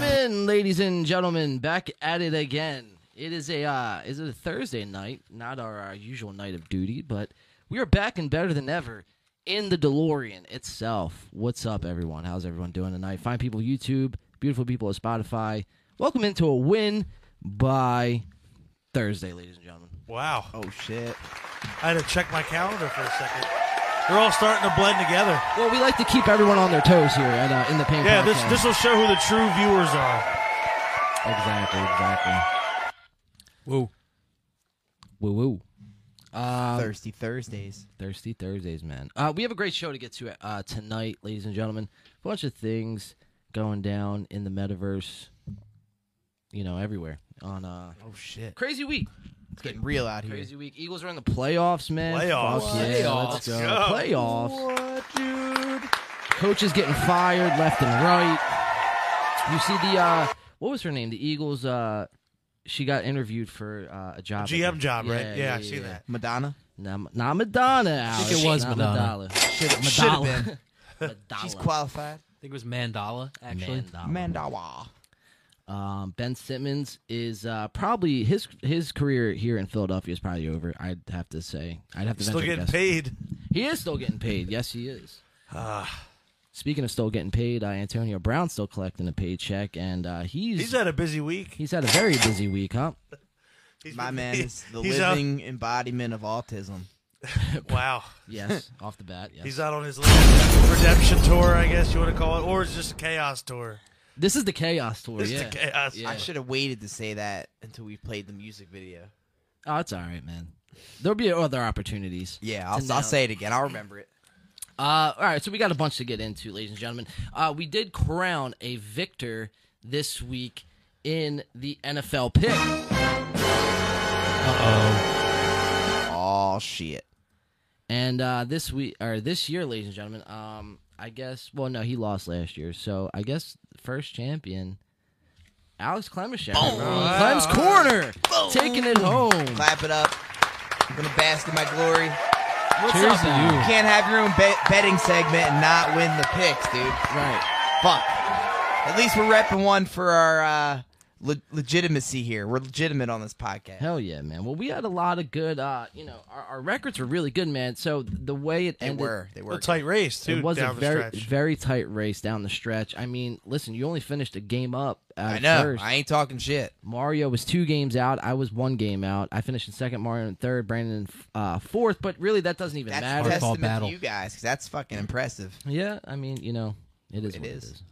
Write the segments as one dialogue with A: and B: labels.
A: ladies and gentlemen, back at it again. It is a uh, is it a Thursday night, not our, our usual night of duty, but we are back and better than ever in the DeLorean itself. What's up, everyone? How's everyone doing tonight? Fine people, YouTube, beautiful people of Spotify. Welcome into a win by Thursday, ladies and gentlemen.
B: Wow.
C: Oh shit!
B: I had to check my calendar for a second. We're all starting to blend together.
A: Well, we like to keep everyone on their toes here at uh, in the pain.
B: Yeah, this
A: Podcast.
B: this will show who the true viewers are.
A: exactly exactly.
B: Woo.
A: Woo woo. Um,
C: Thirsty Thursdays.
A: Thirsty Thursdays, man. Uh, we have a great show to get to uh, tonight, ladies and gentlemen. A bunch of things going down in the metaverse, you know, everywhere. On uh,
C: Oh shit!
A: crazy week,
C: It's getting real out here.
A: crazy week. Eagles are in the playoffs, man.
B: Playoffs.
A: Fuck yeah, let's go.
B: Playoffs.
A: Playoffs.
C: dude?
A: Coaches getting fired left and right. You see the uh, what was her name? The Eagles. Uh, she got interviewed for uh, a job. I
B: GM
A: think.
B: job, right? Yeah, I see that.
C: Madonna.
A: Not, not Madonna.
D: I think
A: Alex,
D: it was
A: not
D: Madonna.
C: Should
A: Madonna.
C: have been.
A: Madonna.
C: She's qualified.
D: I think it was Mandala, actually.
A: Mandala.
C: Mandawa.
A: Um, ben Simmons is uh, probably his his career here in Philadelphia is probably over. I'd have to say. I'd have to
B: Still
A: venture a
B: getting
A: guess.
B: paid.
A: He is still getting paid. Yes, he is.
B: Ah,
A: Speaking of still getting paid, uh, Antonio Brown's still collecting a paycheck, and uh, he's
B: he's had a busy week.
A: he's had a very busy week, huh?
B: He's
C: My
B: been-
C: man is the
B: he's
C: living embodiment of autism.
B: Out, wow.
A: Yes, off the bat. Yes.
B: He's out on his little redemption tour, I guess you want to call it, or it's just a chaos tour.
A: This is the chaos tour.
B: It's
A: Oh, yeah.
B: the chaos.
A: Yeah.
C: I should have waited to say that until we played the music video.
A: oh, it's all right, man. There'll be other opportunities.
C: Yeah, I'll,
A: To
C: I'll
A: know.
C: say it again. I'll remember it.
A: Uh, all right, so we got a bunch to get into, ladies and gentlemen. Uh, we did crown a victor this week in the NFL pick.
C: Oh shit!
A: And uh, this week or this year, ladies and gentlemen, um, I guess. Well, no, he lost last year, so I guess first champion, Alex Clemens. Clem's corner, taking it home.
C: Clap it up. I'm gonna bask in my glory.
A: What's
D: Cheers
A: up,
D: to
A: Al?
D: you.
C: You can't have your own bet betting segment and not win the picks, dude.
A: Right.
C: Fuck. At least we're repping one for our uh, le- legitimacy here. We're legitimate on this podcast.
A: Hell yeah, man. Well, we had a lot of good. Uh, you know, our, our records were really good, man. So the way it
C: they
A: ended,
C: were. They were.
B: A tight race, too,
A: it was
B: down
A: a
B: the
A: very
B: stretch.
A: very tight race down the stretch. I mean, listen, you only finished a game up. Out
C: I
A: of
C: know.
A: First.
C: I ain't talking shit.
A: Mario was two games out. I was one game out. I finished in second. Mario in third. Brandon in uh, fourth. But really, that doesn't even
C: That's
A: matter.
C: a testament
D: battle.
C: to you guys because that's fucking impressive.
A: Yeah, I mean, you know, it is.
C: It
A: what
C: is.
A: It is.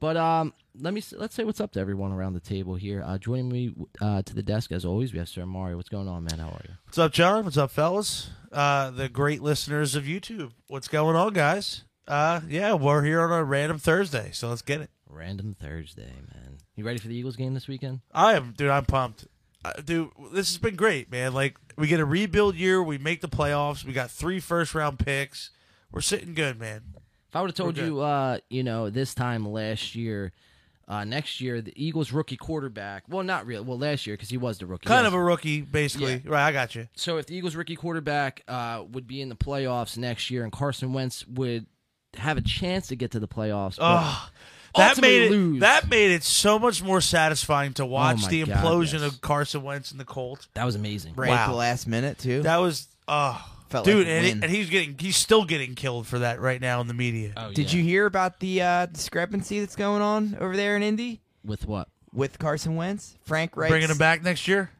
A: But um, let me s- let's say what's up to everyone around the table here. Uh, joining me uh, to the desk as always, we have Sir Mario. What's going on, man? How are you?
B: What's up, John? What's up, fellas? Uh, the great listeners of YouTube. What's going on, guys? Uh, yeah, we're here on a random Thursday, so let's get it.
A: Random Thursday, man. You ready for the Eagles game this weekend?
B: I am, dude. I'm pumped, uh, dude. This has been great, man. Like we get a rebuild year, we make the playoffs, we got three first round picks. We're sitting good, man.
A: If I would have told
B: good.
A: you, uh, you know, this time last year, uh, next year, the Eagles rookie quarterback. Well, not real. Well, last year because he was the rookie.
B: Kind
A: Yes.
B: of a rookie, basically. Right, I got you.
A: So if the Eagles' rookie quarterback uh, would be in the playoffs next year, and Carson Wentz would have a chance to get to the playoffs, but
B: Oh, that
A: ultimately
B: made it.
A: lose. Oh
B: That made it so much more satisfying to watch
A: my
B: the
A: God,
B: implosion
A: yes.
B: of Carson Wentz and the Colts.
A: that was amazing.
C: Right
B: Wow.
C: at the last minute too.
B: That was, oh,
C: Felt
B: dude,
C: like a
B: and,
C: win.
B: and he's getting, he's still getting killed for that right now in the media.
D: Oh,
C: Did
D: yeah.
C: you hear about the uh, discrepancy that's going on over there in Indy
A: With what?
C: with Carson Wentz? Frank Reich
B: Bringing him back next year.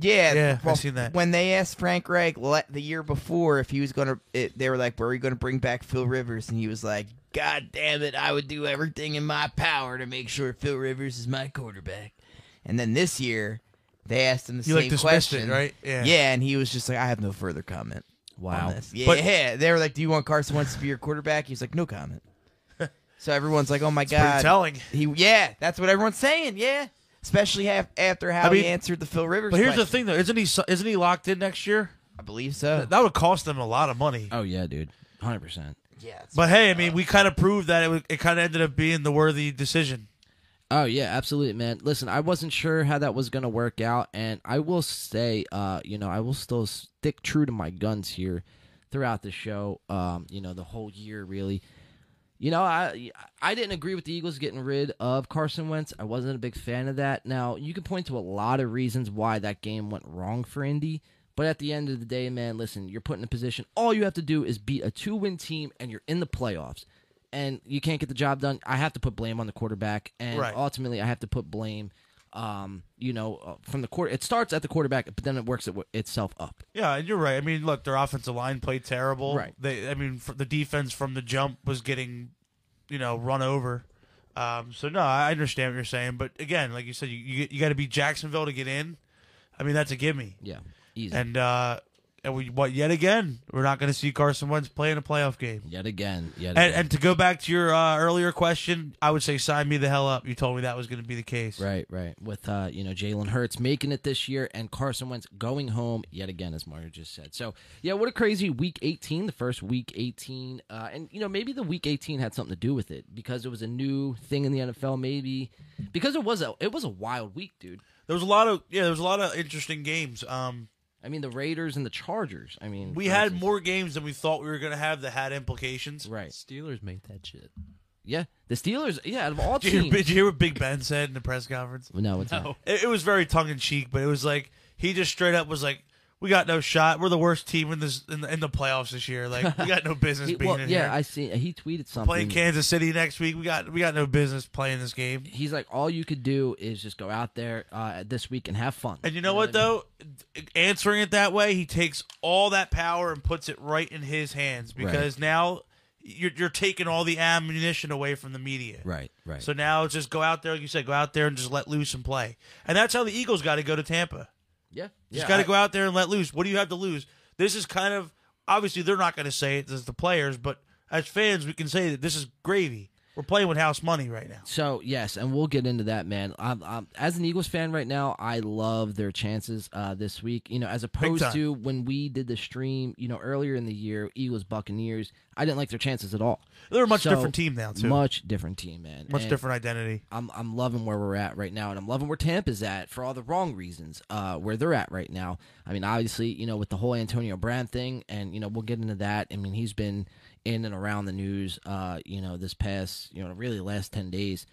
C: Yeah,
B: Yeah, I seen that.
C: When they asked Frank Reich le- the year before if he was gonna, it, they were like, "Were you gonna bring back Phil Rivers?" And he was like, "God damn it, I would do everything in my power to make sure Phil Rivers is my quarterback." And then this year, they asked him the
B: You,
C: same
B: like, dismissed it,
C: question,
B: right? Yeah.
C: yeah, and he was just like, "I have no further comment."
A: Wow.
C: on this. Yeah,
B: But-
C: they were like, "Do you want Carson Wentz to be your quarterback?" He was like, "No comment." so everyone's like, "Oh my
B: Pretty
C: god,
B: telling.
C: he yeah, that's what everyone's saying, yeah." Especially half, after how
B: I mean,
C: he answered the Phil Rivers.
B: But here's the
C: question.
B: thing, though. Isn't he, isn't he locked in next year?
C: I believe so.
B: That would cost them a lot of money.
A: Oh yeah, dude, hundred percent.
C: Yeah. it's-
B: But hey, I mean, we kind of proved that it, was- it kind of ended up being the worthy decision.
A: Oh yeah, absolutely, man. Listen, I wasn't sure how that was gonna work out, and I will say, uh, you know, I will still stick true to my guns here throughout the show. Um, you know, the whole year really. You know, I I didn't agree with the Eagles getting rid of Carson Wentz. I wasn't a big fan of that. Now, you can point to a lot of reasons why that game went wrong for Indy, but at the end of the day, man, listen, you're put in a position. All you have to do is beat a two-win team and you're in the playoffs. And you can't get the job done. I have to put blame on the quarterback and
B: Right.
A: ultimately I have to put blame um, you know, uh, from the quarter it starts at the quarterback, but then it works it, itself up.
B: Yeah, and you're right. I mean, look, their offensive line played terrible.
A: Right.
B: They, I mean, fr the defense from the jump was getting, you know, run over. Um, so no, I understand what you're saying, but again, like you said, you you, you got to beat Jacksonville to get in. I mean, that's a gimme.
A: Yeah. Easy.
B: And uh, and we what yet again? We're not going to see Carson Wentz play in a playoff game.
A: yet again. Yet
B: And,
A: again.
B: and to go back to your uh, earlier question, I would say sign me the hell up. You told me that was going to be the case.
A: Right, right. With uh, you know, Jalen Hurts making it this year and Carson Wentz going home yet again, as Mario just said. So yeah, what a crazy week eighteen, the first week eighteen. Uh, and you know, maybe the week eighteen had something to do with it because it was a new thing in the NFL, maybe because it was a it was a wild week, dude.
B: There was a lot of yeah. There was a lot of interesting games. Um,
A: I mean the Raiders and the Chargers. I mean
B: we
A: for
B: had
A: instance-
B: more games than we thought we were going to have that had implications.
A: Right.
D: Steelers make that shit.
A: Yeah. The Steelers, yeah, out of all
B: Did you, hear,
A: teams.
B: did you hear what Big Ben said in the press conference?
A: No, it's not.
B: It, it was very tongue in cheek, but it was like he just straight up was like, "We got no shot. We're the worst team in this in the, in the playoffs this year. Like we got no business
A: He-
B: being
A: well,
B: in
A: yeah,
B: here.
A: I see. He tweeted something.
B: Playing Kansas City next week. We got we got no business playing this game.
A: He's like, all you could do is just go out there uh, this week and have fun.
B: And you know what though? Answering it that way, he takes all that power and puts it right in his hands because now you're you're taking all the ammunition away from the media.
A: Right, right.
B: So now just go out there, like you said, go out there and just let loose and play. And that's how the Eagles got to go to Tampa.
A: yeah,
B: Just
A: yeah,
B: got to
A: I-
B: go out there and let loose. What do you have to lose? This is kind of obviously they're not going to say it as the players, but as fans, we can say that this is gravy. We're playing with house money right now.
A: So yes, and we'll get into that, man. I'm, I'm, as an Eagles fan right now, I love their chances uh, this week. You know, as opposed
B: time.
A: to when we did the stream, you know, earlier in the year, Eagles Buccaneers. I didn't like their chances at all.
B: They're a much
A: So,
B: different team now too. Much,
A: Much different team, man. And
B: different identity.
A: I'm I'm loving where we're at right now, and I'm loving where Tampa's at for all the wrong reasons. Uh, where they're at right now. I mean, obviously, you know, with the whole Antonio Brown thing, and you know, we'll get into that. I mean, he's been in and around the news. Uh, you know, this past, you know, really last ten days.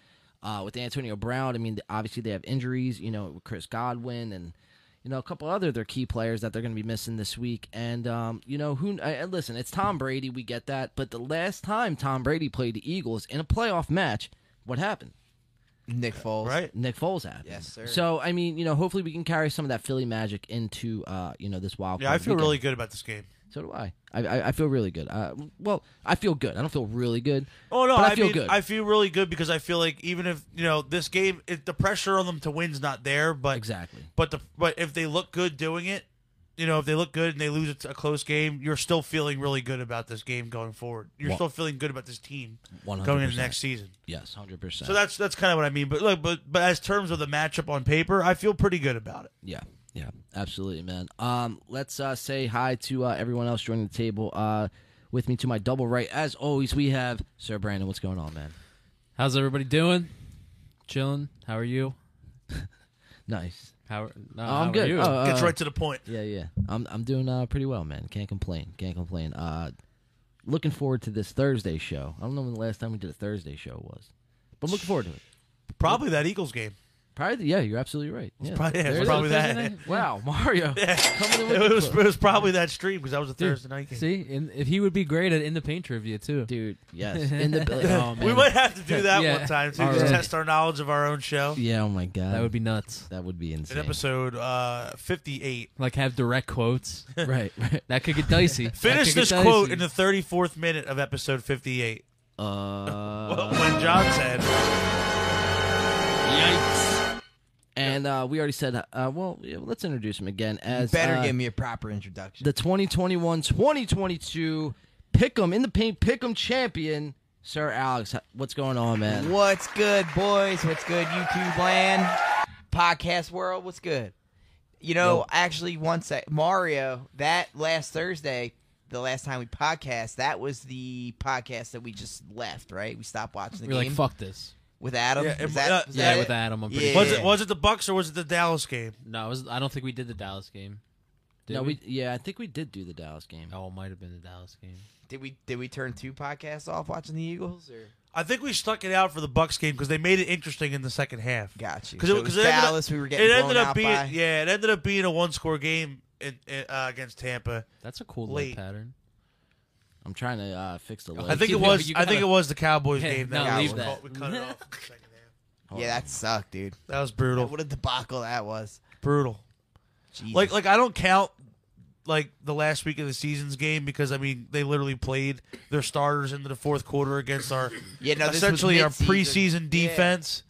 A: Uh, with Antonio Brown, I mean, obviously they have injuries. You know, with Chris Godwin and you know, a couple other their key players that they're going to be missing this week. And um, you know, who? I, I- listen, it's Tom Brady. We get that, but the last time Tom Brady played the Eagles in a playoff match, what happened?
C: Nick Foles.
B: Right?
A: Nick Foles happened.
C: Yes, sir.
A: So I mean, you know, hopefully we can carry some of that Philly magic into uh, you know this wild.
B: Yeah, I
A: card
B: feel
A: weekend.
B: really good about this game.
A: So do I. I, I, I feel really good. Uh, well, I feel good. I don't feel really good.
B: Oh no,
A: but I,
B: I,
A: feel
B: mean,
A: good.
B: I feel really good because I feel like even if you know this game, it, the pressure on them to win's not there, but
A: exactly.
B: but the but if they look good doing it, you know, if they look good and they lose a, a close game, you're still feeling really good about this game going forward. You're
A: Well-
B: still feeling good about this team
A: 100%.
B: going into next season.
A: Yes, hundred percent.
B: So that's that's kind of what I mean. But look, but but as terms of the matchup on paper, I feel pretty good about it.
A: Yeah, yeah, absolutely, man. Um, let's uh, say hi to uh, everyone else joining the table. Uh, with me to my double right, as always, we have Sir Brandon. What's going on, man?
D: How's everybody doing? Chilling. How are you?
A: Nice.
D: How are,
A: Oh,
D: no, Uh, how
A: I'm
D: are
A: good.
D: you?
A: Oh, uh,
B: Gets right to the point.
A: yeah, yeah. I'm I'm doing uh, pretty well, man. Can't complain. Can't complain. Uh, looking forward to this Thursday show. I don't know when the last time we did a Thursday show was, but I'm looking forward to it.
B: Probably that Eagles game.
A: Probably, the- yeah, you're absolutely right. Yeah.
B: Probably,
A: There
B: yeah,
A: it is.
B: probably
D: Thursday
B: that.
D: night?
A: Wow, Mario. Coming in with
B: It
A: the
B: was,
A: club.
B: it was probably that stream because that was a Thursday night game.
D: See, and if he would be great at in the paint trivia too.
A: Dude, yes. In the, oh, man.
B: We might have to do that
D: Yeah.
B: one time to just
D: Alright.
B: test our knowledge of our own show.
A: Yeah, oh my God.
D: That would be nuts.
A: That would be
B: In
A: insane.
B: episode uh, 58.
D: Like have direct quotes.
A: right, right.
D: That could get dicey. That
B: Finish
D: could get
B: this quote in
D: dicey.
B: the 34th minute of episode 58.
A: Uh,
B: Well, when John said,
A: and uh, we already said, uh, well, yeah, let's introduce him again as
C: Better
A: uh,
C: give me a proper introduction.
A: the 2021-2022 Pick'em in the paint Pick'em champion, Sir Alex. h- What's going on, man?
C: What's good, boys? What's good, YouTube land? Podcast world, what's good? You know, actually, one sec, Mario, that last Thursday, the last time we podcast, that was the podcast that we just left, right? We stopped watching the
D: We're like
C: game
D: fuck this.
C: with Adam.
B: Yeah,
C: Was
B: it-
C: that,
B: uh,
C: was
D: Yeah,
C: that
D: with
C: it?
D: Adam. I'm pretty
C: Yeah.
D: sure.
B: was it was it the Bucks or was it the Dallas game?
D: No, it was, I don't think we did the Dallas game. Did
A: no, we? yeah, I think we did do the Dallas game.
D: Oh, it might have been the Dallas game.
C: Did we did we turn two podcasts off watching the Eagles or
B: I think we stuck it out for the Bucks game because they made it interesting in the second half.
C: got you?
B: 'Cause it-
C: Because so it, was
B: 'cause it ended up-
C: Dallas, we were getting
B: it
C: blown
B: ended up
C: out
B: being
C: by.
B: yeah, it ended up being a one score game in, in, uh, against Tampa.
D: That's a cool
B: Late.
D: late pattern.
A: I'm trying to uh, fix the. Leg.
B: I think
D: you-
B: it was
D: you
B: I think
D: gotta-
B: it was the Cowboys
D: Yeah,
B: game
D: no,
B: that
C: leave
B: we,
C: that.
B: Cut, we cut it off. in the second half.
A: Hold
C: Yeah,
A: on.
C: that sucked, dude.
B: That was brutal,
C: What a debacle that was.
B: brutal.
C: Jesus.
B: Like like I don't count like the last week of the season's game because I mean they literally played their starters into the fourth quarter against our
C: yeah, no, this was
B: essentially our
C: mid-season.
B: preseason
C: Yeah.
B: defense.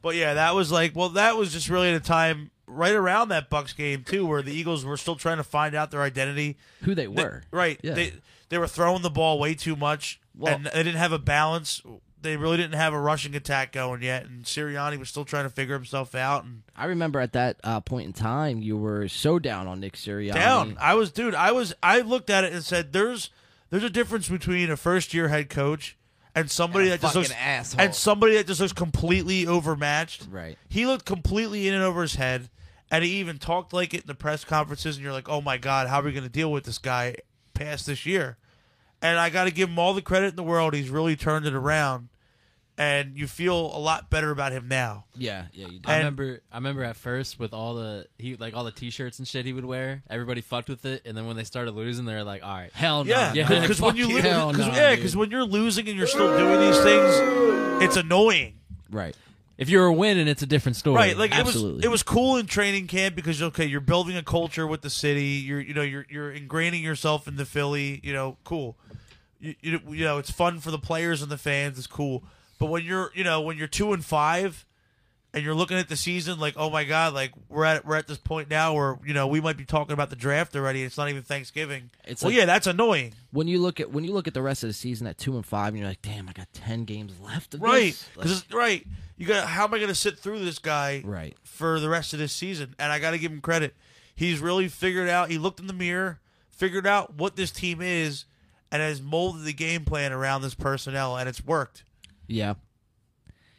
B: But yeah, that was like well, that was just really the time right around that Bucks game too, where the Eagles were still trying to find out their identity.
A: who they
B: They-
A: were.
B: right.
A: Yeah.
B: They they were throwing the ball way too much,
A: Well-
B: and they didn't have a balance. They really didn't have a rushing attack going yet, and Sirianni was still trying to figure himself out. And
A: I remember at that uh, point in time, you were so down on Nick Sirianni.
B: down, I was, dude, I was, I looked at it and said, "There's, there's a difference between a first year head coach and somebody
C: And a
B: that just
C: fucking
B: looks
C: asshole.
B: and somebody that just looks completely overmatched."
A: Right.
B: He looked completely in and over his head, and he even talked like it in the press conferences. And you're like, "Oh my god, how are we going to deal with this guy past this year?" And I got to give him all the credit in the world. He's really turned it around, and you feel a lot better about him now.
A: Yeah. Yeah. You did.
D: I
B: And-
D: remember. I remember at first with all the he like all the T-shirts and shit he would wear. Everybody fucked with it, and then when they started losing, they're like, "All right, hell no."
B: Yeah,
D: Yeah,
B: because when you
D: fuck
B: lose,
D: hell
B: cause,
D: no,
B: yeah,
D: dude.
B: 'cause when you're losing and you're still doing these things, it's annoying.
A: right.
D: if you're winning, it's a different story.
B: Right, like it was
A: Absolutely.
B: it was cool in training camp because okay, you're building a culture with the city. You're you know you're you're ingraining yourself into Philly. You know, cool. You, you, you know it's fun for the players and the fans. It's cool. But when you're you know when you're two and five, and you're looking at the season like oh my god, like we're at we're at this point now where you know we might be talking about the draft already. It's not even Thanksgiving.
A: It's
B: well,
A: like-
B: yeah, that's annoying.
A: When you look at when you look at the rest of the season at two and five, and you're like, damn, I got ten games left. Of
B: Right.
A: this." Like-
B: 'Cause it's right. You got how am I going to sit through this guy
A: Right.
B: for the rest of this season? And I got to give him credit. He's really figured out. He looked in the mirror, figured out what this team is, and has molded the game plan around this personnel, and it's worked.
A: Yeah.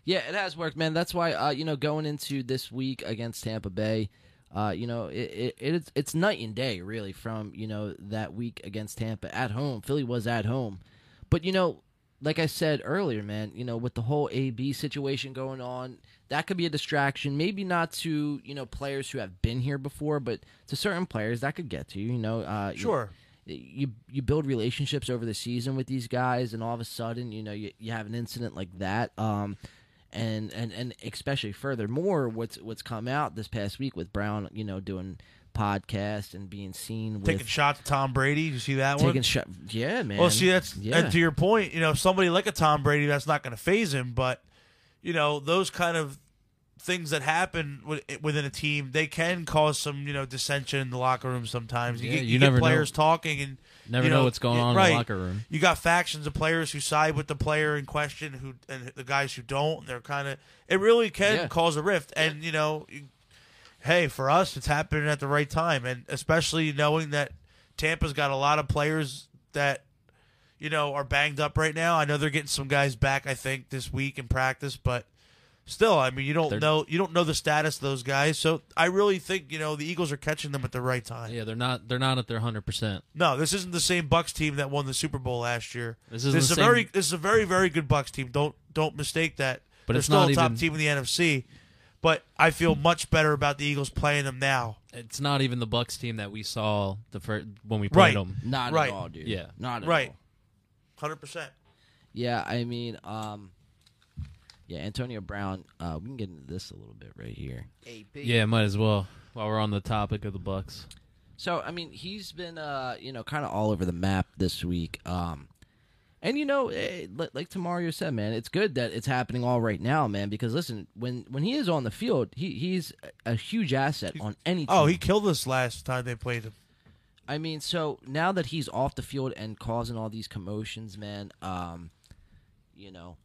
A: Yeah, it has worked, man. That's why uh, you know going into this week against Tampa Bay, uh, you know it, it it's it's night and day really from you know that week against Tampa at home. Philly was at home, but you know, like I said earlier, man, you know with the whole AB situation going on, that could be a distraction. Maybe not to you know players who have been here before, but to certain players that could get to you. You know, uh, you-
B: Sure.
A: you you build relationships over the season with these guys and all of a sudden you know you, you have an incident like that um and and and especially furthermore what's what's come out this past week with brown you know doing podcasts and being seen with
B: Taking shots at Tom Brady. You see that
A: taking
B: one?
A: shot yeah man
B: Well, see, uh, that's
A: yeah
B: and to your point. You know, somebody like a Tom Brady, that's not going to phase him. But you know, those kind of things that happen wi- within a team, they can cause some you know dissension in the locker room. Sometimes you
D: Yeah,
B: get,
D: you
B: you get
D: never know.
B: players talking and
D: Never
B: you
D: know what's going
B: yeah,
D: on in the
B: right.
D: locker room.
B: You got factions of players who side with the player in question, who and the guys who don't. and They're kind of it really can
A: Yeah.
B: cause a rift, and you know. You, hey, for us, it's happening at the right time, and especially knowing that Tampa's got a lot of players that you know are banged up right now. I know they're getting some guys back, I think, this week in practice, but still, I mean, you don't
D: They're-
B: know you don't know the status of those guys, so I really think you know the Eagles are catching them at the right time.
D: Yeah, they're not. They're not at their hundred percent.
B: No, this isn't the same Bucks team that won the Super Bowl last year.
D: This isn't
B: this is
D: the
B: a
D: same-
B: very this is a very very good Bucks team. Don't don't mistake that.
D: But
B: They're
D: it's
B: still
D: not
B: a top
D: even-
B: team in the NFC, but I feel much better about the Eagles playing them now.
D: It's not even the Bucks team that we saw the first when we played
B: Right.
D: them.
A: not
B: right.
A: at all dude
D: Yeah.
A: not at
B: Right.
A: all.
B: Hundred percent.
A: yeah I mean um yeah Antonio Brown uh we can get into this a little bit right here
C: AB.
D: Yeah, might as well while we're on the topic of the Bucks.
A: So I mean, he's been uh, you know kind of all over the map this week. Um, and you know, eh, li- like Tamario said, man, it's good that it's happening all right now, man. Because listen, when when he is on the field, he he's a a huge asset on any. Team.
B: Oh, he killed us last time they played him.
A: I mean, so now that he's off the field and causing all these commotions, man, um, you know,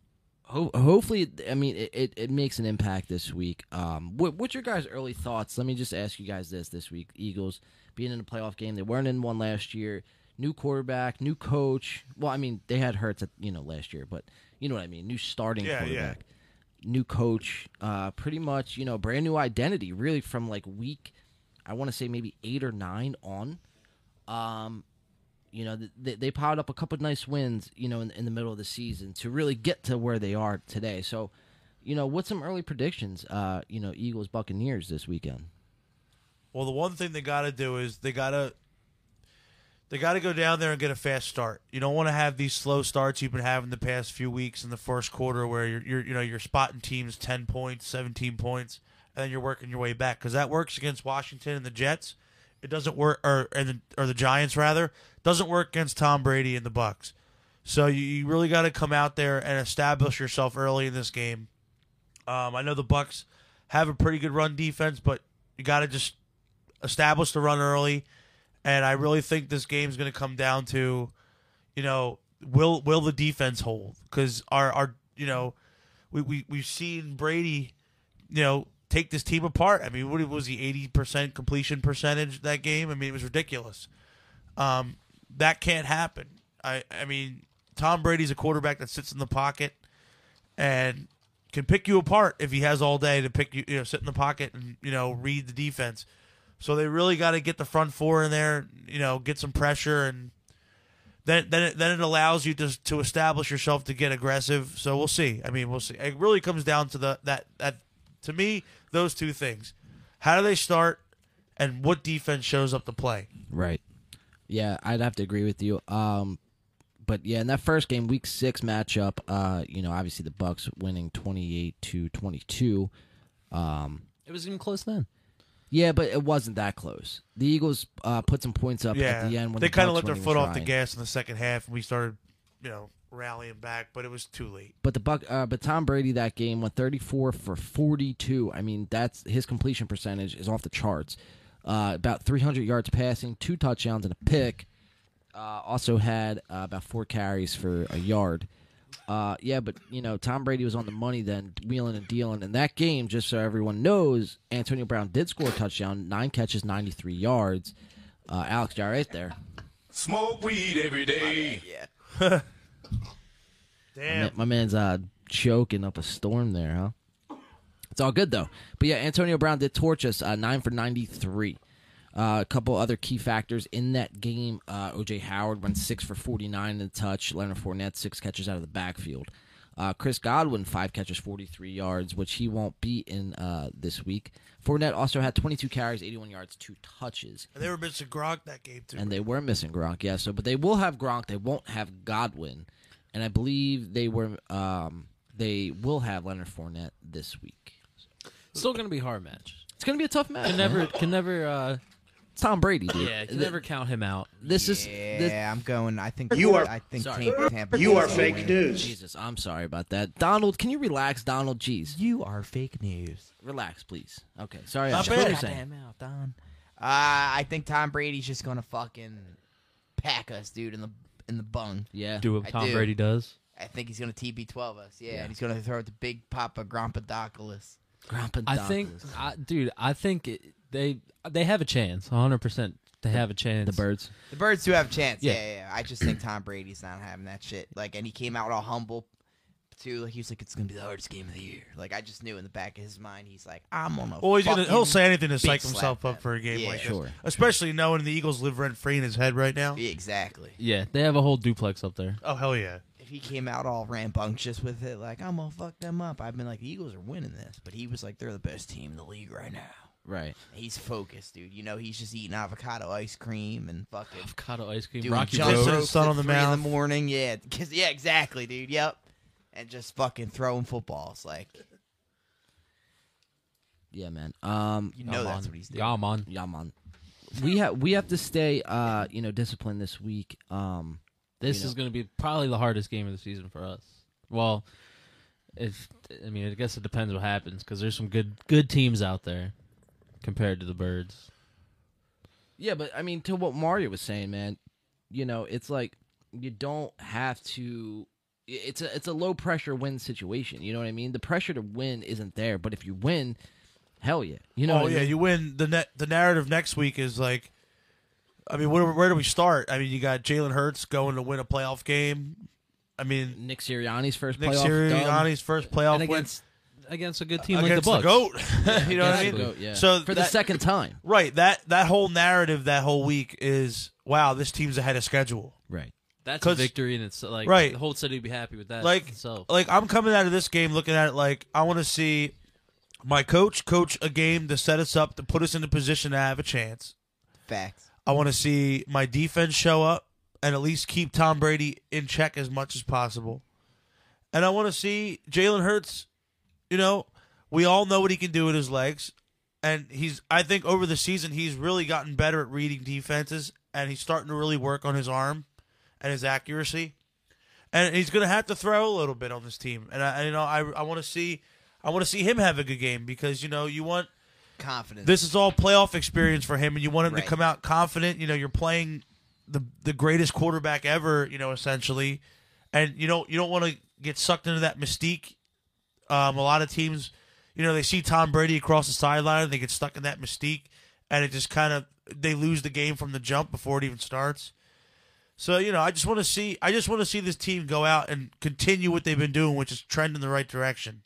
A: ho- hopefully, I mean, it, it, it makes an impact this week. Um, what, what's your guys' early thoughts? Let me just ask you guys this this week. Eagles being in a playoff game, they weren't in one last year. New quarterback, new coach. Well, I mean, they had Hurts, at, you know, last year, but you know what I mean. New starting
B: Yeah, yeah.
A: quarterback new coach, uh, pretty much, you know, brand new identity, really from like week, I I want to say maybe eight or nine on. Um, you know, th- they, they piled up a couple of nice wins, you know, in, in the middle of the season to really get to where they are today. So, you know, what's some early predictions? Uh, you know, Eagles Buccaneers this weekend.
B: Well, the one thing they got to do is they got to they got to go down there and get a fast start. You don't want to have these slow starts you've been having the past few weeks in the first quarter, where you're, you're you know you're spotting teams ten points, seventeen points, and then you're working your way back because that works against Washington and the Jets. It doesn't work, or and the, or the Giants rather doesn't work against Tom Brady and the Bucks. So you, you really got to come out there and establish yourself early in this game. Um, I know the Bucks have a pretty good run defense, but you got to just establish the run early, and I really think this game's going to come down to, you know, will will the defense hold? Because our our you know, we we we've seen Brady, you know, take this team apart. I mean, what was he eighty percent completion percentage that game? I mean, it was ridiculous. Um, that can't happen. I I mean, Tom Brady's a quarterback that sits in the pocket, and can pick you apart if he has all day to pick you, you know, sit in the pocket and you know read the defense. So they really got to get the front four in there, you know, get some pressure, and then then it, then it allows you to to establish yourself to get aggressive. So we'll see. I mean, we'll see. It really comes down to the that that to me those two things: how do they start, and what defense shows up to play.
A: Right. Yeah, I'd have to agree with you. Um, but yeah, in that first game, week six matchup, uh, you know, obviously the Bucks winning twenty eight to twenty two. Um,
D: It was even close then.
A: yeah, but it wasn't that close. The Eagles uh, put some points up
B: Yeah,
A: at the end when
B: they
A: kind of
B: let their foot off the
A: game.
B: gas in the second half, and we started, you know, rallying back, but it was too late.
A: But the Buck, uh, but Tom Brady that game went 34 for 42. I mean, that's his completion percentage is off the charts. Uh, about 300 yards passing, two touchdowns and a pick. Uh, also had uh, about four carries for a yard. Uh, yeah, but you know Tom Brady was on the money then, wheeling and dealing. And that game, just so everyone knows, Antonio Brown did score a touchdown, nine catches, 93 yards. Uh, Alex, you all right there?
E: Smoke weed every day.
C: Yeah.
B: Damn.
A: My man's uh choking up a storm there, huh? It's all good though. But yeah, Antonio Brown did torch us uh, nine for ninety three. Uh, a couple other key factors in that game: uh, OJ Howard went six for forty nine in the touch. Leonard Fournette six catches out of the backfield. Uh, Chris Godwin five catches, forty three yards, which he won't be in uh, this week. Fournette also had twenty two carries, eighty one yards, two touches.
B: And they were missing Gronk that game too.
A: And they were missing Gronk, yeah. So, but they will have Gronk. They won't have Godwin, and I believe they were. Um, they will have Leonard Fournette this week.
D: Still gonna be a hard match.
A: It's gonna be a tough match.
D: Can
A: man.
D: never, can never, uh,
A: It's Tom Brady, dude.
D: yeah, can
A: Th-
D: never count him out.
A: This is
C: Yeah,
A: this,
C: I'm going. I think
F: You are-
C: I think
A: Sorry.
C: Tampa, Tampa
F: You
C: Bay's
F: are
C: gonna win.
F: fake news.
A: Jesus. I'm sorry about that, Donald. Can you relax, Donald? Jeez,
C: You are fake news.
A: relax, please. Okay, sorry.
B: Not
A: I what
B: bad.
A: you're saying.
C: Goddamn mouth, Don. Uh, I think Tom Brady's just gonna fucking pack us, dude, in the in the bung.
A: Yeah,
D: Do what
C: I
D: Tom
C: do.
D: Brady does.
C: I think he's gonna TB12 us. Yeah, and he's gonna throw it to Big Papa Grompadocoulos.
A: Grandpa
D: I
A: Doc
D: think,
A: is-
D: I, dude, I think it, they they have a chance. 100 percent they have a chance.
A: the birds.
C: The birds do have a chance. Yeah.
D: Yeah.
C: yeah, yeah, I just think Tom Brady's not having that shit. Like, and he came out all humble too. Like he was like, "It's gonna be the hardest game of the year." Like I just knew in the back of his mind, he's like, "I'm on a."
B: Well, he's gonna, he'll
C: fucking-
B: say anything to
C: big
B: psych
C: slap
B: himself up
C: that.
B: for a game
C: Yeah.
B: like
A: Sure.
B: this. Especially knowing the Eagles live rent free in his head right now.
C: Yeah, exactly.
D: Yeah, they have a whole duplex up there.
B: Oh hell yeah!
C: If he came out all rambunctious with it, like I'm gonna fuck them up. I've been like, the Eagles are winning this, but he was like, they're the best team in the league right now.
A: Right.
C: He's focused, dude. You know, he's just eating avocado ice cream and fucking
D: Avocado ice cream,
C: doing
D: Rocky
C: jump
B: Road.
D: Road.
B: Sun
C: ropes
B: on
C: at
B: the
C: three in
B: mouth.
C: the morning. Yeah, 'cause- yeah, exactly, dude. Yep, and just fucking throwing footballs. Like
A: Yeah, man. Um,
C: you know, that's what he's doing.
D: Yeah, man.
A: yeah, man. We have we have to stay, uh, you know, disciplined this week. Um,
D: This
A: You know.
D: is going to be probably the hardest game of the season for us. Well, if I mean, I guess it depends what happens because there's some good good teams out there compared to the Birds.
A: Yeah, but I mean, to what Mario was saying, man, you know, it's like you don't have to. It's a it's a low pressure win situation. You know what I mean? The pressure to win isn't there, but if you win, hell yeah, you know.
B: oh
A: what I
B: yeah,
A: mean?
B: you win. the net The narrative next week is like, I mean, where, where do we start? I mean, you got Jalen Hurts going to win a playoff game. I mean,
A: Nick Sirianni's first
B: Nick
A: playoff. dub.
B: Sirianni's first playoff
D: and
B: win.
D: against against a good team like the
B: against
D: Bucks.
B: goat. you know what I
A: That's
B: mean?
A: the goat, yeah.
B: So
A: for the
B: that-
A: second time,
B: Right. That that whole narrative that whole week is wow. This team's ahead of schedule.
A: right?
D: That's
B: 'Cause-
D: a victory, and it's like
B: Right.
D: the whole city would be happy with that.
B: Like
D: so,
B: like I'm coming out of this game looking at it like I want to see my coach coach a game to set us up to put us in a position to have a chance.
C: Facts.
B: I want to see my defense show up and at least keep Tom Brady in check as much as possible. And I want to see Jalen Hurts. You know, we all know what he can do with his legs, and he's. I think over the season he's really gotten better at reading defenses, and he's starting to really work on his arm and his accuracy. And he's going to have to throw a little bit on this team. And I, you know, I I want to see. I want to see him have a good game because you know you want
C: Confidence.
B: this is all playoff experience for him, and you want him
C: Right.
B: to come out confident. You know, you're playing the the greatest quarterback ever. You know, essentially, and you don't you don't want to get sucked into that mystique. Um, a lot of teams, you know, they see Tom Brady across the sideline, and they get stuck in that mystique, and it just kind of they lose the game from the jump before it even starts. So you know, I just want to see I just want to see this team go out and continue what they've been doing, which is trend in the right direction.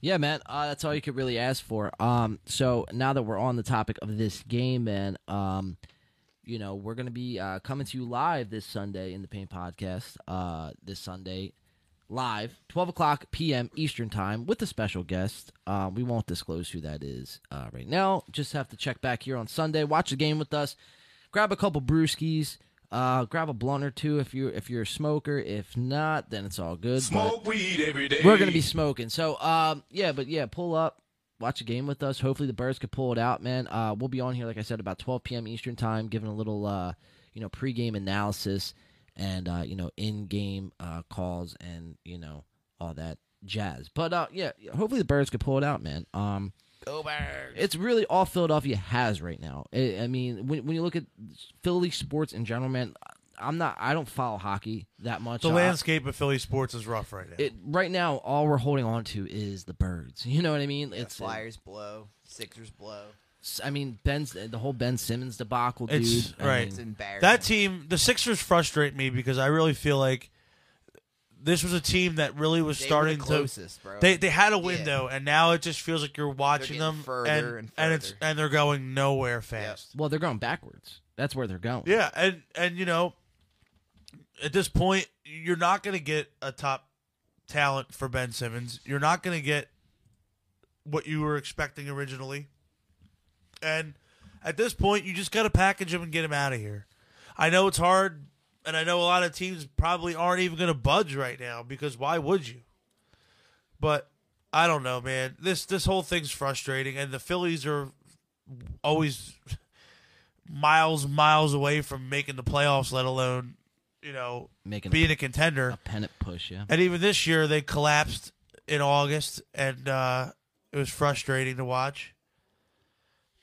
A: Yeah, man, uh, that's all you could really ask for. Um, so now that we're on the topic of this game, man, um, you know we're gonna be uh, coming to you live this Sunday in the Paint Podcast. Uh, this Sunday, live, twelve o'clock p.m. Eastern time with a special guest. Uh, we won't disclose who that is uh, right now. Just have to check back here on Sunday. Watch the game with us. Grab a couple brewskis. Uh, grab a blunt or two if you if you're a smoker. If not, then it's all good. but-
E: Smoke weed every day.
A: we're gonna be smoking. So um yeah, but yeah, pull up, watch a game with us. Hopefully the birds could pull it out, man. Uh we'll be on here, like I said, about twelve PM Eastern time, giving a little uh you know, pregame analysis and uh, you know, in game uh calls and, you know, all that jazz. But uh yeah, hopefully the birds could pull it out, man. Um
C: Go Birds.
A: it's really all Philadelphia has right now. I, I mean, when, when you look at Philly sports in general, man, I'm not. I don't follow hockey that much.
B: The
A: I-
B: landscape of Philly sports is rough right now.
A: it right now all we're holding on to is the birds you know what i mean it's
C: Flyers blow. Sixers blow.
A: it's- i mean ben's the whole ben simmons debacle dude
B: It's-
A: I
B: right.
C: It's
A: mean,
C: embarrassing.
B: That team, the Sixers, frustrate me because I really feel like this was a team that really was
C: They were
B: starting
C: the
B: to.
C: closest, bro.
B: They they had a window, and now it just feels like you're watching
C: getting
B: them,
C: further
B: and
C: and
B: it's
C: further.
B: and they're going nowhere fast.
A: well they're going backwards that's where they're going
B: Yeah, and and you know, at this point, you're not going to get a top talent for Ben Simmons. You're not going to get what you were expecting originally, and at this point, you just got to package him and get him out of here. I know it's hard, and I know a lot of teams probably aren't even going to budge right now because why would you? But I don't know, man. This this whole thing's frustrating, and the Phillies are always miles miles away from making the playoffs, let alone you know
A: making
B: being
A: a,
B: a contender.
A: a pennant push yeah
B: And even this year, they collapsed in August, and uh, it was frustrating to watch.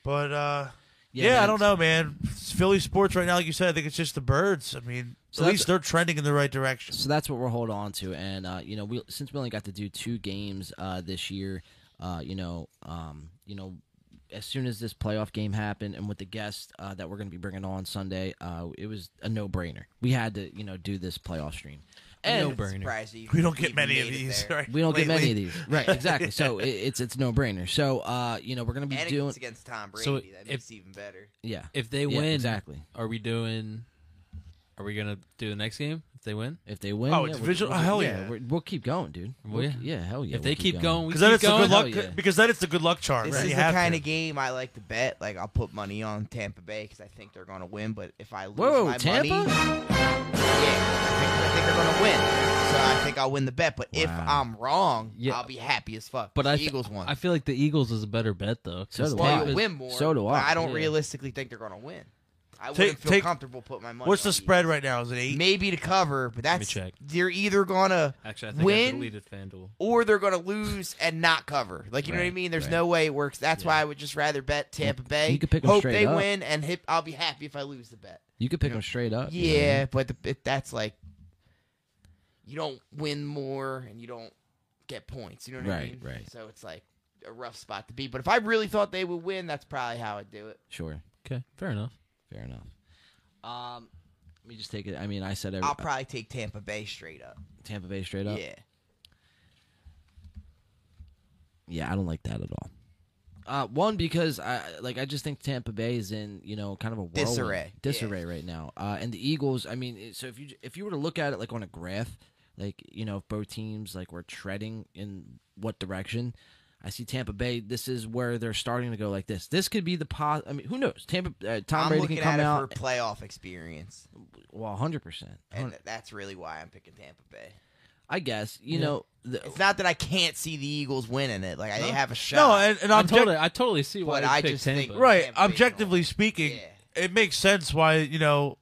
B: But uh, yeah, I
A: man,
B: don't know, man. Philly sports right now, like you said, I think it's just the birds. I mean,
A: So
B: at
A: that's-
B: least they're trending in the right direction.
A: So that's what we're holding on to, and uh, you know, we since we only got to do two games uh, this year, uh, you know, um, you know, as soon as this playoff game happened, and with the guest uh, that we're going to be bringing on Sunday, uh, it was a no brainer. We had to, you know, do this playoff stream. And
D: no brainer.
C: Surprised you
B: We don't get
C: even
B: many of
C: made it
B: these.
C: there.
B: Right?
A: we don't get many of
B: lately.
A: these, right? Exactly. So it, it's it's no brainer. So uh, you know, we're going to be
C: And
A: doing,
C: it's against Tom Brady.
D: So
C: that
D: if-
C: makes it even better.
A: yeah,
D: if they
A: Yeah,
D: win,
A: exactly.
D: Are we doing? Are we gonna do the next game if they win?
A: If they win,
B: Oh,
A: yeah,
B: it's
A: we'll-
B: visual-
A: we'll-
B: oh, hell
A: yeah,
B: yeah.
A: we're- we'll keep going, dude.
D: Well,
A: We'll-
D: yeah.
A: yeah, hell yeah.
D: if
A: we'll
D: they keep going, we
B: Because then
D: keep
B: it's the
D: going.
B: good luck.
A: Hell yeah.
B: Because then it's the good luck charm.
C: This
B: right?
C: is
B: You
C: the
B: have
C: kind
B: to.
C: of game I like to bet. Like I'll put money on Tampa Bay because I think they're going to win. But if I lose
A: Whoa,
C: my
A: Tampa?
C: money, yeah, I think, I think they're going to win. So I think I'll win the bet. But if
A: Wow.
C: I'm wrong,
D: Yeah.
C: I'll be happy as fuck.
D: But
C: the
D: I th-
C: Eagles won.
D: I feel like the Eagles is a better bet though. 'cause
A: So do
D: Tampa's-
A: I.
C: well, you'll win more.
A: So do
C: but
A: I,
C: I don't
D: yeah.
C: realistically think they're going to win. I
B: Take-
C: wouldn't feel
B: take-
C: comfortable putting my money.
B: What's
C: on
B: the spread right now? Is it eight?
C: Maybe to cover, but that's
D: check.
C: they're either gonna
D: Actually, I think I
C: win
D: deleted FanDuel.
C: or they're gonna lose and not cover. Like you know what I
A: Right,
C: mean? There's
A: right.
C: no way it works. That's why I would just rather bet Tampa Bay.
A: you could pick 'em
C: hope
A: straight
C: they
A: up.
C: win, and hip, I'll be happy if I lose the bet.
A: you could pick them straight up. Uh, you know?
C: Yeah, but the, if that's like you don't win more and you don't get points. You know what I mean?
A: Right, right.
C: So it's like a rough spot to be. But if I really thought they would win, that's probably how I'd do it.
A: sure.
D: Okay, fair enough.
A: Fair enough. Um, let me just take it. I mean, I said every, uh,
C: I'll probably take Tampa Bay straight up.
A: Tampa Bay straight up.
C: Yeah.
A: yeah, I don't like that at all. Uh, one because I like I just think Tampa Bay is in you know kind of a whirlwind-
C: Disarray.
A: disarray right now. Uh, and the Eagles, I mean, it- so if you if you were to look at it like on a graph, like you know if both teams like were treading in what direction, I see Tampa Bay. This is where they're starting to go like this. This could be the pos. I mean, who knows? Tampa uh, Tom
C: I'm
A: Brady
C: looking
A: can come
C: at
A: out.
C: it for playoff experience,
A: well, hundred percent.
C: and that's really why I'm picking Tampa Bay.
A: I guess you know. The,
C: It's not that I can't see the Eagles winning it; like I they have a shot.
B: No, and, and
D: I
B: object-
D: totally, I totally see why
C: But
D: they
C: I
D: picked
C: just
D: Tampa.
C: think-
B: right
C: Tampa Bay's
B: objectively speaking it makes sense why you know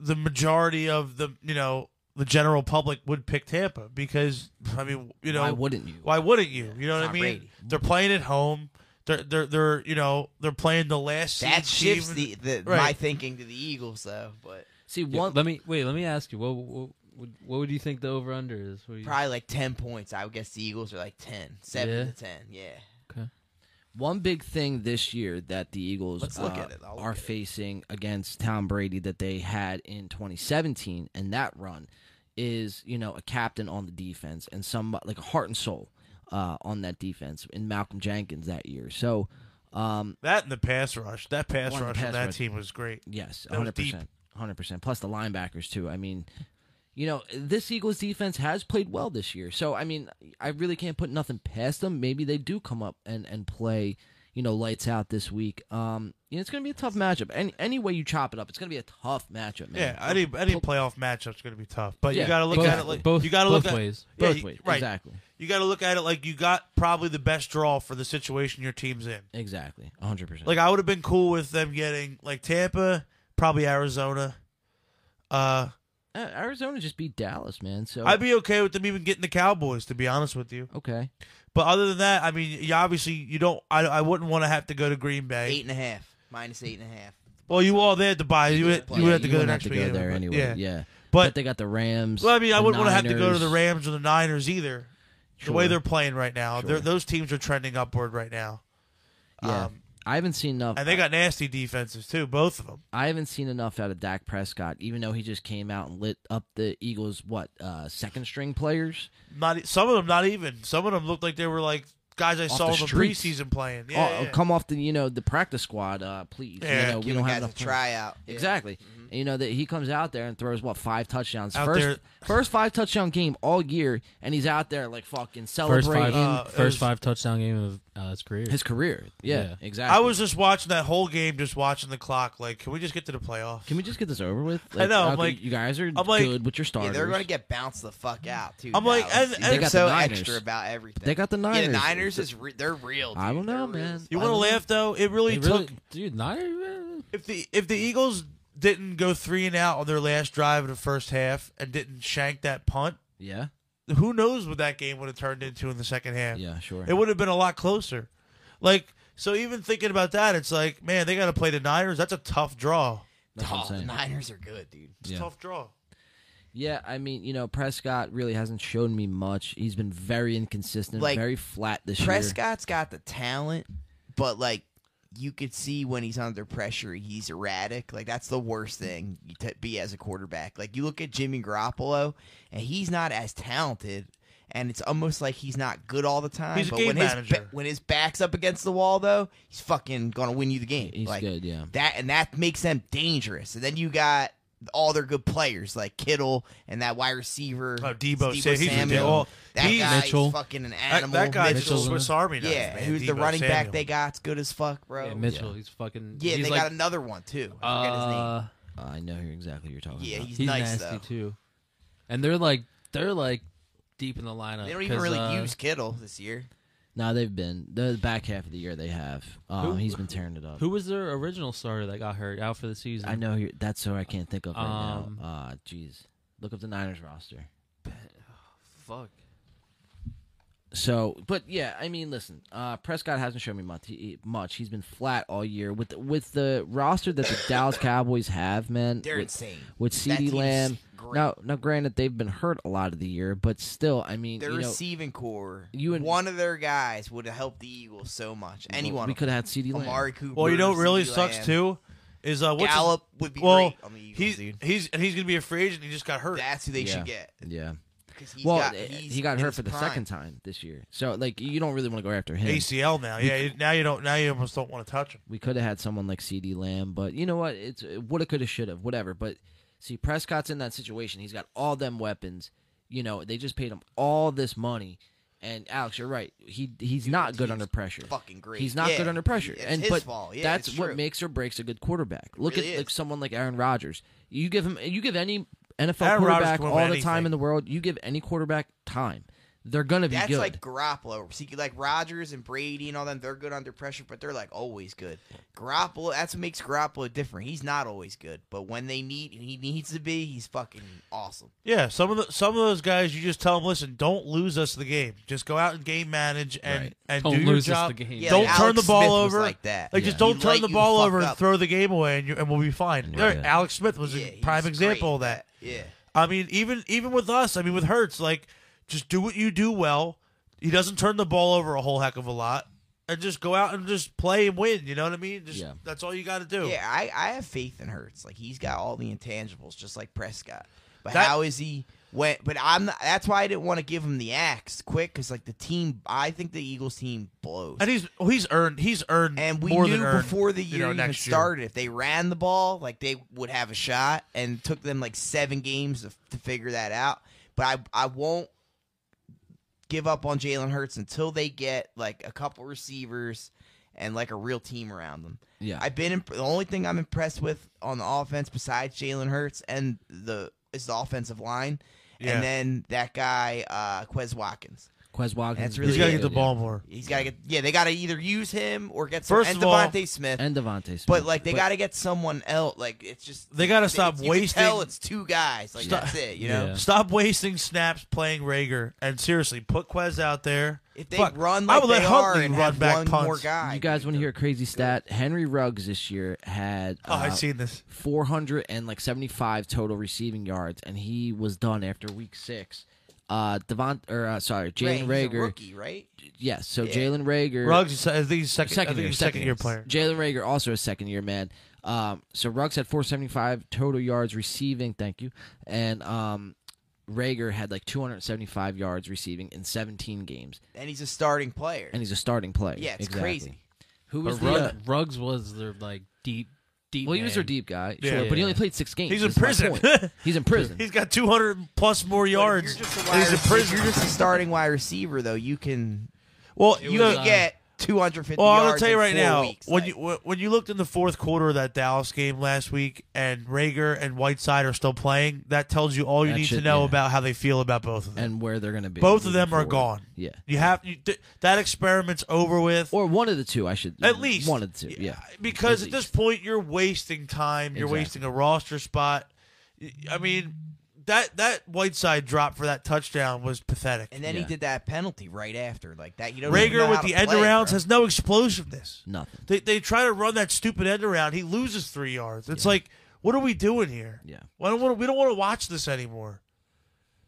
B: the majority of the you know the general public would pick tampa because i mean you know
A: why wouldn't you?
B: why wouldn't you you know what
C: not
B: i mean
C: Brady.
B: they're playing at home they're they're they're you know they're playing the last seed
C: that shifts
B: team.
C: the, the my
B: Right.
C: thinking to the Eagles, though. But
A: See
D: Yeah,
A: one.
D: let me wait. Let me ask you. What what what, what would you think the over under is? What do you-
C: probably like ten points. I would guess the Eagles are like 10, 7
D: Yeah.
C: to ten. Yeah,
A: One big thing this year that the Eagles
C: Let's look
A: uh,
C: at it. I'll look
A: are
C: at it.
A: facing against Tom Brady that they had in 2017 and that run is, you know, a captain on the defense and some like a heart and soul uh, on that defense in Malcolm Jenkins that year. So, um,
B: that and the pass rush that pass
A: One, the
B: rush on
A: pass
B: that
A: rush.
B: team was great
A: yes,
B: That was
A: 100%.
B: deep.
A: 100%. Plus the linebackers too. I mean, you know, this Eagles defense has played well this year. So, I mean, I really can't put nothing past them. Maybe they do come up and, and play, you know, lights out this week. Um, you know, it's going to be a tough matchup. Any, any way you chop it up, it's going to be a tough matchup, man.
B: yeah any any
A: Well-
B: playoff matchup's going to be tough but
A: Yeah,
B: you got to look
D: both,
B: at it like
D: both,
B: you got to
D: both
B: look at
D: ways.
B: yeah,
A: Both
B: you-
A: ways.
B: right
A: Exactly.
B: you got to look at it like you got probably the best draw for the situation your team's in
A: Exactly. 100%.
B: Like I would have been cool with them getting like Tampa, probably Arizona. Uh,
A: Uh, Arizona just beat Dallas, man. So
B: I'd be okay with them even getting the Cowboys, to be honest with you.
A: okay.
B: But other than that, I mean, you obviously you don't. I, I wouldn't want to have to go to Green Bay.
C: eight and a half minus eight and a half.
B: Well, you all there to buy. You would, you would have to go
A: wouldn't
B: there next
A: to
B: week
A: go there
B: but-
A: anyway. Yeah.
B: Yeah.
A: But,
B: But,
A: they got the Rams.
B: well, I mean, I
A: the
B: wouldn't want to have to go to the
A: Niners.
B: Rams or the Niners either. The
A: Sure.
B: way they're playing right now,
A: Sure.
B: they're those teams are trending upward right now.
A: Yeah.
B: Um,
A: I haven't seen enough.
B: and they got nasty defenses too, both of them.
A: I haven't seen enough out of Dak Prescott, even though he just came out and lit up the Eagles' what uh, second string players
B: Not e- some of them, not even some of them looked like they were like guys I
A: Off
B: saw
A: the
B: in the
A: streets.
B: preseason playing. Yeah,
A: oh,
B: yeah.
A: come off the you know the practice squad, uh, please.
B: Yeah.
A: you know, we
C: Give
A: don't
C: the
A: have
C: guys
A: enough
C: a
A: players.
C: tryout. Yeah.
A: Exactly. And, You know that he comes out there and throws what five touchdowns
B: Mm-hmm. Out
A: first
B: there-
A: first five touchdown game all year, and he's out there like fucking
D: First
A: celebrating
D: five,
B: Uh, it
D: first
B: was-
D: five touchdown game of uh, his career.
A: his career. Yeah,
D: Yeah.
A: exactly.
B: I was just watching that whole game, just watching the clock. Like, can we just get to the playoffs?
A: Can we just get this over with?
B: I know, I'm
A: okay,
B: like-
A: you guys are
B: I'm like-
A: good with your starters.
C: Yeah, they're going to get bounced the fuck out too.
B: I'm like, and-
C: Dallas.
B: and-
A: They
C: they're
A: got
C: so
A: the Niners.
C: extra about everything.
A: They got the
C: yeah,
A: Niners.
C: the Niners is re- they're real. Dude.
A: I don't know,
C: They're real.
A: man.
B: you want to laugh though? It really
D: They
B: took.
D: really, dude, Niners.
B: If the if the Eagles didn't go three and out on their last drive of the first half and didn't shank that punt,
A: Yeah,
B: who knows what that game would have turned into in the second half?
A: yeah, sure.
B: It would have been a lot closer. Like, so even thinking about that, it's like, man, they got to play the Niners. That's a tough draw.
A: That's what I'm
C: Oh, the
A: saying.
C: Niners are good, dude.
B: It's
A: Yeah.
B: a tough draw.
A: Yeah, I mean, you know, Prescott really hasn't shown me much. He's been very inconsistent,
C: Like,
A: very flat this year.
C: Prescott's got the talent, but like you could see when he's under pressure, he's erratic. Like that's the worst thing you to be as a quarterback. Like you look at Jimmy Garoppolo, and he's not as talented. And it's almost like he's not good all the time.
B: He's a
C: but
B: game
C: when his
B: manager.
C: ba- when his back's up against the wall, though, he's fucking gonna win you the game.
A: He's
C: Like,
A: good, yeah.
C: That and that makes them dangerous. And then you got all their good players like Kittle and that wide receiver.
B: Oh, Debo Sam- he's a
C: Samuel.
B: dog.
C: that
B: He's-
C: guy
D: Mitchell.
C: is fucking an
B: That,
C: animal.
B: that guy's
C: Mitchell.
B: a Swiss Army knife.
C: Yeah,
B: man,
C: who's the
B: Deebo
C: running back
B: Samuel.
C: they got's good as fuck, bro.
D: Yeah, Mitchell. He's fucking.
C: Yeah,
D: he's
C: they
D: like,
C: got another one too. I forget his name.
D: Uh,
A: Uh, I know who- exactly who you're talking
C: Yeah,
A: about.
C: he's,
D: he's
C: nice
D: nasty
C: though.
D: too. And they're like, they're like deep in the lineup.
C: They don't even
D: 'cause,
C: really
D: uh,
C: use Kittle this year.
A: Now they've been the back half of the year. They have. Um,
D: Who-
A: he's been tearing it up.
D: Who was their original starter that got hurt out for the season?
A: I know who, that's who I can't think of right
D: Um,
A: now. Uh, jeez, look up the Niners roster.
D: Fuck.
A: So, but yeah, I mean, listen, uh, Prescott hasn't shown me much. He, much. He's been flat all year with with the roster that the Dallas Cowboys have, man.
C: They're
A: with,
C: insane.
A: With
C: That
A: CD
C: team's
A: Lamb.
C: great.
A: Now, now, granted, they've been hurt a lot of the year, but still, I mean,
C: Their
A: you know,
C: receiving core,
A: you and-
C: one of their guys would have helped the Eagles so much. Anyone,
A: we could have had CD Lamb.
C: Amari Cooper.
B: Well, you know, what really
C: CeeDee
B: sucks
C: Lamb.
B: too is uh, what's his-
C: Gallup would be
B: well,
C: great on the Eagles,
B: he's
C: dude.
B: he's and he's gonna be a free agent. He just got hurt.
C: That's who they
A: Yeah.
C: should get.
A: Yeah.
C: 'cause he's
A: well,
C: got,
A: eh,
C: he's
A: he got
C: in
A: hurt
C: his
A: for the
C: prime.
A: second time this year, so like you don't really want to go after him.
B: ACL now. Yeah, you- now you don't. Now you almost don't want to touch him.
A: We could have had someone like CD Lamb, but you know what? It's would have, could have, should have, whatever. But see, Prescott's in that situation. He's got all them weapons. You know, they just paid him all this money. And Alex, you're right. He he's not good
C: he's
A: under pressure.
C: fucking great.
A: He's not
C: Yeah,
A: good under pressure.
C: it's
A: and
C: his
A: but
C: fault. Yeah,
A: that's
C: it's
A: what
C: true.
A: makes or breaks a good quarterback. Look
C: really
A: at like
C: is.
A: someone like Aaron Rodgers. You give him you give any NFL
B: Aaron Rodgers
A: quarterback
B: can win
A: all the
B: anything.
A: time in the world. You give any quarterback time, they're gonna be
C: That's
A: good.
C: like Garoppolo. See, like Rodgers and Brady and all them, they're good under pressure, but they're like always good. Garoppolo, that's what makes Garoppolo different. He's not always good, but when they need he needs to be, he's fucking awesome.
B: Yeah, some of the some of those guys, you just tell them, listen, don't lose us the game. Just go out and game manage and
A: Right.
B: and
D: Don't
B: do your
D: lose us
B: job.
D: the game.
C: Yeah,
B: don't
C: like
B: turn
C: Alex
B: the ball
C: Smith was
B: over
C: like that.
B: Like
A: Yeah.
B: just don't
C: He
B: turn
C: let
B: the
C: you
B: ball
C: fuck
B: over and
C: up.
B: throw the game away, and you and we'll be fine.
A: Yeah.
B: There, Alex Smith was
C: Yeah,
B: a
C: he's
B: prime
C: great
B: example of
C: at
B: that.
C: Yeah.
B: I mean, even even with us, I mean, with Hertz, like just do what you do well. He doesn't turn the ball over a whole heck of a lot, and just go out and just play and win. You know what I mean? Just
A: Yeah.
B: that's all you got to do.
C: Yeah, I, I have faith in Hurts. Like he's got all the intangibles, just like Prescott. But
B: That-
C: how is he? When, but I'm not, that's why I didn't want to give him the axe quick because like the team, I think the Eagles team blows.
B: And he's well, he's earned he's earned
C: And we
B: more
C: knew
B: than earned,
C: before the
B: you
C: year
B: know,
C: even
B: next year.
C: started, if they ran the ball, like they would have a shot. And it took them like seven games to, to figure that out. But I I won't give up on Jalen Hurts until they get like a couple receivers and like a real team around them.
A: yeah,
C: I've been imp- the only thing I'm impressed with on the offense besides Jalen Hurts and the is the offensive line,
B: Yeah.
C: and then that guy uh, Quez Watkins.
A: Quez Watkins.
C: That's
A: is
C: really
B: He's got to
C: it.
B: get the
A: good,
B: ball more.
C: He's got to get yeah. They got to either use him or get some,
B: First
C: and
B: of all-
C: Devontae Smith.
A: yeah. and Devontae. Smith.
C: But like they got to get someone else. Like it's just
B: They gotta stop
C: it's- you can
B: wasting-
C: Tell it's two guys. Like
B: Stop-
C: that's it. You know,
D: Yeah.
B: Stop wasting snaps playing Rager, and seriously, put Quez out there.
C: if they
B: Fuck,
C: run
B: I
C: like
B: would
C: they
B: let
C: are
B: Huntley
C: and
B: run
C: have
B: back
C: one
B: punts.
C: more guy,
A: You guys want to
C: dude,
A: hear a crazy stat? Henry Ruggs this year had
B: Oh,
A: uh,
B: I've seen this.
A: 400 and like 75 total receiving yards, and he was done after week six. Uh, Devon or uh, sorry,
C: Ray,
A: Jalen
C: he's a
A: Rager.
C: rookie, right?
A: Yes, so
C: Yeah.
A: Jalen Rager.
B: Ruggs, is- I think he's second, I think
A: second year,
B: he's second year player.
A: Jalen Rager also a second year man. Um, so Ruggs had 475 total yards receiving. Thank you, and um, Rager had like 275 yards receiving in 17 games,
C: And he's a starting player.
A: and he's a starting player.
C: yeah, it's
A: Exactly.
C: crazy.
A: Who was
D: But
A: the? uh,
D: Rugg, Ruggs was their like deep, deep.
A: Well, he was their
D: man.
A: deep guy,
B: Yeah.
A: sure, but he
D: Yeah.
A: only played six games.
B: He's in
A: That's my
B: prison.
A: point. He's in prison.
B: He's got 200 plus more
C: But if
B: yards.
C: You're just a
B: and
C: wide
B: he's a
C: receiver-
B: prisoner.
C: You're just a starting wide receiver, though. You can
B: well,
C: you
B: you
C: can
D: was, uh,
C: get 250
B: well, I'm gonna
C: yards
B: tell you
C: in
B: right
C: four
B: now.
C: weeks,
B: when
C: like,
B: you when- when you looked in the fourth quarter of that Dallas game last week, and Rager and Whiteside are still playing, that tells you all you
A: That
B: need to
A: should-
B: know
A: yeah.
B: about how they feel about both of them.
A: and where they're going to be.
B: both of
A: moving
B: them
A: forward.
B: are gone.
A: Yeah.
B: You have you, th- that experiment's over with.
A: Or one of the two, I should.
B: At least
A: One of the two, yeah.
B: Because
A: At
B: at, this point, you're wasting time. You're
A: Exactly.
B: wasting a roster spot. Y- I mean, that that Whiteside drop for that touchdown was pathetic.
C: and then he
A: Yeah.
C: did that penalty right after, like that. You don't even
B: Rager
C: know
B: with
C: how to
B: the end
C: play,
B: arounds
C: bro.
B: has no explosiveness.
A: Nothing.
B: They they try to run that stupid end around. He loses three yards. It's like, what are we doing here?
A: Yeah.
B: Why don't wanna, we don't want to watch this anymore.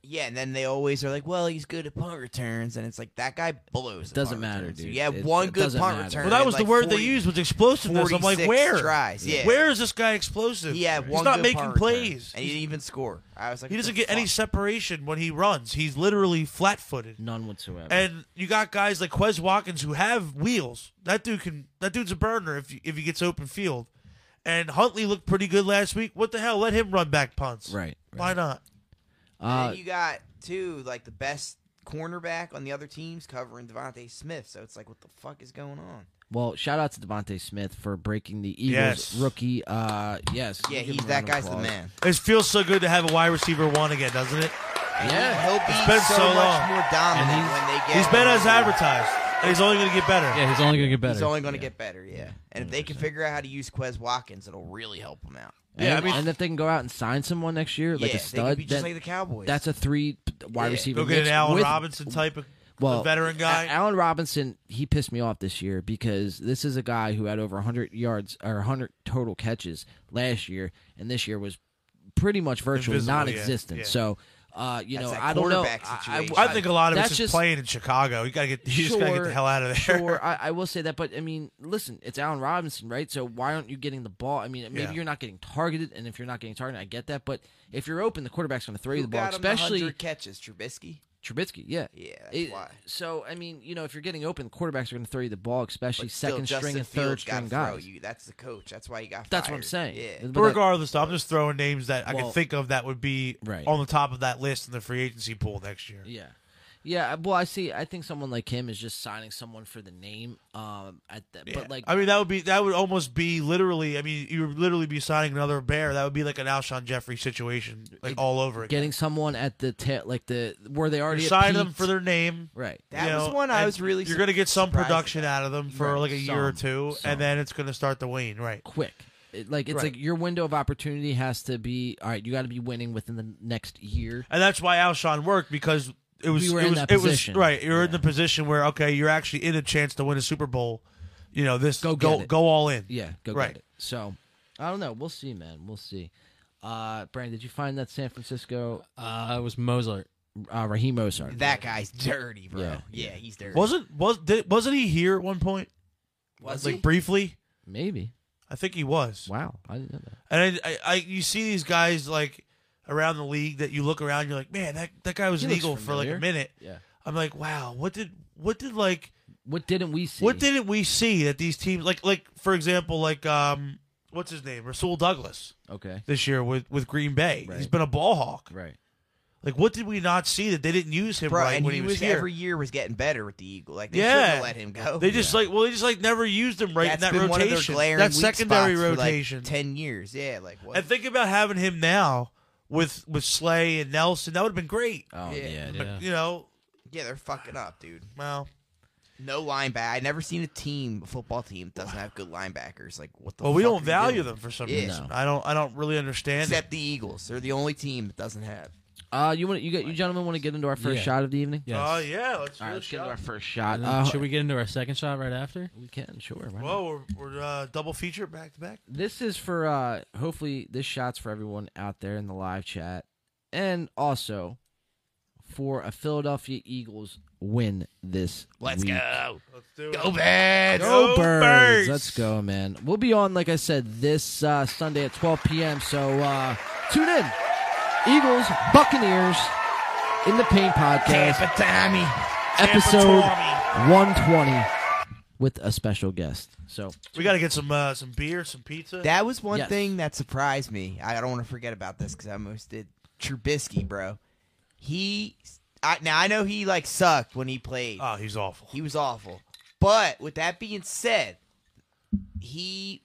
C: Yeah, and then they always are like, "Well, he's good at punt returns," and it's like that guy blows. at
A: Doesn't
C: punt
A: matter,
C: returns.
A: dude.
C: You have
A: It-
C: one
A: it
C: good
A: doesn't
C: punt
A: matter.
C: return.
B: Well, that
C: and
B: was the
C: like
B: word
C: 40
B: they used was explosiveness. I'm like,
C: 46
B: where?
C: tries, yeah.
B: Where is this guy explosive?
C: He had
B: He's
C: one.
B: not
C: good
B: making
C: punt return,
B: plays.
C: and he didn't even score. I was like,
B: He
C: what
B: doesn't
C: the
B: get any
C: fuck?
B: separation when he runs. He's literally flat footed.
A: None whatsoever.
B: And you got guys like Quez Watkins who have wheels. That dude can. That dude's a burner if if he gets open field. And Huntley looked pretty good last week. What the hell? Let him run back punts.
A: right.
B: Why
A: right.
B: not?
C: And
A: Uh,
C: then you got two like the best cornerback on the other teams covering Devontae Smith. So it's like, what the fuck is going on?
A: well, shout out to Devontae Smith for breaking the Eagles
B: Yes.
A: rookie. Uh, yes.
C: Yeah,
A: give
C: he's
A: him a
C: that
A: round of
C: guy's the
A: applause.
C: man.
B: It feels so good to have a wide receiver one again, doesn't it?
A: Yeah.
C: He'll be
B: It's been
C: so,
B: so
C: much
B: long.
C: more dominant
A: And he's-
C: when they get.
B: He's been
C: him.
B: as advertised. And he's only going to get better.
D: Yeah, he's only gonna get better.
C: He's only going to
D: Yeah.
C: get better, yeah. And if they can figure out how to use Quez Watkins, it'll really help them out.
B: Yeah,
A: and,
B: I mean-
A: and if they can go out and sign someone next year, like
C: yeah,
A: a
C: they
A: stud,
C: could be just
A: that-
C: like the Cowboys.
A: that's a three wide
C: Yeah.
A: receiver.
B: Go get an
A: mix
B: Allen
A: with-
B: Robinson type of
A: well,
B: a veteran
A: A-
B: guy.
A: Allen Robinson, he pissed me off this year because this is a guy who had over 100 yards or 100 total catches last year, and this year was pretty much virtually
B: Invisible, yeah,
A: non-existent.
B: yeah.
A: So Uh, you know,
C: That's that
A: I don't know.
C: quarterback
A: I,
C: situation.
A: I,
B: I think a lot of
A: That's
B: it's just,
A: just-
B: playing in Chicago. You gotta get, you just gotta get the
A: Sure,
B: hell out of there.
A: Sure, I, I will say that, but I mean, listen, it's Allen Robinson, right? So why aren't you getting the ball? I mean, maybe
B: Yeah.
A: you're not getting targeted, and if you're not getting targeted, I get that. But if you're open, the quarterback's going to throw you
C: Who
A: the ball,
C: got him the
A: especially
C: 100 catches, Trubisky.
A: Trubisky. Yeah,
C: Yeah, that's
A: It-
C: why.
A: So I mean, you know, if you're getting open, the quarterbacks are going to throw you the ball, especially
C: But still,
A: second string
C: Justin
A: and third
C: Fields gotta
A: string
C: throw
A: guys.
C: You. That's the coach. That's why you got.
A: That's what I'm saying.
C: fired. Yeah.
A: But
B: But
A: that-
B: regardless, though, I'm just throwing names that I
A: Well-
B: can think of that would be
A: Right.
B: on the top of that list in the free agency pool next year.
A: Yeah. Yeah, well, I see. I think someone like him is just signing someone for the name. Um, at the,
B: Yeah.
A: but like,
B: I mean, that would be that would almost be literally. I mean, you would literally be signing another bear. That would be like an Alshon Jeffrey situation, like all over again.
A: getting someone at the ta- like the where they
B: You
A: already at
B: sign them
A: peak-
B: for their name.
A: right.
C: That
B: you
C: was
B: know,
C: one I
B: and
C: was really.
B: You're gonna get some
C: surprised
B: production
C: about.
B: out of them for
A: Right,
B: like a year or
A: some,
B: two,
A: some.
B: and then it's gonna start to wane. Right.
A: quick. It, like it's
B: Right.
A: like your window of opportunity has to be all right. You got to be winning within the next year.
B: and that's why Alshon worked because it was
A: We were
B: it
A: in
B: was
A: that
B: it was
A: position.
B: right. You're in
A: Yeah.
B: the position where okay, you're actually in a chance to win a Super Bowl. You know this
A: Go
B: go
A: get it.
B: go all in.
A: Yeah, go
B: Right.
A: get it. So I don't know. We'll see, man. We'll see. Uh, Brandon, did you find that San Francisco
D: Uh, it was Mozart.
A: uh, Raheem Mozart?
C: That guy's dirty, bro. Yeah,
A: Yeah.
C: he's dirty.
B: Wasn't was did, wasn't he here at one point?
C: Was
B: like
C: he?
B: briefly?
A: maybe.
B: I think he was.
A: Wow, I didn't know that.
B: And I, I, I you see these guys like around the league that you look around, you're like, man, that that guy was
A: He
B: an
A: looks
B: Eagle for like a
A: familiar.
B: minute.
A: Yeah.
B: I'm like, wow, what did what did like
A: What didn't we see?
B: what didn't we see that these teams like like for example like um what's his name Rasul Douglas.
A: Okay.
B: this year with, with Green Bay. He's
A: Right.
B: been a ball hawk.
A: Right.
B: Like, what did we not see that they didn't use him
C: bro?
B: right
C: and
B: when
C: he, was,
B: here?
C: every year was getting better with the Eagle. Like they shouldn't
B: yeah,
C: have let him go.
B: They just like well, they just like never used him right
C: That's
B: in that
C: been
B: rotation.
C: One of their glaring
B: that
C: weak
B: secondary
C: spots for, like,
B: rotation.
C: Ten years. Yeah, like what?
B: and think about having him now with with Slay and Nelson. That would have been great.
A: Oh
C: Yeah.
A: yeah. dude.
D: Yeah.
B: But you know,
C: yeah, they're fucking up, dude.
B: well,
C: No linebacker. I never seen a team, a football team, that doesn't have good linebackers. Like what the?
B: well, we
C: fuck
B: don't
C: are you
B: value
C: doing?
B: them for some
C: Yeah.
B: reason. I don't. I don't really understand. it.
C: Except the Eagles. They're the only team that doesn't have.
A: Uh, you want you got you gentlemen want to get into our first
D: Yeah.
A: shot of the evening?
D: Yes.
B: Oh yeah, let's,
A: All right,
B: do a
A: let's get into our
B: shot.
A: first shot.
D: And then
A: Uh,
D: should we get into our second shot right after?
A: We can sure. why not?
B: Whoa, we're, we're uh, double feature back to back.
A: this is for uh hopefully this shot's for everyone out there in the live chat and also for a Philadelphia Eagles win this
C: Let's
A: week.
C: go.
B: Let's do
C: Go
B: it.
C: Bats.
A: Go
B: Go
A: Birds.
B: Birds.
A: Let's go, man. We'll be on like I said this uh Sunday at 12 p.m. so uh tune in. Eagles Buccaneers in the Pain podcast
C: Tampa Tommy.
A: episode
B: Tampa
A: 120 with a special guest. So
B: We got to get some uh, some beer, some pizza.
C: That was one
A: Yes.
C: thing that surprised me. I don't want to forget about this because I almost did. Trubisky, bro. He. I, now I know he like sucked when he played.
B: oh, he's awful.
C: He was awful. But with that being said, he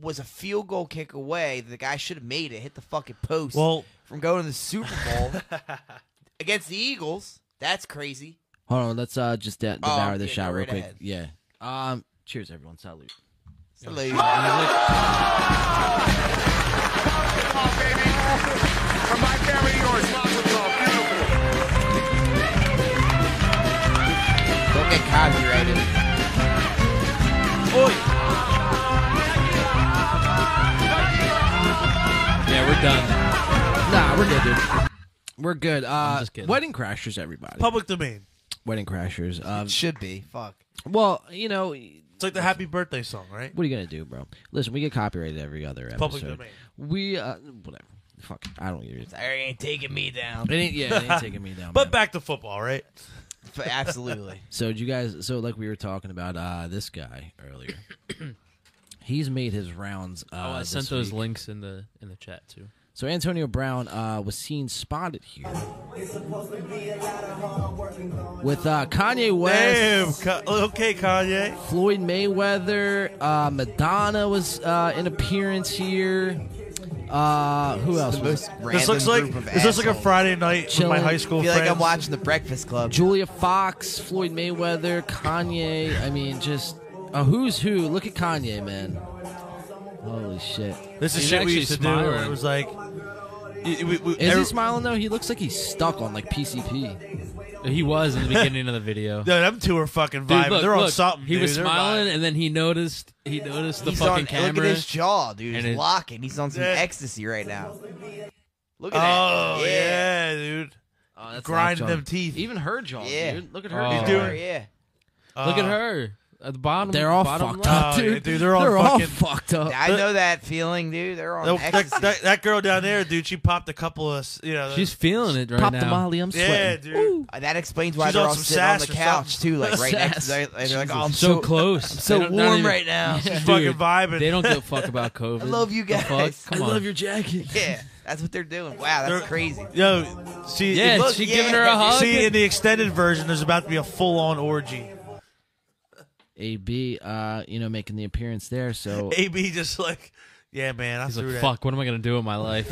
C: was a field goal kick away. The guy should have made it, hit the fucking post
B: Well,
C: from going to the Super Bowl against the Eagles. That's crazy.
A: Hold on, let's uh just de-
C: Oh,
A: devour this
C: yeah,
A: shot
C: go
A: real
C: right
A: quick.
C: ahead.
A: Yeah. Um. Cheers, everyone. Salute.
C: Salute.
B: Ah!
E: Off, baby. From my family to yours. Mazel tov. Beautiful.
C: Don't get copyrighted.
D: Yeah, we're done.
A: Nah, we're good, dude. We're good. Uh,
D: just kidding.
A: wedding crashers, everybody.
B: public domain.
A: wedding crashers. Uh,
C: Should be. Fuck.
A: well, you know,
B: It's like the happy birthday song, right?
A: what are you gonna do, bro? Listen, we get copyrighted every other episode.
B: public domain.
A: We uh, whatever. Fuck, I don't give a.
C: Sorry, ain't taking me down.
A: It ain't, yeah, it ain't taking me down.
B: But
A: man.
B: back to football, right?
C: F- Absolutely.
A: So did you guys? So like we were talking about uh this guy earlier. He's made his rounds. Uh,
D: Oh, I
A: this
D: sent those
A: week.
D: links in the in the chat too.
A: So Antonio Brown uh, was seen spotted here with uh, Kanye
B: Damn.
A: West,
B: Ka- okay, Kanye.
A: Floyd Mayweather, uh, Madonna was uh, in appearance here. Uh, who else? Was
B: This looks like this looks like a Friday night with
A: Chilling.
B: my high school
C: I feel like
B: friends.
C: I'm watching The Breakfast Club.
A: Julia Fox, Floyd Mayweather, Kanye. I mean, just a who's who. Look at Kanye, man. Holy shit!
B: This is
D: He's
B: shit we
D: actually
B: used to do. Where
D: smiling.
B: it was like, y- we- we-
A: Is
B: every-
A: he smiling though? He looks like he's stuck on like PCP.
D: He was in the beginning of the video.
B: Dude, them two are fucking
D: Dude,
B: vibing.
D: look,
B: They're on
D: look.
B: something.
D: He
B: dude.
D: was
B: They're
D: smiling,
B: vibing.
D: and then he noticed he noticed the
C: He's
D: fucking
C: on,
D: camera.
C: Look at his jaw, dude.
D: and
C: He's
D: it-
C: locking. He's on some
B: Yeah.
C: ecstasy right now. Look at
B: Oh
C: that.
B: yeah, dude.
A: that's
B: grinding
D: not
B: them teeth.
A: Even her jaw,
C: Yeah.
A: dude. Look at her.
D: Oh.
A: jaw.
D: He's doing-
C: Sure, yeah.
D: Look at
B: Uh,
D: her at the bottom.
A: They're all
D: bottom
A: fucked
D: left.
A: up,
B: Oh,
A: dude.
B: yeah, dude, they're all fucking-
A: fucked up.
C: I know that feeling, dude. They're on
B: That,
C: ecstasy.
B: that, that, that girl down there, dude, she popped a couple of, s- you know.
D: She's feeling it right
A: Pop
D: now.
A: the molly, I'm sweating.
B: yeah, dude.
C: Uh, that explains why
B: She's
C: they're
B: on
C: all
B: some
C: sitting on the
B: sass or
C: couch too, like right next.
A: Sass.
C: They're, they're like, "Oh, I'm
D: so,
C: so,
D: close.
C: so
D: They don't- not
C: warm
D: even-
C: right now."
B: She's
D: Dude,
B: fucking vibing.
D: They don't give a fuck about COVID.
C: I love you
D: The fuck?
C: guys.
A: I
D: Come on.
A: love your jacket.
C: yeah, that's what they're doing. Wow, that's
B: They're-
C: crazy.
B: Yo, see,
D: Yeah,
B: look,
D: she
C: yeah.
D: giving her a hug.
B: see, in the extended version, there's about to be a full-on orgy.
A: AB, uh, you know, making the appearance there. So
B: AB just like, yeah, man, I
D: He's
B: threw
D: like,
B: that.
D: fuck, what am I going to do with my life?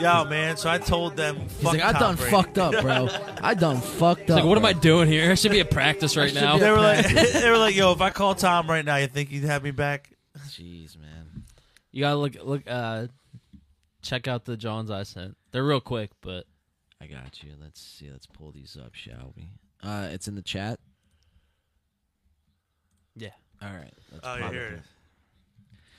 B: Yo, man, so I told them, fuck
A: he's like, I
B: Tom
A: done
B: Brady."
A: fucked up, bro. I done fucked up.
D: Like, what am
A: bro.
D: I doing here? I should be at practice right
A: should
D: now.
A: be
B: They were like, they were like, yo, if I call Tom right now, you think he'd have me back?
A: Jeez, man.
D: You gotta look, look, uh, check out the Johns I sent. They're real quick, but
A: I got you. Let's see. Let's pull these up, shall we? Uh, it's in the chat.
D: yeah.
A: All right. Let's
B: Oh,
A: pop
B: here it
A: up.
B: is.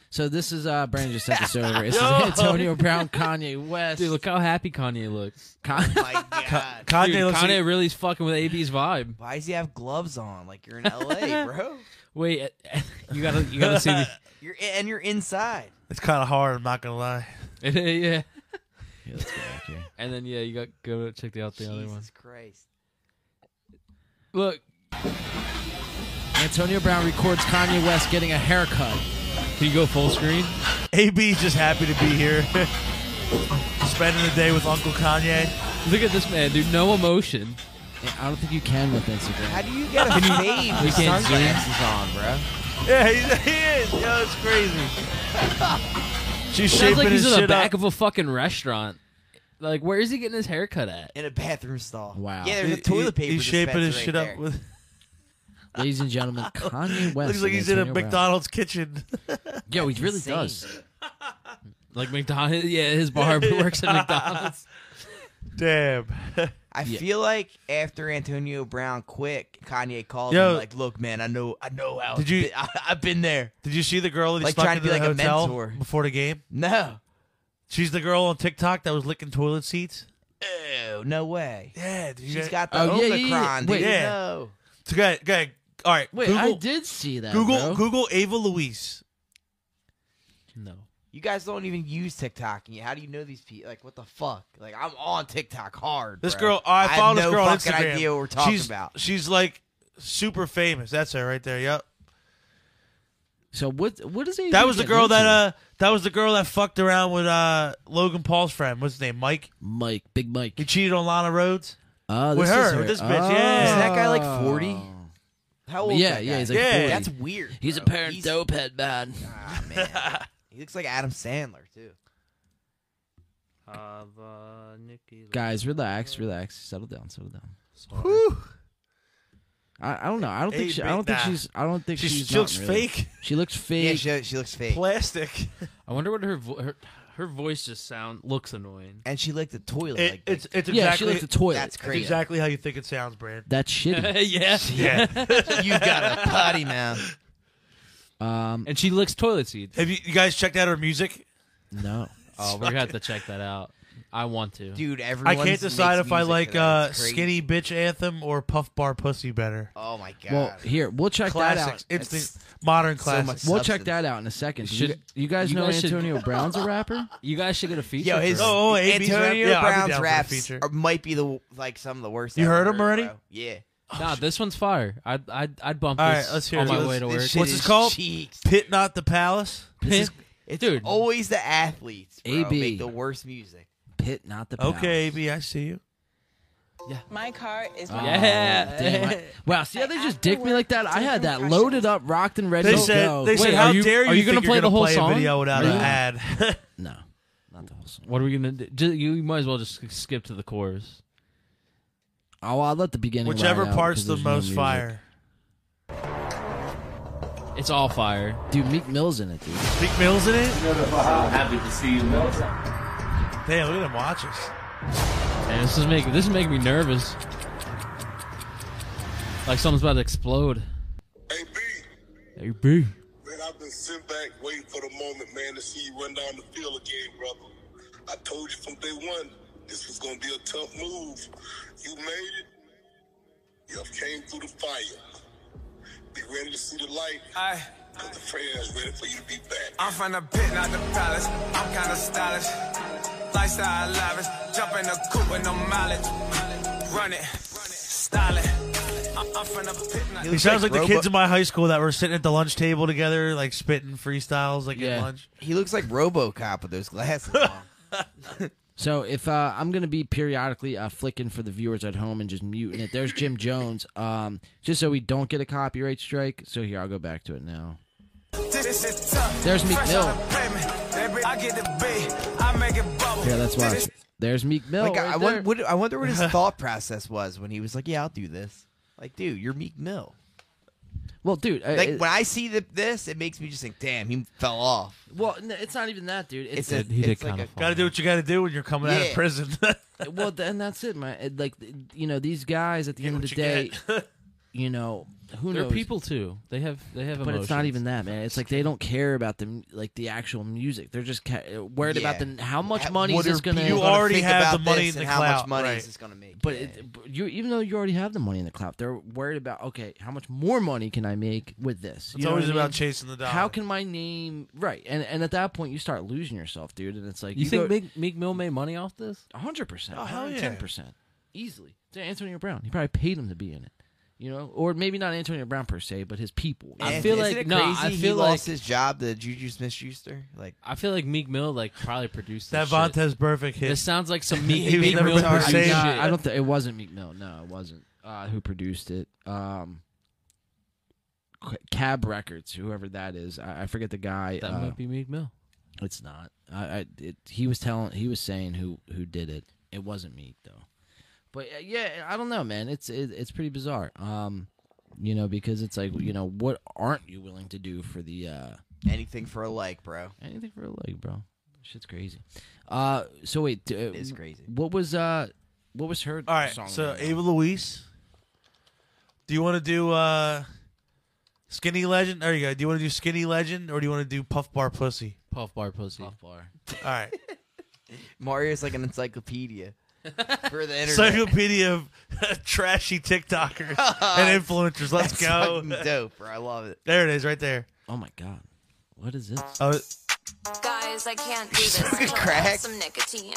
A: So this is uh Brandon just sent this over. It's Antonio Brown, Kanye West.
D: Dude, look how happy Kanye looks.
A: Con-
C: My God,
B: Kanye
D: Dude,
B: looks
D: Kanye
B: like,
D: really is fucking with AB's vibe.
C: why does he have gloves on? Like you're in LA, bro.
D: Wait, you gotta, you gotta see. The,
C: You're and you're inside.
B: it's kind of hard. I'm not gonna lie.
D: yeah,
A: Here, let's go back here.
D: and then yeah, you got go check out the other one.
C: Jesus Christ.
D: Look,
A: Antonio Brown records Kanye West getting a haircut.
D: can you go full screen?
B: AB's just happy to be here, spending the day with Uncle Kanye.
D: Look at this man, dude. No emotion.
A: Yeah, I don't think you can with Instagram.
C: How do you get a fade with
D: can't zoom?
C: sunglasses on, bro?
B: Yeah, he's, he is. Yo, it's crazy. She's
D: Sounds
B: shaping
D: like
B: his
D: he's in the
B: shit
D: back
B: up.
D: of a fucking restaurant. Like, where is he getting his haircut at?
C: In a bathroom stall.
A: Wow.
C: Yeah, there's
B: He-
C: a toilet
B: he-
C: paper.
B: He's shaping his
C: dispenser
B: shit
C: right
B: up
C: there.
B: with.
A: Ladies and gentlemen, Kanye West.
B: Looks like
A: and
B: he's in a
A: Antonio Brown.
B: McDonald's kitchen.
A: Yo, he really
C: Insane.
A: does.
D: Like McDonald's? Yeah, his barber works at McDonald's.
B: Damn.
C: I
A: Yeah.
C: feel like after Antonio Brown quit, Kanye called
B: Yo.
C: him like, "Look, man, I know, I know how.
B: Did
C: it's
B: you-
C: been- I, I've been there.
B: Did you see the girl that he
C: Like
B: snuck
C: trying to
B: into
C: be
B: the
C: like a
B: hotel
C: mentor.
B: before the game?
C: No,
B: She's the girl on TikTok that was licking toilet seats.
C: Ew, no way.
B: Yeah, dude.
C: She's got the
A: Oh, yeah, yeah,
C: Omicron.
A: yeah.
C: dude.
A: Wait.
B: Yeah.
C: No.
B: So, go ahead, go ahead. All right.
A: Wait,
B: Google,
A: I did see that.
B: Google,
A: bro.
B: Google Ava Louise.
D: No.
C: You guys don't even use TikTok. and How do you know these people? Like, what the fuck? Like, I'm on TikTok hard.
B: This
C: bro.
B: girl, I,
C: have
B: found this
C: no
B: girl on
C: fucking
B: Instagram.
C: idea what we're talking
B: she's,
C: about.
B: She's like super famous. That's her right there. Yep.
A: So what? What is he?
B: That was the
A: getting
B: girl that
A: into?
B: uh that was the girl that fucked around with uh Logan Paul's friend. What's his name? Mike.
A: Mike, Big Mike.
B: He cheated on Lana Rhodes.
A: Oh,
B: with
A: this
B: her,
A: is
B: with this bitch, yeah.
C: Isn't that guy, like, 40?
A: Oh.
C: How old? is
A: Yeah,
C: that
A: yeah,
C: guy?
A: he's like
B: Yeah.
A: 40.
C: That's weird.
A: he's a
C: bro.
A: parent
C: He's-
A: dope head man.
C: Ah, man. he looks like Adam Sandler too.
A: Guys, relax, relax, settle down, settle down.
B: Whew.
A: I, I don't know. I don't
B: Hey,
A: think she, I
B: big
A: don't think
B: nah.
A: she's. I don't think
B: She's,
A: she's.
B: she
A: not
B: looks
A: really.
B: fake,
A: She looks
C: Yeah,
A: fake.
C: she, she looks fake,
B: plastic.
D: I wonder what her vo- her, her voice just sound looks annoying.
C: and she licked the toilet.
B: It-
C: like,
B: it's it's
A: Yeah, she
B: exactly
A: looks a toilet.
C: That's
B: it's
C: crazy.
B: exactly how you think it sounds, Brad.
A: That's shitty.
D: yeah.
B: Yeah.
C: you got a potty mouth.
A: Um,
D: And she licks toilet seats.
B: Have you, you guys checked out her music?
A: no.
D: Oh, we're gonna have to check that out. I want to.
C: Dude,
B: I
C: everyone.
B: can't decide if I like uh,
C: skinny.
B: Skinny Bitch Anthem or Puff Bar Pussy better.
C: Oh my god.
A: Well, here we'll check that out.
B: Classics, instant modern classics.
C: much-
A: We'll
C: Substance.
A: check that out in a second.
D: Should-
A: you, g- you guys
D: you
A: know
D: guys should-
A: Antonio Brown's a rapper?
D: you guys should get a feature.
C: Yo, his
D: for her.
B: Oh, oh, AB's rap-
C: Antonio
B: yeah, I'll be down for
C: Brown's
B: the
C: raps
B: feature.
C: are, might be the like some of the worst.
B: You
C: I've
B: heard
C: ever
B: him already?
C: bro. Yeah.
D: nah, this one's fire. I'd I'd, I'd bump
B: All
D: this
B: right, let's hear
D: on
B: it.
D: my
B: Let's-
D: way to
C: This
D: work.
C: shit
B: What's this
C: is
B: called?
C: cheeks.
B: Pit Not the Palace.
D: This is-
C: It's
D: Dude.
C: always the athletes. Bro,
A: AB.
C: make the worst music.
A: Pit, not the
B: Okay, AB, I see you.
F: My car is
A: Palace.
F: my
A: Oh,
D: Yeah.
A: damn, I- wow. See how they just dick me like that? I had that loaded up, rocked and ready
B: They
A: to
B: said,
A: go.
B: they
D: Wait,
B: said,
D: are
B: how
D: you-
B: dare you?
D: are you
B: think
D: gonna play
B: you're
D: the whole
B: play a
D: song?
B: video without
A: No.
B: an ad.
A: no, not the whole song.
D: What are we gonna do? Ju- You might as well just skip to the chorus.
A: Oh, I'll let the beginning.
B: Whichever
A: ride out
B: part's
A: because
B: the
A: there's no
B: most
A: music.
B: fire.
D: It's all fire.
A: Dude, Meek Mill's in it, dude.
B: Big Mills in it. Happy to see you, Mills. Damn, look at him watch us.
D: Man, this is making this is making me nervous. Like something's about to explode.
G: Hey B,
D: Hey, B.
G: man, I've been sitting back waiting for the moment, man, to see you run down the field again, brother. I told you from day one, This was gonna be a tough move. You made it. You have came through the fire. Be ready to see the light.
H: I,
G: Cause the prayers ready for you to be back.
H: I'm from the pit, not the palace. I'm kinda stylish. Lifestyle lavish. Jump in the coupe with no mileage. Run it, style it. I'm, I'm from the pit, not
C: He
B: He
C: looks
B: sounds like, the
C: Robo-
B: kids in my high school that were sitting at the lunch table together, like spitting freestyles, like
A: Yeah.
B: at lunch.
C: He looks like RoboCop with those glasses. on.
A: So if uh, I'm gonna be periodically uh, flicking for the viewers at home and just muting it, there's Jim Jones. Um, just so we don't get a copyright strike. So here, I'll go back to it now.
H: This, this is tough.
A: There's Meek
H: Fresh
A: Mill.
H: out of pavement. Every- I get the B, I make it bubble.
A: Yeah, let's watch. it. There's Meek
B: Oh,
A: Mill.
C: Like I,
A: right
C: I wonder,
A: there.
C: what, I wonder what his thought process was when he was like, "Yeah, I'll do this." Like, dude, you're Meek Mill.
A: well, dude. uh, I-
C: Like
A: I-
C: when I see the, this, it makes me just think, "Damn, he fell off."
A: well, n- it's not even that, dude. It's,
C: It's a,
D: He did
C: it's like
D: kinda
C: a,
D: fall.
B: Got to do what you got to do when you're coming out of
C: Yeah.
B: prison.
A: well, then that's it, man. It- Like th- you know, these guys at the
B: Get
A: end of
B: what
A: the
B: you
A: day,
B: get.
A: you know, who
D: They're
A: knows?
D: people too. They have they have
A: but
D: emotions.
A: it's not even that, man. It's like they don't care about the m- like the actual music. They're just ca- uh, worried about
C: Yeah.
A: the how much
C: At
A: money is
C: what
A: this
C: are
A: gonna.
B: You
C: people
B: are-
C: gonna
B: already
C: think
B: have
C: about
B: the money
C: this
B: in
C: and
B: the
C: how
B: clout,
C: much money
B: right.
C: is this going to make?
A: But
C: Yeah.
A: it, but you even though you already have the money in the clout, they're worried about okay, how much more money can I make with this? You
B: it's
A: know what
B: always
A: I mean?
B: about chasing the dollar.
A: How can my name right? And and at that point you start losing yourself, dude. And it's like
D: You, think
A: go-
D: Meek, Meek Mill made money off this?
A: A hundred percent.
B: Oh, hell yeah.
A: Ten percent. Easily. To Antonio Brown. He probably paid him to be in it. You know? Or maybe not Antonio Brown per se, but his people.
D: I
C: And
D: feel
C: isn't
D: like-
C: it
D: no, I
C: crazy he
D: feel
C: lost
D: like-
C: his job to Juju Smith-Schuster. Like
D: I feel like Meek Mill like probably produced
B: that
D: this shit.
B: Vontez perfect hit?
D: This sounds like some Meek,
B: He was
D: Meek
B: never
D: Mill
B: been the
D: produced
B: same.
D: shit.
A: Nah, I don't think it wasn't Meek Mill. No, it wasn't. Uh, who produced it? Um Qu- Cab Records, whoever that is, I, I forget the guy.
D: That
A: uh,
D: might be Meek Mill.
A: It's not. I, I it, he was telling he was saying who who did it. It wasn't me though. But uh, yeah, I don't know, man. It's it, it's pretty bizarre. Um, you know, because it's like you know what aren't you willing to do for the uh
C: anything for a like, bro.
A: anything for a leg, bro? Shit's crazy. Uh, so wait, d- uh,
C: It is crazy.
A: What was uh, what was her
B: All right,
A: song?
B: so
A: name?
B: Ava Luis, do you want to do uh, Skinny Legend? There you go. Do you want to do Skinny Legend or do you want to do Puff Bar Pussy?
D: Puff bar pussy.
A: Puff bar.
B: All right,
C: Mario's like an encyclopedia for the internet.
B: Encyclopedia of trashy TikTokers and influencers. Let's
C: That's
B: go.
C: fucking dope, bro. I love it.
B: There it is, right there.
A: Oh my god, what is this?
B: Oh,
I: Guys, I can't do this. until I
C: Crack.
I: have Some nicotine.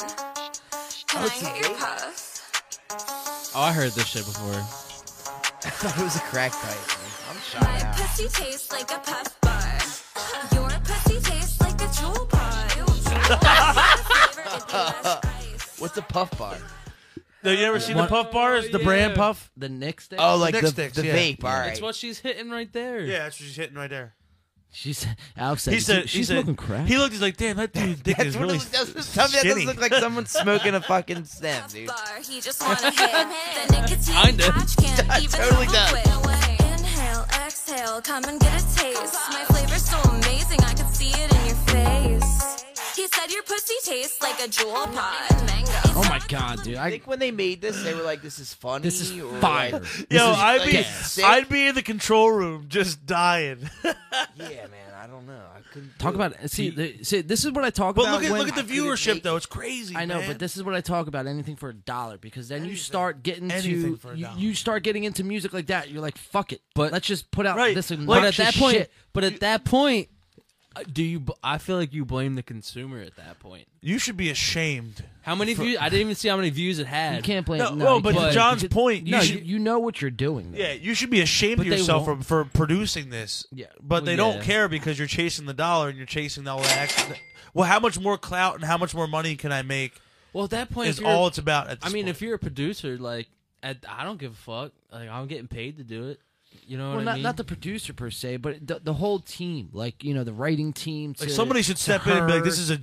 I: Can I hit your puff?
D: Oh, I heard this shit before.
C: I thought it was a crack pipe. man. I'm
I: My
C: shot out.
I: pussy tastes like a puff bar. Your pussy tastes like a jewel pod. Your flavor could be less ice.
C: What's a puff bar?
B: no, you ever seen the
A: One-
B: Puff Bars? The brand
D: yeah.
B: Puff?
A: The next day.
C: Oh, like
B: Nick
C: the,
B: sticks,
C: the
B: yeah.
C: vape. All right.
D: It's what she's hitting right there.
B: Yeah, that's what she's hitting right there.
A: she said. Alex said,
B: He said,
A: she's
B: he said,
A: smoking crack.
B: He looked, he's like, damn, that dude's dick is
C: That's what
B: really.
C: it does. Tell me that
B: skinny.
C: doesn't look like someone smoking a fucking stem,
I: Puff
C: dude.
I: bar. He just wanna hit the nicotine
D: Kinda.
I: patch can. Even
C: Totally
I: though
C: does.
I: I quit. Inhale, exhale, come and get a taste. My flavor's so amazing, I could see it in your face. He said your pussy tastes like a jewel pod. Mango.
A: oh my god, dude!
C: I
A: I
C: think when they made this, they were like, "This is funny."
A: This is
C: or
A: fire.
C: like-
A: This
B: Yo,
A: is
B: I'd be,
C: gas.
B: I'd be in the control room just dying.
C: yeah, man. I don't know. I couldn't
A: talk
C: do
A: about see, the, see. This is what I talk
B: But
A: about.
B: look at
A: when-
B: look at the
C: couldn't
B: viewership
C: make-
B: though; it's crazy.
A: I know,
B: man.
A: but this is what I talk about. Anything for a dollar, because then you
B: Anything.
A: start getting
B: Anything
A: to
B: for a
A: you,
B: dollar.
A: you start getting into music like that. You're like, fuck it, but let's just put out
B: Right.
A: this.
B: Like,
D: But
A: obnoxious
D: at that point,
A: shit.
D: but at that point, uh, do you? b- I feel like you blame the consumer at that point.
B: you should be ashamed.
D: How many views? I didn't even see how many views it had.
A: you can't blame.
B: No,
A: No,
B: well,
A: you
B: but to
A: can't.
B: John's
A: You could-
B: point, you
A: no,
B: should-
A: you know what you're doing. Though.
B: Yeah, you should be ashamed
A: But
B: of
A: they
B: yourself for, for producing this.
A: Yeah,
B: but
A: well,
B: they
A: yeah.
B: don't care because you're chasing the dollar and you're chasing all that. Extra. Well, how much more clout and how much more money can I make
D: Well, at that point,
B: is
D: if you're-
B: all it's about. At
D: I
B: this
D: mean,
B: point.
D: if you're a producer, like, at, I don't give a fuck. Like, I'm getting paid to do it. You know
A: Well,
D: what
A: not
D: I mean?
A: not the producer per se, but the, the whole team, like you know, the writing team. To,
B: like somebody should
A: to
B: step in and be like,
A: her.
B: "This is a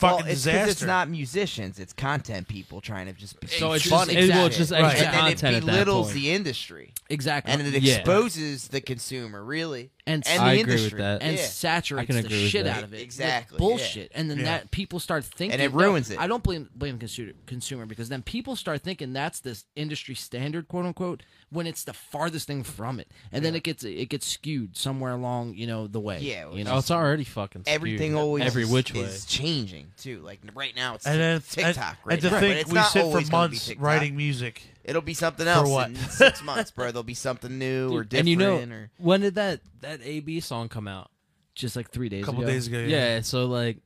C: Well,
B: fucking
C: it's 'cause
B: disaster."
C: It's not musicians; it's content people trying to just be
D: So it's
C: funny.
D: just- it- well,
A: it's
C: shit.
A: just
B: Right. extra
C: and then
D: content
C: it
D: at that
C: belittles
D: point.
C: the industry,
A: exactly,
C: and it
D: Yeah.
C: exposes the consumer really,
A: Uh, And-
C: and
D: I
C: the
D: agree with
C: industry,
D: that.
A: and
C: Yeah.
D: I
A: saturates
D: can
A: the
D: agree with
A: shit
D: that.
A: out of it. with
C: Exactly, yeah.
A: bullshit. And then
B: Yeah.
A: that people start thinking
C: it ruins
A: no,
C: it.
A: I don't blame blame consumer consumer because then people start thinking that's this industry standard, quote unquote, when it's the farthest thing from it. And then it gets it gets skewed somewhere along, you know, the way.
C: Yeah,
A: You
C: it's
A: know?
D: Oh, it's already fucking skewed.
C: Everything always
D: every
C: is-
D: which way.
C: is changing. thing too. Like right now, it's
B: And then it's, and-
C: TikTok.
B: and,
C: right
B: to
C: now. But
B: think
C: it's
B: we
C: not
B: sit for
C: always gonna be
B: months
C: TikTok.
B: writing music.
C: It'll be something else
B: what?
C: in six months, bro. There'll be something new or different.
D: and you know
C: or,
D: when did that that AB song come out?
A: Just like three days
B: A couple
A: ago.
B: days ago,
D: Yeah. so like,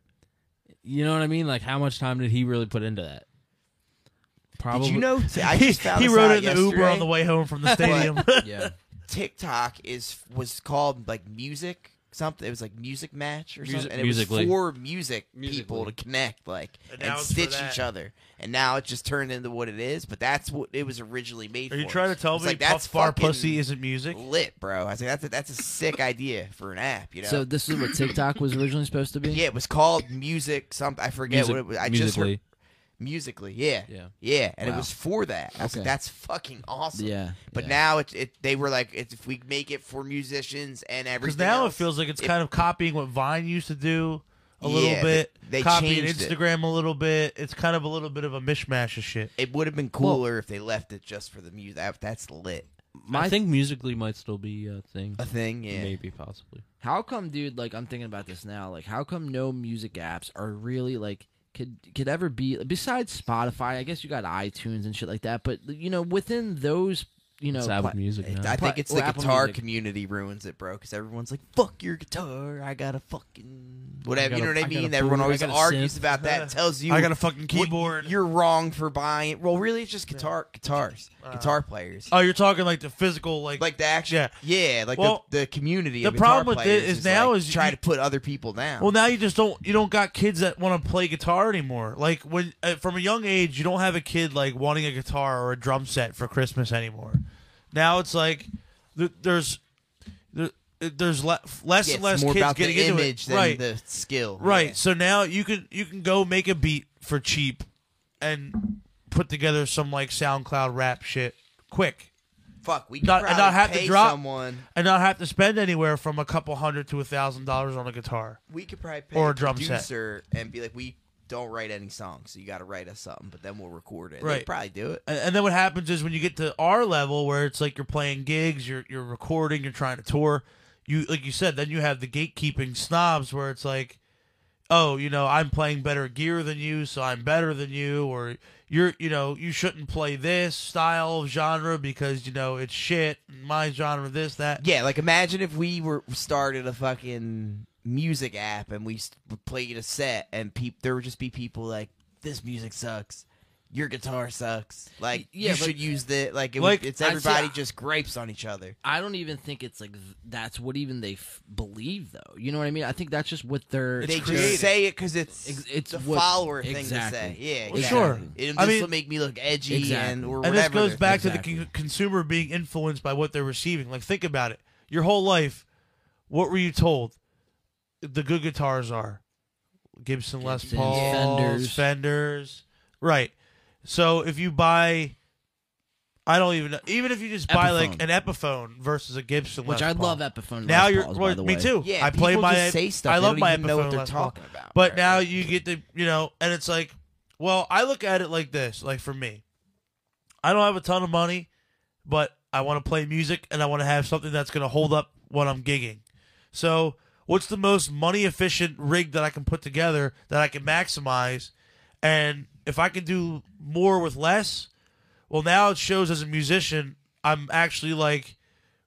D: you know what I mean? Like, how much time did he really put into that? Probably.
C: did you know? I
B: he,
C: just found
B: he
C: this
B: wrote it
C: out
B: in the Uber
C: yesterday.
B: on the way home from the stadium.
A: Yeah.
C: TikTok is was called like music something. It was like music match or
D: Music-
C: something. And it
D: Musically.
C: was for music people
D: Musically.
C: to connect like
B: And
C: and,
B: now it's for
C: stitch
B: that.
C: each other. And now it just turned into what it is. But that's what it was originally made
B: Are
C: for.
B: you trying to tell
C: It's
B: me
C: like,
B: Puff
C: that's
B: Bar
C: fucking
B: Pussy isn't music?
C: lit, bro? I was like, that's a, that's a sick idea for an app. You know.
A: So this is what TikTok was originally supposed to be.
C: yeah, it was called music. Something I forget
D: music-
C: what it was. I just
D: musically.
C: heard musically. Yeah.
D: Yeah.
C: Yeah, and
A: Wow.
C: it was for that. I was
A: Okay.
C: like, that's fucking awesome.
A: Yeah,
C: But
A: yeah.
C: now it, it they were like, it's, if we make it for musicians and
B: Because
C: everything.
B: now
C: else,
B: it feels like it's
C: it-
B: kind of copying what Vine used to do a little
C: Yeah, they-
B: bit.
C: they
B: copying
C: changed it.
B: Instagram a little bit. It's kind of a little bit of a mishmash of shit.
C: It would have been cooler if they left it just for the music. That, that's lit.
A: My
D: I think musically might still be a thing.
C: A thing, yeah.
D: Maybe possibly.
A: How come, dude? Like, I'm thinking about this now. Like, how come no music apps are really like could could ever be besides Spotify? I guess you got iTunes and shit like that. But you know, within those, you know,
D: It's out with
A: pla-
D: music
C: It-
D: now.
C: I
A: Pla-
C: think it's the
A: or Apple
C: guitar
A: Music.
C: community ruins it, bro. Because everyone's like, "Fuck your guitar, I got a fucking whatever."
D: got
C: you
D: a-
C: know what
D: I
C: I
D: got a
C: mean? Everyone
D: boom, I
C: always
D: got a
C: argues
D: synth.
C: about that. and tells you,
B: I got a fucking
C: what-
B: keyboard.
C: You're wrong for buying. Well, really, it's just guitar, guitars, guitar players.
B: oh, you're talking like the physical, like,
C: like the actual,
B: yeah.
C: yeah, like
B: Well,
C: the, the community.
B: the
C: of guitar
B: problem with
C: players
B: it is now
C: like,
B: is you-
C: try to put other people down.
B: Well, now you just don't you don't got kids that want to play guitar anymore. Like when uh, from a young age, you don't have a kid like wanting a guitar or a drum set for Christmas anymore. Now it's like th- there's there, there's le- less
C: yeah,
B: and
C: it's
B: less
C: more
B: kids
C: about
B: getting
C: the
B: into
C: image
B: it.
C: than
B: right,
C: the skill,
B: right.
C: Yeah.
B: So now you can you can go make a beat for cheap and put together some like SoundCloud rap shit quick
C: Fuck, we could
B: Not- and
C: probably
B: not have to
C: pay
B: drop-
C: someone.
B: and not have to spend anywhere from a couple hundred to a thousand dollars on a guitar.
C: we could probably pay
B: Or a
C: or
B: drum set.
C: producer and be like, we don't write any songs, so you got to write us something, but then we'll record it. Right,
B: Right.
C: They'd probably do it.
B: And, and then what happens is when you get to our level where it's like you're playing gigs, you're you're recording, you're trying to tour. You like you said, then you have the gatekeeping snobs where it's like, oh, you know, I'm playing better gear than you, so I'm better than you, or you're you know you shouldn't play this style of genre because you know it's shit. My genre, this that.
C: Yeah, like imagine if we were started a fucking music app and we s- played a set, and peop- there would just be people like, this music sucks. Your guitar sucks. Like
A: Yeah,
C: you
A: but-
C: should use the like. It would-
B: Like,
C: it's
A: I'd say
C: everybody
A: I-
C: just gripes on each other.
A: I don't even think it's like th- that's what even they f- believe though. You know what I mean? I think that's just what they're.
C: they
B: creative.
C: just say it because it's
A: Ex- it's
C: it's the
A: what-
C: follower thing
A: exactly.
C: to say. Yeah,
B: Well,
C: exactly.
B: sure.
C: It, this
B: I mean-
C: will make me look edgy
A: Exactly.
C: and or
B: And
C: whatever.
B: this goes
C: they're
B: back
C: thinking.
B: to the con- consumer being influenced by what they're receiving. Like, think about it. Your whole life, what were you told? The good guitars are Gibson, Les
A: Gibsons,
B: Pauls, Fenders.
A: Fenders.
B: Right. So if you buy, I don't even know. Even if you just buy like
A: Epiphone.
B: an Epiphone versus a Gibson,
A: which
B: Les
A: I
B: Paul.
A: love Epiphone.
B: Now
A: Les
B: you're
A: Pauls, by
B: well,
A: the
B: me
A: way.
B: too.
C: Yeah,
B: I play
C: people
B: my.
C: just say stuff.
B: I
C: They
B: love
C: don't
B: my
C: even know what
B: Epiphone
C: they're
B: Les Paul.
C: talking about.
B: But
C: Right.
B: now you get the you know, and it's like, well, I look at it like this. Like for me, I don't have a ton of money, but I want to play music and I want to have something that's going to hold up when I'm gigging. So, what's the most money efficient rig that I can put together that I can maximize? And if I can do more with less, well, now it shows as a musician, I'm actually like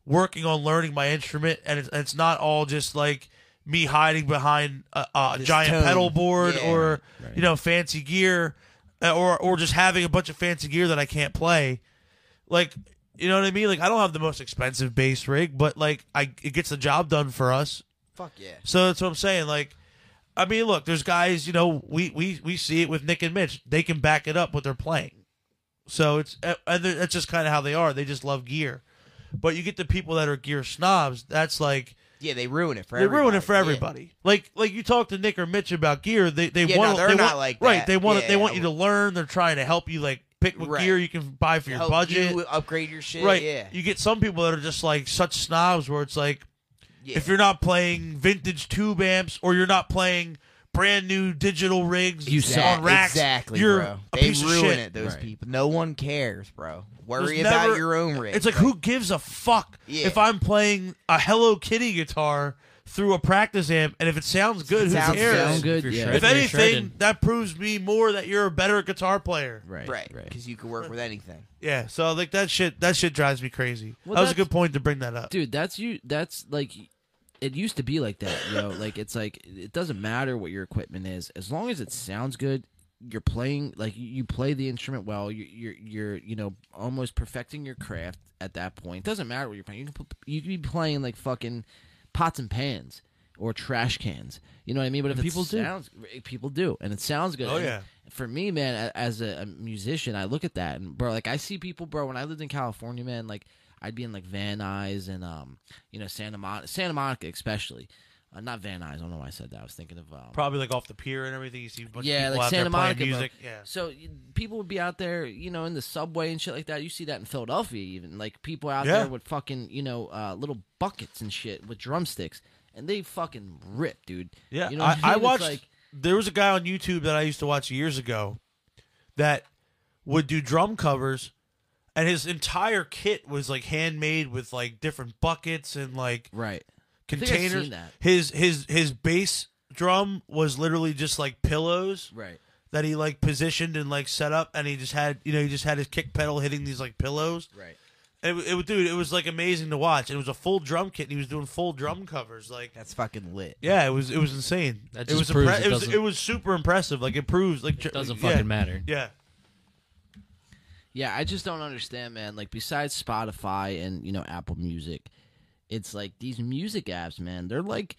B: working on learning my instrument, and it's, it's not all just like me hiding behind a, a
C: This
B: giant
C: tone.
B: pedal board
C: Yeah.
B: or you know fancy gear, uh, or or just having a bunch of fancy gear that I can't play. Like you know what I mean? Like I don't have the most expensive bass rig, but like I it gets the job done for us.
C: Fuck yeah.
B: So that's what I'm saying. Like, I mean, look, there's guys. You know, we we we see it with Nick and Mitch. They can back it up what they're playing. So it's uh, and they're- that's just kind of how they are. They just love gear. But you get the people that are gear snobs. That's like
C: Yeah, they ruin it for
B: they
C: everybody.
B: ruin it for
C: Yeah.
B: everybody. Like like you talk to Nick or Mitch about gear, they they
C: Yeah,
B: want
C: no, they're
B: they
C: not
B: want-
C: like
B: right.
C: that.
B: They want
C: Yeah,
B: they want
C: I
B: you to learn. They're trying to help you like pick what
C: Right.
B: gear you can buy for your
C: Help
B: budget.
C: you upgrade your shit.
B: right.
C: Yeah.
B: You get some people that are just like such snobs where it's like
C: yeah.
B: if you're not playing vintage tube amps or you're not playing brand new digital rigs
A: You
C: Exact-
A: suck.
B: on racks,
C: exactly,
B: you're
C: bro.
B: a
C: They
B: piece of
C: ruin
B: shit.
C: it. Those
A: Right.
C: people. No one cares, bro. Worry
B: There's
C: about
B: never-
C: your own rig.
B: It's like who gives a fuck
C: Yeah.
B: if I'm playing a Hello Kitty guitar through a practice amp, and if it sounds good, who
C: Sounds
B: cares?
C: sound
A: good,
D: If you're
A: yeah.
D: shredding,
B: If
D: you're
B: anything,
D: shredding.
B: that proves me more that you're a better guitar player.
A: Right.
C: Right,
A: Right.
C: because you can work with anything.
B: Yeah, so like that shit, that shit drives me crazy.
A: Well,
B: that was a
A: that's-
B: good point to bring that up.
A: dude that's you that's like it used to be like that you know like it's like it doesn't matter what your equipment is as long as it sounds good you're playing like you play the instrument well you- you're you're you know almost perfecting your craft at that point it doesn't matter what you're playing you can, pl- you can be playing like fucking pots and pans or trash cans you know what i mean but if it
D: people do.
A: sounds people do and it sounds good
B: Oh,
A: And
B: yeah.
A: for me man a- as a, a musician i look at that and bro like i see people bro when i lived in california man like i'd be in like van nuys and um you know santa monica santa monica especially uh, not van nuys i don't know why i said that i was thinking of um,
B: Probably like off the pier and everything. You see, a bunch
A: yeah,
B: of people
A: like
B: out
A: Santa
B: there playing
A: Monica. bro.
B: music. Yeah,
A: So y- people would be out there, you know, in the subway and shit like that. You see that in Philadelphia, even like people out
B: Yeah.
A: there with fucking, you know, uh, little buckets and shit with drumsticks, and they fucking rip, dude.
B: yeah.
A: you know,
B: I,
A: what mean?
B: I
A: It's
B: watched.
A: like,
B: there was a guy on YouTube that I used to watch years ago that would do drum covers, and his entire kit was like handmade with like different buckets and like
A: right. think I've seen
B: containers.
A: that.
B: His his his bass drum was literally just like pillows
A: Right.
B: that he like positioned and like set up, and he just had you know he just had his kick pedal hitting these like pillows.
A: Right.
B: And it, wa- it was dude, it was like amazing to watch. It was a full drum kit, and he was doing full drum covers. Like
C: That's fucking lit.
B: yeah, it was it was insane.
D: That
B: it
D: just
B: was
D: proves
B: impre-
D: it
B: it, was
D: doesn't-
B: it was super impressive. Like it proves like it
D: doesn't
B: yeah,
D: fucking matter.
B: Yeah,
A: Yeah, I just don't understand, man. Like besides Spotify and you know Apple Music, it's like these music apps, man. They're like,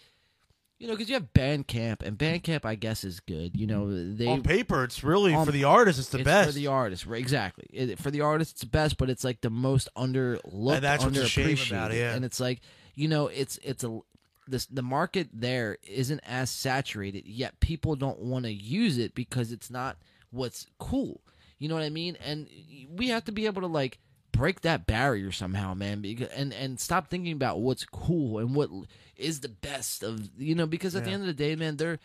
A: you know, because you have Bandcamp, and Bandcamp, I guess, is good. You know, they
B: on paper, it's really
A: on-
B: for the artist. It's the
A: it's
B: best.
A: for the artist, right? Exactly. It- for the artist, it's the best, but it's like the most underlooked,
B: And that's what's a shame
A: underappreciated,
B: about it, yeah.
A: and it's like you know, it's it's a this the market there isn't as saturated yet. People don't want to use it because it's not what's cool. You know what I mean? And we have to be able to like break that barrier somehow, man. Because and and stop thinking about what's cool and what is the best of you know. Because at the end of the day, man, they're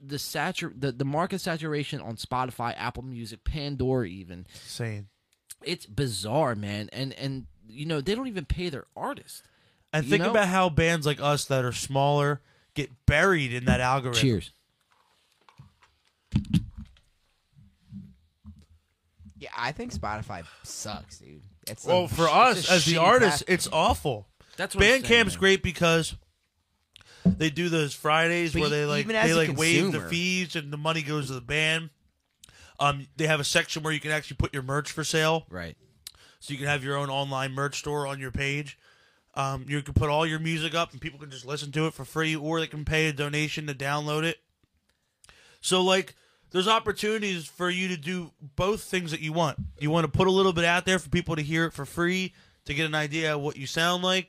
A: the satur the, the market saturation on Spotify, Apple Music, Pandora even.
B: insane.
A: It's bizarre, man. And and you know, they don't even pay their artist.
B: And
A: You
B: think
A: know-
B: about how bands like us that are smaller get buried in that algorithm.
A: Cheers.
C: Yeah, I think Spotify sucks, dude. It's
B: Well,
C: a-
B: for
C: it's
B: us
C: a
B: as the
C: shitty
B: artists,
C: pack-
B: it's awful.
A: That's what I'm saying,
B: Bandcamp's
A: man.
B: great because they do those Fridays
C: But
B: where they
C: e-
B: like
C: even as
B: they
C: a
B: like waive the
C: consumer-
B: fees and the money goes to the band. Um, they have a section where you can actually put your merch for sale,
A: Right.
B: so you can have your own online merch store on your page. Um, you can put all your music up, and people can just listen to it for free, or they can pay a donation to download it. So like there's opportunities for you to do both things that you want. You want to put a little bit out there for people to hear it for free, to get an idea of what you sound like,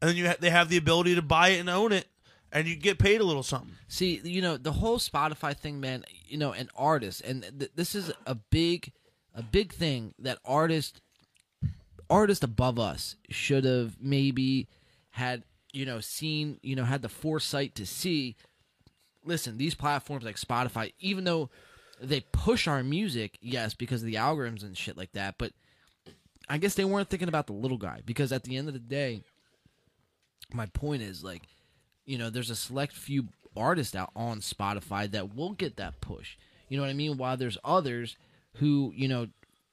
B: and then you ha- they have the ability to buy it and own it and you get paid a little something.
A: See, you know, the whole Spotify thing, man, you know, an artist and th- this is a big a big thing that artists artists above us should have maybe had, you know, seen, you know, had the foresight to see listen, these platforms like Spotify, even though they push our music, yes, because of the algorithms and shit like that, but I guess they weren't thinking about the little guy because at the end of the day, my point is like, you know, there's a select few artists out on Spotify that will get that push. You know what I mean? While there's others who, you know,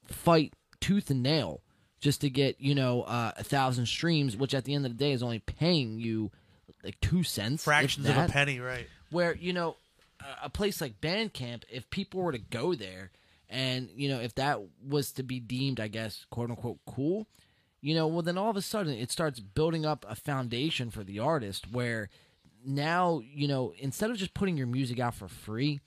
A: fight tooth and nail just to get, you know, uh, a thousand streams, which at the end of the day is only paying you like two cents. if
B: Fractions of a
A: that
B: penny, right?
A: where you know a- a place like bandcamp if people were to go there and you know if that was to be deemed i guess quote unquote cool you know well then all of a sudden it starts building up a foundation for the artist where now you know instead of just putting your music out for free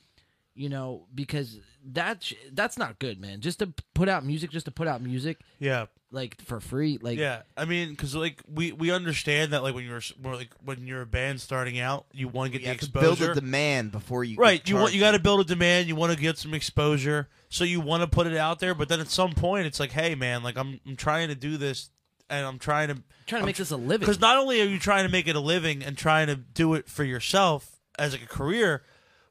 A: you know because that sh- that's not good man just to p- put out music just to put out music
B: Yeah.
A: like for free like
B: Yeah, I mean, because like we we understand that like when you're s- more like when you're a band starting out, you want to get
C: You
B: the
C: have to
B: exposure.
C: build a demand before you.
B: Right.
C: can
B: You want you
C: charge
B: got to build a demand. You want to get some exposure, so you want to put it out there. But then at some point, it's like, hey, man, like I'm I'm trying to do this, and I'm trying to
A: trying to make this a living
B: because not only are you trying to make it a living and trying to do it for yourself as like a career,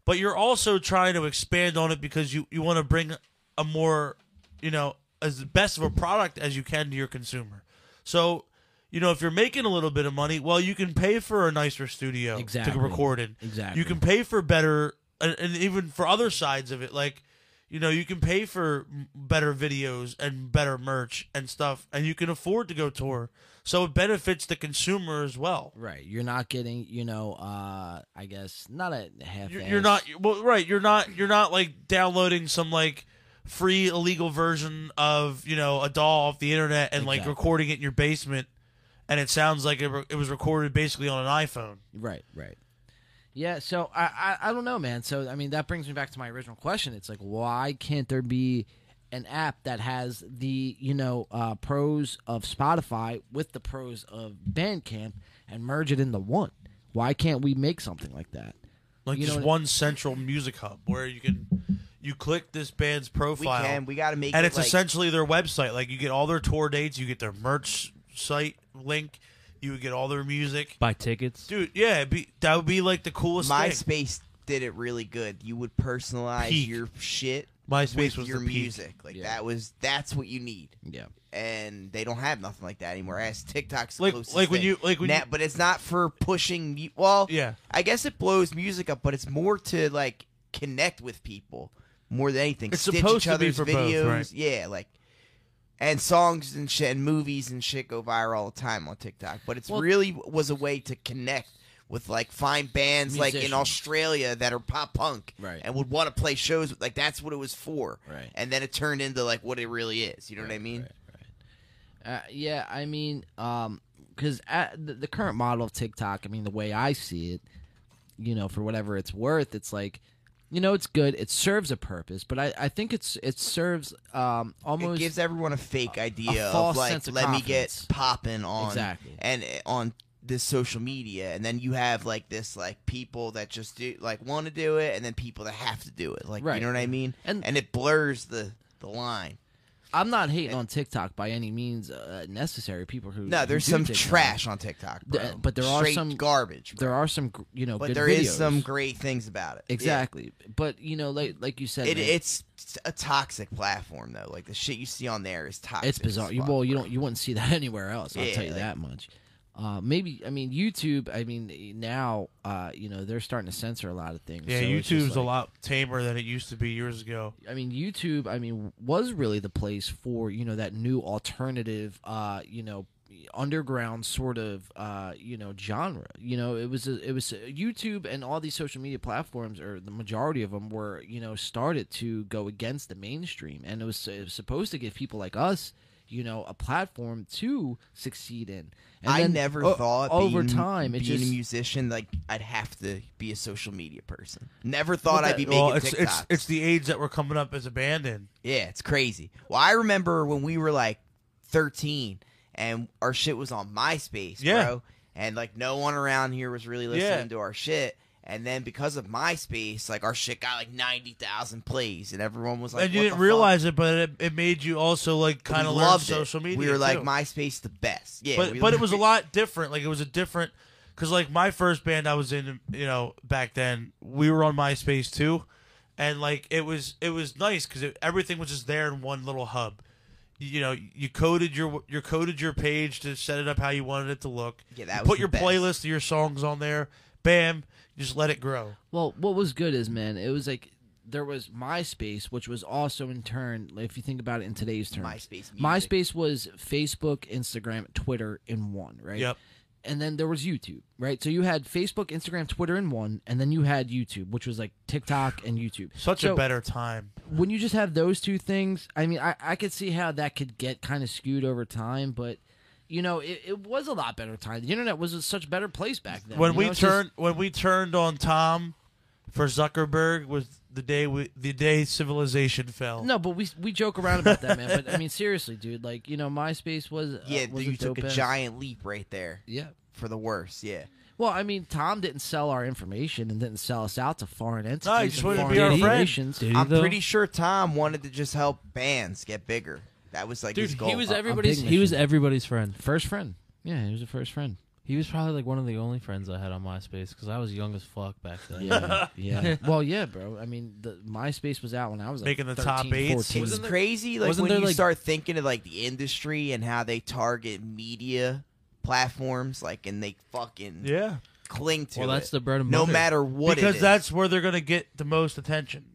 B: but you're also trying to expand on it because you you want to bring a more you know as best of a product as you can to your consumer. So you know, if you're making a little bit of money, well, you can pay for a nicer studio
A: Exactly.
B: to record in.
A: Exactly.
B: You can pay for better, and, and even for other sides of it, like, you know, you can pay for m- better videos and better merch and stuff, and you can afford to go tour. So it benefits the consumer as well.
A: Right. You're not getting, you know, uh I guess not a half
B: You're, you're not well, right? You're not. You're not like downloading some like free illegal version of you know a doll off the internet and like
A: Exactly.
B: recording it in your basement, and it sounds like it, re- it was recorded basically on an iPhone.
A: Right, right. Yeah, so I, I I don't know, man. So I mean that brings me back to my original question. It's like why can't there be an app that has the, you know, uh pros of Spotify with the pros of Bandcamp and merge it into one? Why can't we make something like that?
B: Like
A: You know
B: just
A: what-
B: one central music hub where you can you click this band's
C: We
B: profile
C: can. We got to make
B: and
C: it
B: it's
C: like,
B: essentially their website. Like you get all their tour dates, you get their merch site link, you would get all their music.
D: Buy tickets.
B: Dude, yeah, it'd be, that would be like the coolest thing.
C: MySpace did it really good. You would personalize
B: Peak.
C: your shit
B: MySpace
C: with
B: was
C: your
B: the peak.
C: music. Like
A: Yeah.
C: that was that's what you need.
A: Yeah.
C: And they don't have nothing like that anymore. As TikTok's the
B: Like-
C: closest
B: like when
C: thing.
B: you- like when
C: Now-
B: you-
C: but it's not for pushing. mu- Well,
B: Yeah.
C: I guess it blows music up, but it's more to like connect with people more than anything.
B: It's
C: Stitch
B: supposed
C: each
B: to be
C: other's
B: for both,
C: videos,
B: right.
C: yeah, like and songs and shit and movies and shit go viral all the time on TikTok. But it's
A: Well-
C: really was a way to connect with like find bands like in
A: Musicians.
C: Australia that are pop punk
A: Right.
C: and would want to play shows. with- Like that's what it was for.
A: Right.
C: And then it turned into like what it really is. You know what I mean?
A: Uh, yeah, I mean, um, because the, the current model of TikTok, I mean, the way I see it, you know, for whatever it's worth, it's like, you know, it's good. It serves a purpose, but I, I think it's it serves um almost
C: It gives everyone a fake idea
A: false
C: of like,
A: sense of
C: let me get
A: confidence.
C: popping on
A: Exactly.
C: and uh, on this social media, and then you have like this like people that just do like want to do it, and then people that have to do it. Like you
A: Right.
C: know what I mean?
A: And-
C: and it blurs the the line.
A: I'm not hating on TikTok by any means uh, necessary. People who
C: No,
A: who
C: there's
A: do
C: some
A: TikTok.
C: trash on TikTok, bro.
A: Th- but there are
C: Straight
A: some-
C: garbage.
A: There are some gr- you know,
C: but
A: good
C: there is
A: videos.
C: some great things about it. Yeah.
A: exactly. But you know, like like you said,
C: It,
A: man,
C: it's a toxic platform though. Like the shit you see on there is toxic.
A: It's bizarre.
C: as
A: You,
C: fuck,
A: well, you
C: bro.
A: don't you wouldn't see that anywhere else. I'll
C: Yeah,
A: tell you
C: like-
A: that much. Uh, maybe I mean YouTube. I mean now, uh, you know they're starting to censor a lot of things.
B: Yeah,
A: so it's just
B: YouTube's a
A: like-
B: lot tamer than it used to be years ago.
A: I mean YouTube. I mean was really the place for you know that new alternative, uh, you know, underground sort of uh, you know genre. You know it was a, it was YouTube and all these social media platforms or the majority of them were you know started to go against the mainstream and it was, it was supposed to give people like us you know a platform to succeed in. And
C: I
A: then
C: never
A: o-
C: thought
A: over
C: being,
A: time it
C: being
A: just
C: a musician like I'd have to be a social media person. Never thought I'd be making
B: Well, it's
C: TikToks.
B: it's it's the age that we're coming up as a band in.
C: yeah, it's crazy. Well, I remember when we were like 13 and our shit was on MySpace,
B: Yeah.
C: bro, and like no one around here was really listening
B: Yeah.
C: to our shit. And then because of MySpace, like our shit got like 90,000 plays and everyone was like
B: and you
C: "What
B: didn't
C: the fuck?"
B: realize it, but it, it made you also like
C: But we
B: kind of learn
C: loved it.
B: social media.
C: We were like
B: too.
C: MySpace the best. Yeah,
B: but
C: we
B: but it was a lot different. Like it was a different because like my first band I was in, you know, back then we were on MySpace too, and like it was it was nice because everything was just there in one little hub. You, you know, you coded your you coded your page to set it up how you wanted it to look.
C: Yeah, that
B: You
C: was
B: put
C: the
B: your
C: best.
B: playlist of your songs on there. Bam, you just let it grow.
A: Well, what was good is, man, it was like there was MySpace, which was also in turn, if you think about it in today's terms,
C: MySpace music.
A: MySpace was Facebook, Instagram, Twitter in one, right?
B: Yep.
A: And then there was YouTube, right? So you had Facebook, Instagram, Twitter in one, and then you had YouTube, which was like TikTok and YouTube.
B: Such
A: So
B: a better time.
A: When you just have those two things, I mean, I, I could see how that could get kind of skewed over time, but. You know, it, it was a lot better time. The internet was a such better place back then.
B: when
A: you
B: we
A: know, it's just-
B: turned when we turned on Tom for Zuckerberg was the day we, the day civilization fell.
A: No, but we we joke around about that, man. But I mean, seriously, dude. Like, you know, MySpace was uh,
C: Yeah,
A: was
C: you took a
A: dope-ass-
C: giant leap right there
A: Yeah.
C: for the worse. Yeah.
A: Well, I mean, Tom didn't sell our information and didn't sell us out to foreign entities.
B: No, he just
A: and
B: wanted to
A: foreign
B: be our friend.
A: corporations.
D: Did he,
C: I'm
D: though?
C: pretty sure Tom wanted to just help bands get bigger. That was like
D: Dude,
C: his goal. Uh,
D: he was
A: a- a
D: everybody's.
A: big
D: He was
A: machine.
D: everybody's friend.
A: First friend. Yeah, he was the first friend.
D: He was probably like one of the only friends I had on MySpace because I was young as fuck back then.
A: Yeah, yeah. well, yeah, bro. I mean, the MySpace was out when I was like
B: Making the top
A: 13,
B: eights.
A: 14.
C: it's uh, crazy. Like
D: wasn't
C: when
D: there,
C: you
D: like-
C: start thinking of like the industry and how they target media platforms, like, and they fucking
B: Yeah.
C: cling to
D: Well,
C: it.
D: that's the bread and
C: No
D: butter.
C: matter what it
B: because
C: is.
B: that's where they're gonna get the most attention.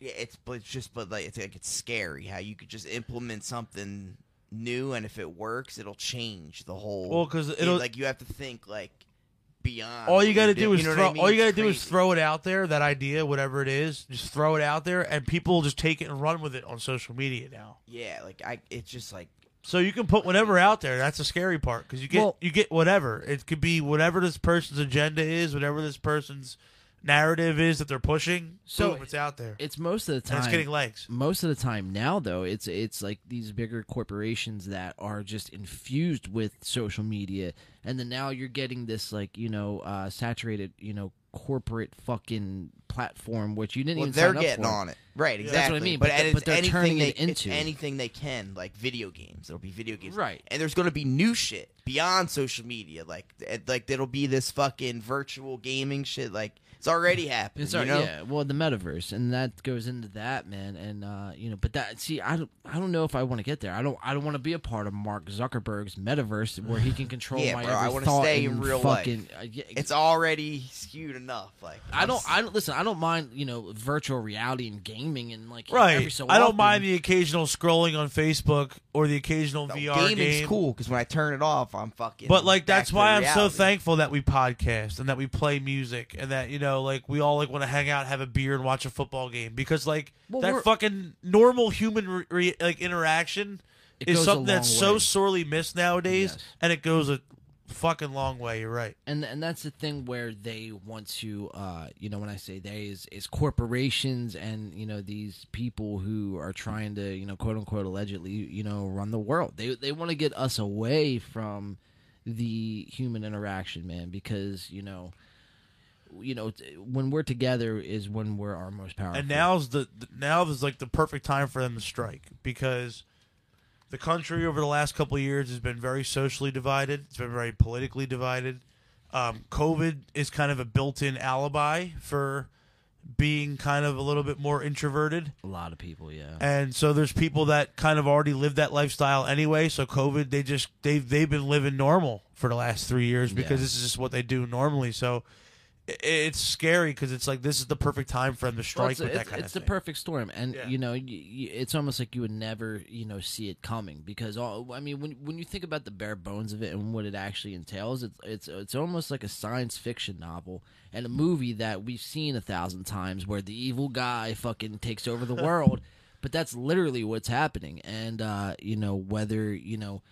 C: Yeah, it's but it's just but like it's like it's scary how you could just implement something new and if it works, it'll chanch the whole.
B: Well, 'cause
C: it-
B: it'll-
C: like you have to think like beyond.
B: All
C: what
B: you gotta
C: do,
B: do is
C: know what I
B: throw.
C: mean?
B: All you
C: It's
B: gotta do is
C: crazy.
B: throw it out there. That idea, whatever it is, just throw it out there, and people will just take it and run with it on social media now.
C: Yeah, like I, it's just like
B: So you can put whatever out there. That's the scary part because you get
A: Well-
B: you get whatever. It could be whatever this person's agenda is, whatever this person's narrative is that they're pushing.
A: So-
B: boom, it's out there.
A: It's most of the
B: and
A: time.
B: it's getting legs.
A: most of the time now though it's it's like these bigger corporations that are just infused with social media and then now you're getting this like you know uh saturated you know corporate fucking platform which you didn't
C: well,
A: even
C: they're
A: sign up
C: getting
A: for.
C: on it, right? Exactly.
A: That's what I mean, but
C: But,
A: th-
C: it's
A: but they're
C: anything
A: turning
C: they,
A: it
C: it's
A: into-
C: anything they can, like video games. It'll be video games,
A: Right.
C: And there's gonna be new shit beyond social media, like it- like there'll be this fucking virtual gaming shit. Like it's already happening.
A: It's our,
C: you know?
A: yeah, well, the metaverse, and that goes into that, man, and uh, you know, but that see, I don't, I don't know if I want to get there. I don't, I don't want to be a part of Mark Zuckerberg's metaverse where he can control
C: Yeah,
A: my
C: bro, I
A: every
C: wanna
A: thought
C: stay in
A: and
C: real life.
A: fucking, uh, yeah,
C: It's already skewed enough. Like
A: I
C: I'm
A: don't.
C: s-
A: I don't listen. I don't mind you know virtual reality and gaming and like Every
B: Right.
A: so
B: I don't
A: often.
B: mind the occasional scrolling on Facebook or the occasional
C: No,
B: VR
C: gaming's
B: game.
C: cool because when I turn it off, I'm fucking.
B: But like
C: back
B: that's
C: to
B: why I'm so
C: reality.
B: thankful that we podcast and that we play music and that you know like we all like want to hang out, have a beer, and watch a football game because like
A: Well,
B: that
A: we're-
B: fucking normal human re- re- like interaction
A: It
B: is
A: goes a
B: something that's
A: long
B: so
A: way.
B: sorely missed nowadays,
A: Yes.
B: and it goes a fucking long way. You're right.
A: and and that's the thing where they want to uh you know when i say they is is corporations and you know these people who are trying to you know quote unquote allegedly you know run the world they they want to get us away from the human interaction man because you know you know t- when we're together is when we're our most powerful
B: And now's the the- now is like the perfect time for them to strike because the country over the last couple of years has been very socially divided. It's been very politically divided. Um, COVID is kind of a built-in alibi for being kind of a little bit more introverted.
A: a lot of people yeah
B: And so there's people that kind of already live that lifestyle anyway. So COVID, they just they've they've been living normal for the last three years because
A: Yeah.
B: this is just what they do normally. So i- it's scary because it's like this is the perfect time for them to
A: Well,
B: strike
A: it's
B: with that
A: it's-
B: kind
A: it's
B: of
A: the
B: thing.
A: perfect storm, and
B: Yeah.
A: you know, y y it's almost like you would never, you know, see it coming because all. I mean, when when you think about the bare bones of it and what it actually entails, it's it's it's almost like a science fiction novel and a movie that we've seen a thousand times, where the evil guy fucking takes over the world. But that's literally what's happening, and uh, you know whether you know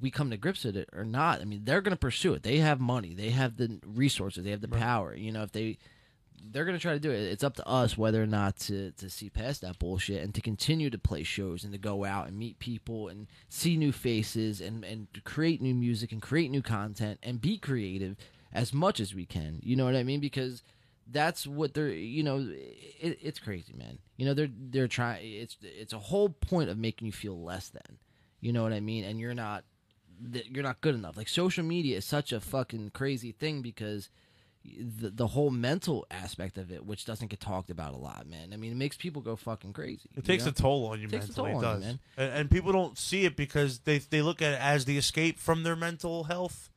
A: we come to grips with it or not. I mean, they're going to pursue it. They have money, they have the resources, they have the power. You know, if they they're going to try to do it. It's up to us whether or not to, to see past that bullshit and to continue to play shows and to go out and meet people and see new faces and, and to create new music and create new content and be creative as much as we can. You know what I mean? Because that's what they're, you know, it, it's crazy, man. You know, they're, they're trying, it's, it's a whole point of making you feel less than, you know what I mean? And you're not, that you're not good enough. Like social media is such a fucking crazy thing because the, the whole mental aspect of it, which doesn't get talked about a lot, man. I mean, it makes people go fucking crazy. you
B: It takes
A: know?
B: a toll on you
A: It takes a
B: mentally.
A: toll
B: it
A: on
B: does,
A: you, man.
B: And, and people don't see it because they they look at it as the escape from their mental health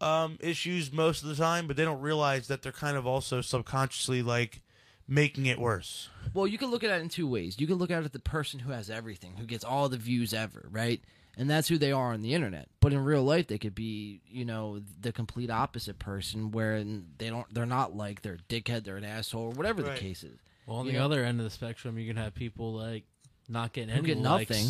B: um, issues most of the time, but they don't realize that they're kind of also subconsciously like making it worse.
A: Well, you can look at it in two ways. You can look at it the person who has everything, who gets all the views ever, right? And that's who they are on the internet. But in real life, they could be, you know, the complete opposite person, where they don't, they're not like they're a dickhead, they're an asshole, or whatever
B: Right.
A: the case is.
D: Well, on
A: You
D: the
A: know?
D: other end of the spectrum, you can have people like not getting
A: Who
D: any
A: get
D: likes,
A: nothing.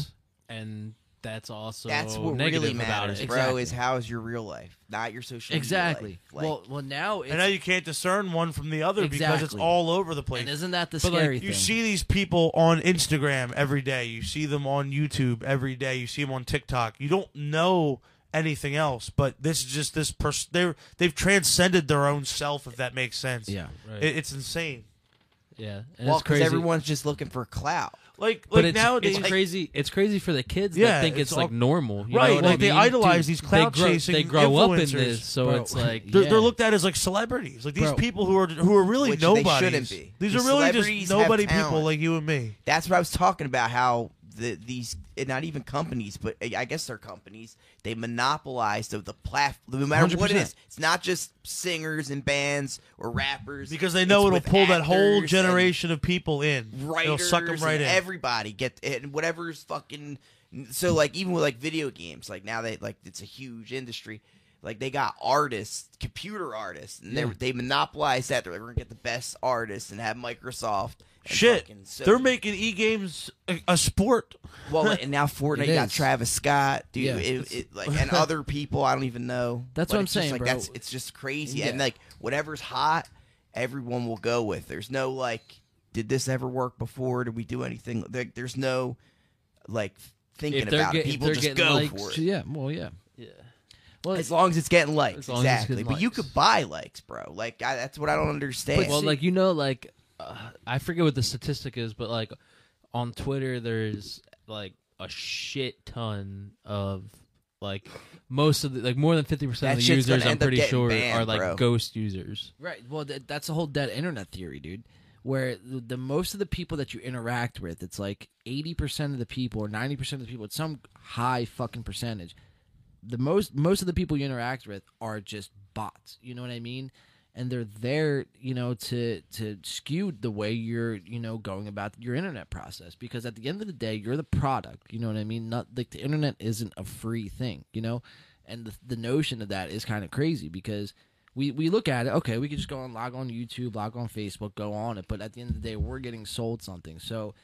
D: and that's also
C: That's
A: Oh,
C: what
D: negative
C: really
D: about
C: matters,
D: it.
C: bro.
A: Exactly.
C: Is how is your real life, not your social. media
A: Exactly.
C: life. Like,
A: well, well, now it's
B: and now you can't discern one from the other because it's
A: Exactly.
B: all over the place.
A: and isn't that the
D: But, like,
A: scary
B: You
A: thing?
B: see these people on Instagram every day. You see them on YouTube every day. You see them on TikTok. You don't know anything else, but this is just this person. They're they've transcended their own self, if that makes sense.
A: yeah.
D: Right.
B: it, it's insane.
D: yeah, and
C: well,
D: it's crazy.
C: everyone's just looking for clout.
B: Like
D: but
B: like
D: it's,
B: nowadays,
D: it's crazy. It's crazy for the kids
B: Yeah,
D: that think
B: it's
D: it's, like
B: all-
D: normal, you
B: Right,
D: Know what
B: like,
D: I mean?
B: they idolize
D: Dude,
B: these
D: they grow,
B: clout-chasing
D: They grow up in
B: influencers,
D: this, so
A: bro.
D: it's like
B: they're,
D: yeah.
B: they're looked at as like celebrities. Like these
A: Bro.
B: people who are who are really
C: Which they
B: nobody.
C: shouldn't be.
B: These
C: The
B: are really
C: celebrities
B: just
C: have
B: nobody people
C: talent.
B: like you and me.
C: That's what I was talking about. How the, these and not even companies, but eh, I I guess they're companies. They monopolize the, the platform. No matter what it
A: 100%.
C: is, it's not just singers and bands or rappers
B: because they know
C: it's
B: it'll
C: with
B: pull that whole
C: actors and-
B: generation of people in.
C: writers
B: it'll suck them right
C: and
B: in.
C: Everybody get and whatever's fucking. So like even with like video games, like now they like it's a huge industry. Like they got artists, computer artists, and they
A: Yeah.
C: they monopolize that. They're like, we're gonna get the best artists and have Microsoft. And
B: Shit,
C: fucking Sony."
B: they're making e games a, a sport.
C: well, and now Fortnite
A: It
C: got
A: is.
C: Travis Scott, dude,
A: Yeah.
C: it, it, like and other people. I don't even know.
A: That's
C: But
A: what I'm
C: it's just,
A: saying,
C: like,
A: bro.
C: That's it's just crazy, and
A: Yeah.
C: like whatever's hot, everyone will go with. There's no like, did this ever work before? Did we do anything? Like, there's no like thinking
A: if they're,
C: about
A: get,
C: it.
A: if
C: People
A: they're
C: just
A: getting
C: go
A: likes,
C: for it.
A: yeah, well, yeah.
D: Yeah.
A: Well,
C: As long as it's getting likes,
D: As long as
C: exactly.
D: it's getting
C: but you
D: likes.
C: could buy likes, bro. Like I, that's what I don't understand.
D: well, like you know, like uh, I forget what the statistic is, but like on Twitter, there's like a shit ton of like most of the like more than fifty
C: That
D: percent of the
C: shit's
D: users.
C: gonna
D: I'm
C: end up
D: pretty
C: getting
D: sure
C: banned,
D: are like
C: bro.
D: ghost users.
A: Right. Well, th- that's the whole dead internet theory, dude. Where the, the most of the people that you interact with, it's like eighty percent of the people or ninety percent of the people. It's some high fucking percentage. The most most of the people you interact with are just bots. You know what I mean? And they're there, you know, to to skew the way you're, you know, going about your internet process. Because at the end of the day, you're the product. You know what I mean? Not like the internet isn't a free thing. You know, and the, the notion of that is kind of crazy because we, we look at it okay we could just go and log on youtube log on facebook go on it but at the end of the day we're getting sold something so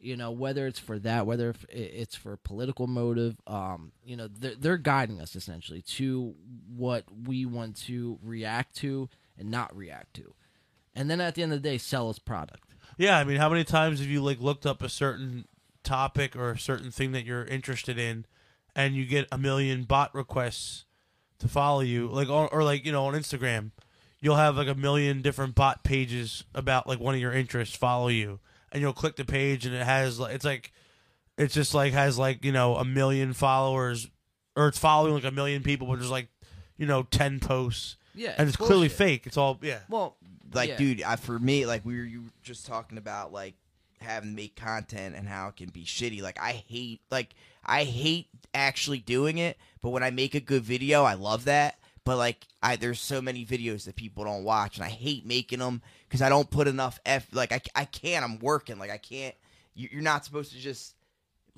A: you know whether it's for that whether if i- it's for political motive um you know they're, they're guiding us essentially to what we want to react to and not react to and then at the end of the day sell us product
B: Yeah, I mean, how many times have you like looked up a certain topic or a certain thing that you're interested in, and you get a million bot requests to follow you, like on, or like you know on Instagram, you'll have like a million different bot pages about like one of your interests follow you, and you'll click the page and it has like it's like it's just like has like you know a million followers or it's following like a million people, but there's like you know ten posts,
A: yeah
B: and it's clearly fake. It's all yeah.
A: well
C: like
A: yeah.
C: dude I, for me like we were you were just talking about like having to make content and how it can be shitty like i hate like i hate actually doing it but when i make a good video i love that but like i there's so many videos that people don't watch and i hate making them because i don't put enough f like i, I can't i'm working like i can't you, you're not supposed to just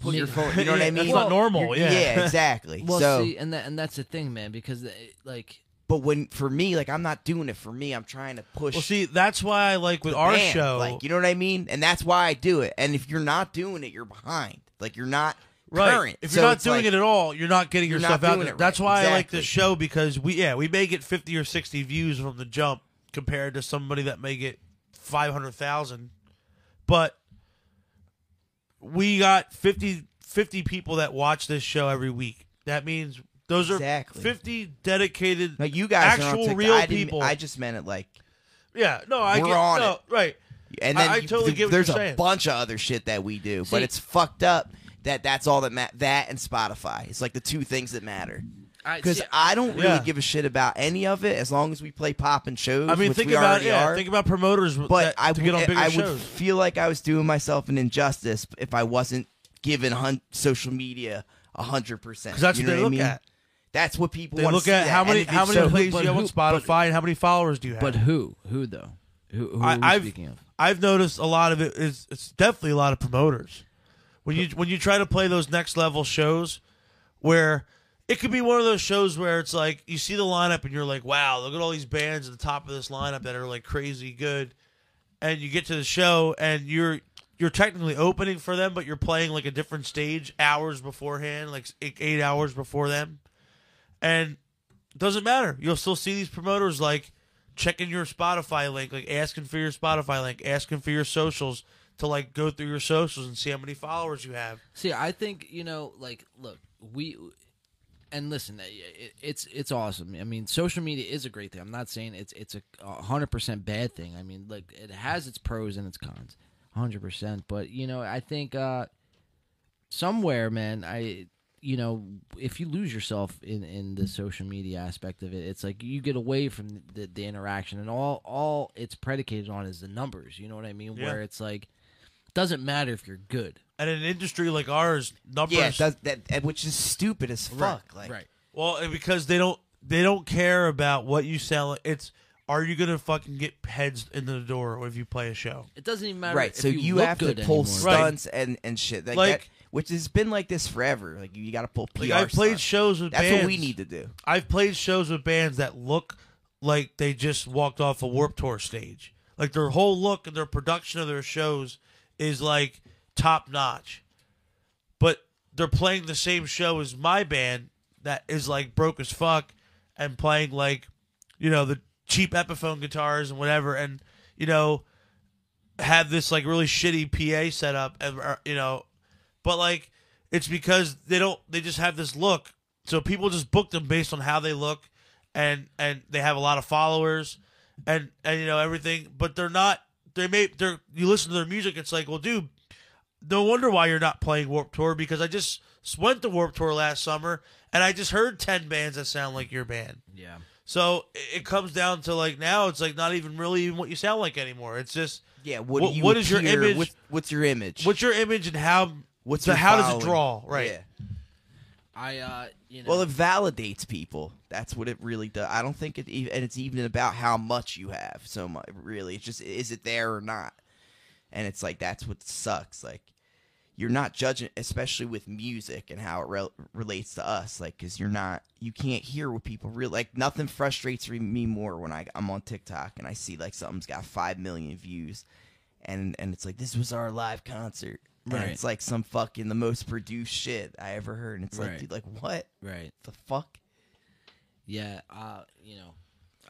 C: put your
A: Make-
C: phone you know what i
B: Yeah,
C: mean
B: That's not normal. Yeah.
C: yeah exactly
A: well
C: so
A: see and that and that's the thing man because it, like
C: but when for me like i'm not doing it for me i'm trying to push
B: Well, see, that's why I like with our
C: band,
B: show.
C: Like, you know what I mean? And that's why I do it. And if you're not doing it, you're behind. Like you're not
B: right.
C: current.
B: If you're
C: So
B: not
C: it's
B: doing
C: like-
B: it at all, you're not getting
C: You're
B: yourself
C: not
B: out
C: doing
B: there.
C: it
B: That's
C: right.
B: why I like this
C: Exactly.
B: show because we yeah, we may get 50 or 60 views from the jump compared to somebody that may get 500,000. But we got 50 50 people that watch this show every week. That means those are
C: Exactly.
B: 50 dedicated
C: no, you guys are on
B: actual
C: TikTok.
B: real
C: I didn't-
B: people.
C: I just meant it like,
B: yeah, no, I
C: We're
B: get
C: on
B: no, right.
C: and
B: I-
C: then
B: I
C: you-
B: totally
C: th-
B: get what
C: there's
B: you're
C: a
B: saying.
C: bunch of other shit that we do, but
A: See-
C: it's fucked up that that's all that ma- that and Spotify. It's like the two things that matter.
A: I,
C: Because
A: see,
C: I don't really
B: Yeah.
C: give a shit about any of it as long as we play pop and shows.
B: I mean,
C: which
B: think
C: we
B: about
C: already
B: yeah,
C: are.
B: think about promoters
C: but
B: that,
C: I
B: to get on
C: would-
B: bigger
C: I
B: shows.
C: would feel like I was doing myself an injustice if I wasn't giving hun- social media a hundred percent.
B: 'Cause that's
C: you
B: what
C: know
B: they
C: what
B: look
C: I mean?
B: at.
C: That's what people
B: They
C: want
B: look
C: to
B: at
C: see
B: how
C: that.
B: many
C: And if
B: how
C: it's
B: many
C: so-
B: plays
A: but
B: do you have on
A: who-
B: Spotify and how many followers do you have?
A: but who who though who, who are we
B: I, I've
A: speaking of
B: I've noticed a lot of it is it's definitely a lot of promoters. When you when you try to play those next level shows, where it could be one of those shows where it's like you see the lineup and you're like, wow, look at all these bands at the top of this lineup that are like crazy good, and you get to the show and you're you're technically opening for them, but you're playing like a different stage hours beforehand, like eight eight hours before them, and it doesn't matter. You'll still see these promoters like checking your Spotify link, like asking for your Spotify link, asking for your socials to like go through your socials and see how many followers you have.
A: See, I think you know, like, look, we and listen, i- i it's it's awesome. I mean, social media is a great thing. I'm not saying it's it's a hundred percent bad thing. I mean, like, it has its pros and its cons, hundred percent. But you know, I think uh somewhere, man, I you know, if you lose yourself in in the social media aspect of it, it's like you get away from the, the interaction, and all all it's predicated on is the numbers. You know what I mean?
B: Yeah.
A: Where it's like doesn't matter if you're good.
B: And in an industry like ours, numbers
C: Yeah, that, that, that- which is stupid as fuck. like,
A: right.
B: Well, and because they don't they don't care about what you sell. It's are you gonna fucking get heads into the door if you play a show?
A: It doesn't even matter.
C: right.
A: if
C: So you,
A: look
C: have to
A: good
C: pull
A: anymore.
B: Right.
C: stunts and and shit like,
B: Like-
C: that, which has been like this forever. Like you, got to pull PR.
B: Like I've played
C: stunts.
B: shows with
C: That's
B: bands.
C: what we need to do.
B: I've played shows with bands that look like they just walked off a Warp Tour stage. Like their whole look and their production of their shows is like top notch. But they're playing the same show as my band that is like broke as fuck and playing like, you know, the cheap Epiphone guitars and whatever and, you know, have this like really shitty PA setup and, uh, you know, but like it's because they don't they just have this look so people just book them based on how they look and and they have a lot of followers and and you know everything but they're not they may they're you listen to their music it's like well dude no wonder why you're not playing warp tour because i just went to warp tour last summer and i just heard 10 bands that sound like your band
A: Yeah.
B: so it- it comes down to like now it's like not even really even what you sound like anymore it's just
C: Yeah. What,
B: What-
C: do you
B: what is your
C: appear-
B: image-
C: What's, what's your image?
B: what's your image and how
C: what's
B: so
C: your
B: how does it
C: following?
B: draw right
C: Yeah.
A: I uh you know
C: Well, it validates people. That's what it really does. I don't think it, ev- and it's even about how much you have. So much, really, it's just is it there or not? And it's like that's what sucks. Like you're not judging, especially with music and how it rel relates to us. Like because you're not, you can't hear what people really like. Nothing frustrates re- me more when I I'm on TikTok and I see like something's got five million views, and and it's like this was our live concert.
A: Right.
C: And it's like some fucking the most produced shit I ever heard. And it's
A: Right.
C: like, dude, like what?
A: right.
C: the fuck?
A: Yeah, uh, you know,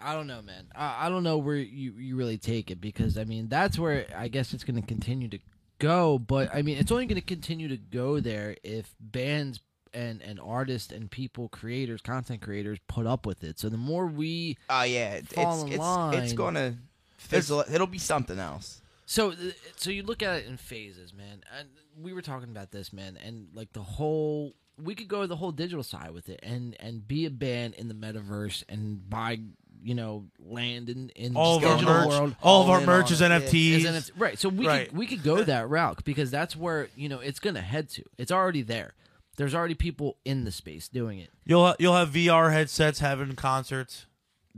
A: I don't know, man. I, I don't know where you, you really take it because I mean that's where I guess it's going to continue to go. But I mean, it's only going to continue to go there if bands and and artists and people, creators, content creators, put up with it. So the more we,
C: Oh yeah, it-
A: Fall
C: it's
A: in
C: it's it's
A: line.
C: gonna fizzle. It'll be something else.
A: so th- so you look at it in phases, man. And we were talking about this, man, and like the whole. We could go the whole digital side with it, and and be a band in the metaverse, and buy you know land in in
B: all of
A: just
B: our
A: digital
B: merch
A: world.
B: all of
C: all
B: our
C: in
B: merch
C: on
B: is
C: it, yeah.
B: nfts
A: As in it's- right. So we
B: Right.
A: could we could go that route because that's where you know it's gonna head to. It's already there. There's already people in the space doing it.
B: You'll you'll have VR headsets having concerts.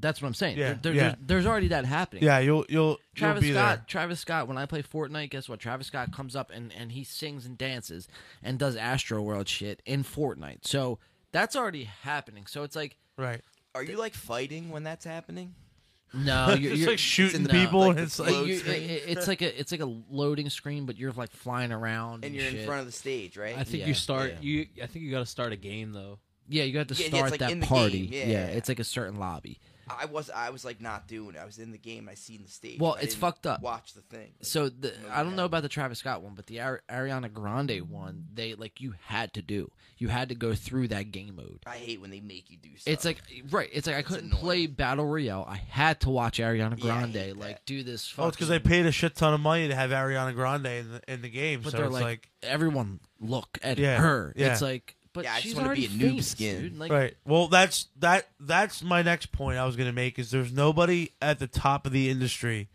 A: That's what I'm saying.
B: Yeah,
A: There- there-
B: yeah.
A: There's, there's already that happening.
B: Yeah, you'll you'll
A: Travis
B: you'll be
A: Scott.
B: there.
A: Travis Scott. When I play Fortnite, guess what? Travis Scott comes up and and he sings and dances and does Astro World shit in Fortnite. So that's already happening. So it's like
B: Right.
C: Are you like fighting when that's happening?
A: no, Oh, you're,
B: It's
A: you're-
B: like shooting
A: no,
B: people
A: like
B: and it's like
A: you-
C: load
A: you-
C: screen.
A: it- it's like a it's like a loading screen, but you're like flying around
C: And you're in
A: shit.
C: front of the stage, right?
D: I think
A: Yeah,
D: you start
A: yeah.
D: you. I think you got to start a game though.
A: Yeah, you got to
C: Yeah, yeah, it's
A: start
C: like in
A: that
C: the
A: party.
C: game. Yeah,
A: yeah,
C: yeah, yeah.
A: it's like a certain lobby.
C: I was I was like not doing. it. I was in the game. I seen the stage.
A: Well,
C: I
A: it's
C: didn't
A: fucked up.
C: Watch the thing. Like,
A: So the, I don't
C: Oh, yeah.
A: know about the Travis Scott one, but the Ari- Ariana Grande one, they like you had to do. You had to go through that game mode.
C: I hate when they make you do. Stuff.
A: It's like right. It's like I couldn't
C: annoying.
A: play Battle Royale. I had to watch Ariana
C: Yeah, I
A: Grande
C: hate
A: like
C: that.
A: do this. Fucking,
B: Oh, it's because they paid a shit ton of money to have Ariana Grande in the, in the game.
A: But
B: so
A: they're
B: it's
A: like,
B: like,
A: everyone look at
B: Yeah,
A: her.
B: yeah.
A: It's like, but
C: Yeah, I just
A: she's
C: wanna
A: already
C: be a noob
A: famous,
C: skin.
A: dude. Like,
B: right. Well, that's that that's my next point I was gonna make is there's nobody at the top of the industry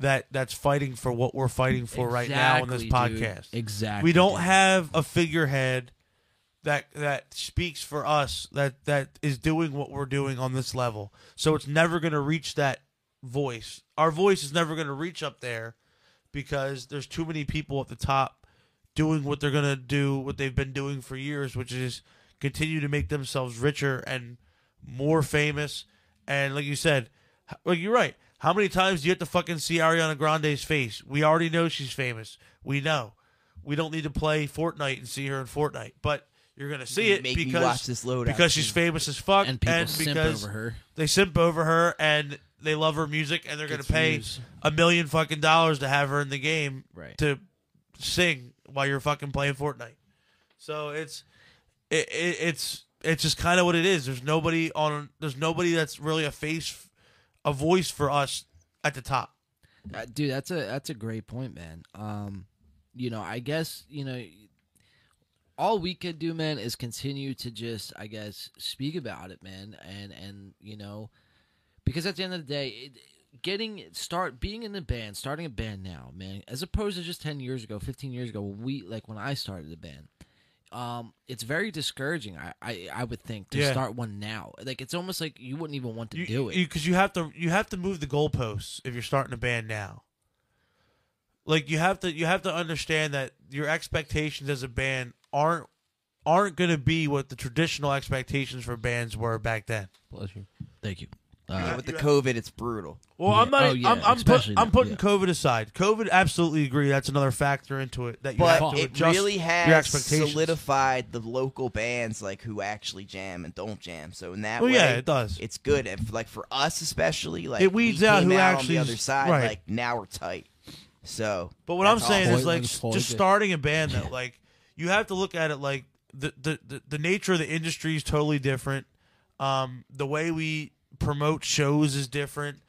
B: that that's fighting for what we're fighting for right now on this
A: Exactly, dude.
B: podcast.
A: Exactly.
B: We don't
A: dude.
B: have a figurehead that that speaks for us that that is doing what we're doing on this level. So it's never going to reach that voice. Our voice is never going to reach up there because there's too many people at the top doing what they're going to do, what they've been doing for years, which is continue to make themselves richer and more famous. And like you said, h- like you're right. How many times do you have to fucking see Ariana Grande's face? We already know she's famous. We know. We don't need to play Fortnite and see her in Fortnite, but you're gonna see
C: You
B: it
C: make me
B: because
C: watch this loadout
B: because she's
C: scene.
B: famous as fuck
A: and people simp
B: because
A: over her.
B: they simp over her and they love her music and they're going to
A: Gets
B: pay
A: views.
B: a million fucking dollars to have her in the game
A: Right.
B: to sing while you're fucking playing Fortnite. So it's it, it, it's it's just kind of what it is. There's nobody on there's nobody that's really a face a voice for us at the top.
A: Uh, dude, that's a that's a great point, man. Um, you know, I guess you know, all we could do, man, is continue to just, I guess, speak about it, man, and and you know, because at the end of the day, it, getting start being in a band, starting a band now, man, as opposed to just ten years ago, fifteen years ago, when we like when I started the band. Um, it's very discouraging. I, I, I would think to
B: Yeah.
A: start one now. Like it's almost like you wouldn't even want to
B: you,
A: do it.
B: because you, have to you have to move the goalposts if you're starting a band now. Like you have to you have to understand that your expectations as a band aren't aren't going to be what the traditional expectations for bands were back then.
D: Bless you.
A: Thank you. Uh,
C: with the COVID, it's brutal.
B: Well, I'm
A: Yeah.
B: not. e,
A: Oh, yeah,
B: I'm, I'm, put,
A: especially
B: I'm
A: now,
B: putting
A: yeah.
B: COVID aside. COVID, absolutely agree. That's another factor into it that you have
C: But
B: to
C: it
B: adjust
C: really
B: your
C: has
B: expectations.
C: solidified the local bands like who actually jam and don't jam. So in that
B: Well,
C: way,
B: yeah, it does.
C: It's good, and f- like for us especially, like
B: It weeds
C: we
B: out
C: came
B: who
C: on
B: actually
C: the
B: is-
C: other side.
B: right.
C: Like now we're tight. So,
B: But what
C: that's
B: I'm saying
C: awful.
B: is like
D: Point-
B: s-
D: point
B: just
D: good.
B: starting a band that like you have to look at it like the the, the, the nature of the industry is totally different. Um, the way we promote shows is different.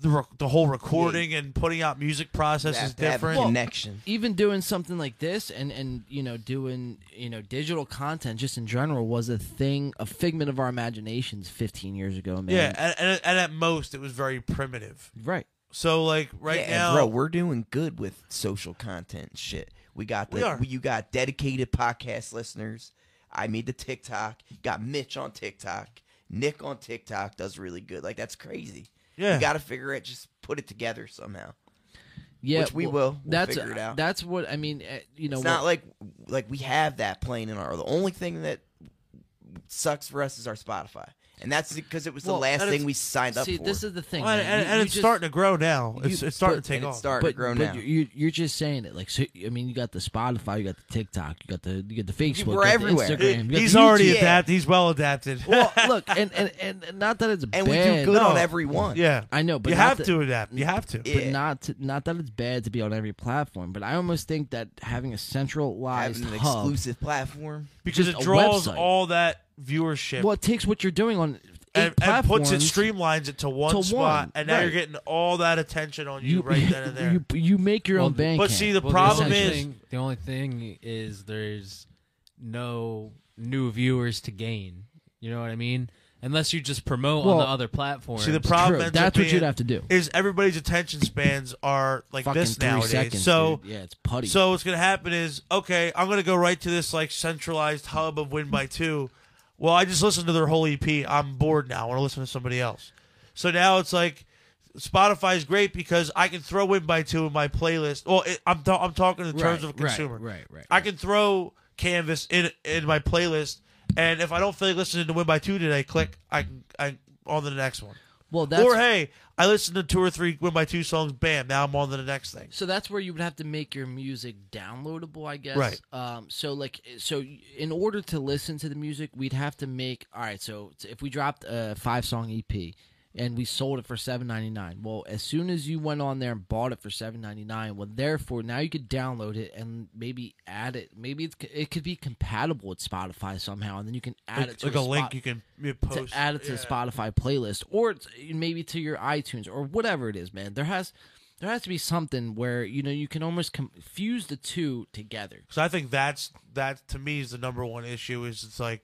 B: The rec- the whole recording and putting out music process
C: That-
B: is
C: that
B: different.
C: connection.
A: even doing something like this and and you know doing you know digital content just in general was a thing a figment of our imaginations 15 years ago man
B: yeah, and, and, and at most it was very primitive.
A: right
B: So like right
C: Yeah, and
B: now,
C: bro, we're doing good with social content shit. We got the
B: We are.
C: you got dedicated podcast listeners. I made the TikTok. Got Mitch on TikTok. Nick on TikTok does really good. Like that's crazy.
B: Yeah.
C: you got to figure it. Just put it together somehow.
A: yeah
C: Which we will. We'll
A: that's
C: figure it out.
A: that's what i mean eh, you know
C: It's
A: what-
C: not like like we have that playing in our. The only thing that sucks for us is our Spotify, and that's because it was the
B: Well,
C: last
B: and
C: thing
B: it's-
C: we signed up
A: see
C: for.
A: this is the thing
B: Well, and,
A: man.
B: and,
A: You-
B: and
A: you
B: it's
A: just-
B: starting to grow now. It's,
A: you-
B: it's starting
A: but-
B: to take
C: and
B: off.
C: it's starting to
A: but,
C: grow
A: but
C: now.
A: you're, you're- you're just saying it like so i mean you got the spotify you got the tiktok you got the you got the facebook
C: We're
A: you got
C: everywhere.
A: the Instagram, you got
B: He's
A: the
B: already
A: YouTube.
C: Yeah.
B: adapted. He's well adapted.
A: well look and, and and not that it's
C: and we
A: bad
C: do good
B: No.
C: on every one.
B: yeah,
A: I know, but
B: you
A: not
B: have
A: that-
B: to adapt. You have to.
A: but
C: Yeah.
A: not to, not that it's bad to be on every platform. But I almost think that having a centralized
C: having an
A: hub,
C: exclusive platform.
B: because it
A: just a
B: draws
A: website.
B: all that viewership
A: well, it takes what you're doing on eight
B: and, and puts it
A: platforms.
B: streamlines it to one
A: to
B: spot,
A: one,
B: and now you're
A: right.
B: getting all that attention on you, right then and there.
A: You, you make your
D: Well,
A: own bank.
B: but
A: account,
B: see, the
D: Well,
B: problem
D: the only
B: is
D: thing, the only thing is there's no new viewers to gain. You know what I mean? Unless you just promote
A: Well,
D: on the other platforms.
B: see the problem.
A: True,
B: ends
A: that's
B: up
A: what you'd
B: being
A: have to do.
B: Is everybody's attention spans are like
A: fucking
B: this
A: three
B: nowadays?
A: seconds.
B: so
A: dude. yeah, it's putty.
B: So what's gonna happen is, okay, I'm gonna go right to this like centralized hub of Win by Two. Well, I just listened to their whole EP. I'm bored now. I want to listen to somebody else. So now it's like Spotify is great because I can throw Win by Two in my playlist. Well, it, I'm ta- I'm talking in terms
A: Right,
B: of a consumer.
A: right, right, right.
B: I can throw Canvas in in my playlist, and if I don't feel like listening to Win by Two today, click. I can I on to the next one.
A: well, that's
B: or hey, I listened to two or three Win by Two songs. Bam! Now I'm on to the next thing.
A: So that's where you would have to make your music downloadable, I guess.
B: Right.
A: Um. So like, so in order to listen to the music, we'd have to make. All right. So if we dropped a five song EP and we sold it for seven ninety nine, well, as soon as you went on there and bought it for seven ninety nine, well, therefore now you could download it and maybe add it. Maybe it's, it could be compatible with Spotify somehow, and then you can add it
B: like,
A: to
B: like a,
A: a
B: link
A: spot-
B: you can you post
A: to add it to the
B: Yeah.
A: Spotify playlist or t- maybe to your iTunes or whatever it is, man. There has there has to be something where you know you can almost com- fuse the two together.
B: So I think that's that to me is the number one issue. Is it's like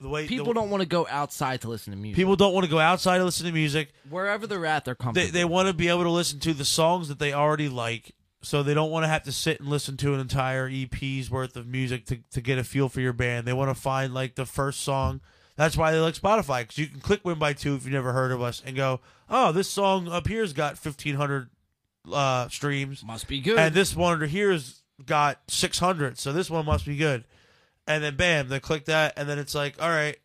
B: the way the-
A: People don't want to go outside to listen to music.
B: people don't want to go outside and listen to music.
A: Wherever they're at, they're comfortable.
B: They they want to be able to listen to the songs that they already like. So they don't want to have to sit and listen to an entire EP's worth of music to to get a feel for your band. They want to find like the first song. That's why they like Spotify because you can click "Win by Two if you've never heard of us and go, oh, this song up here's got fifteen hundred uh, streams.
A: Must be good.
B: and this one under here's got 600 so this one must be good and then bam they click that and then it's like all right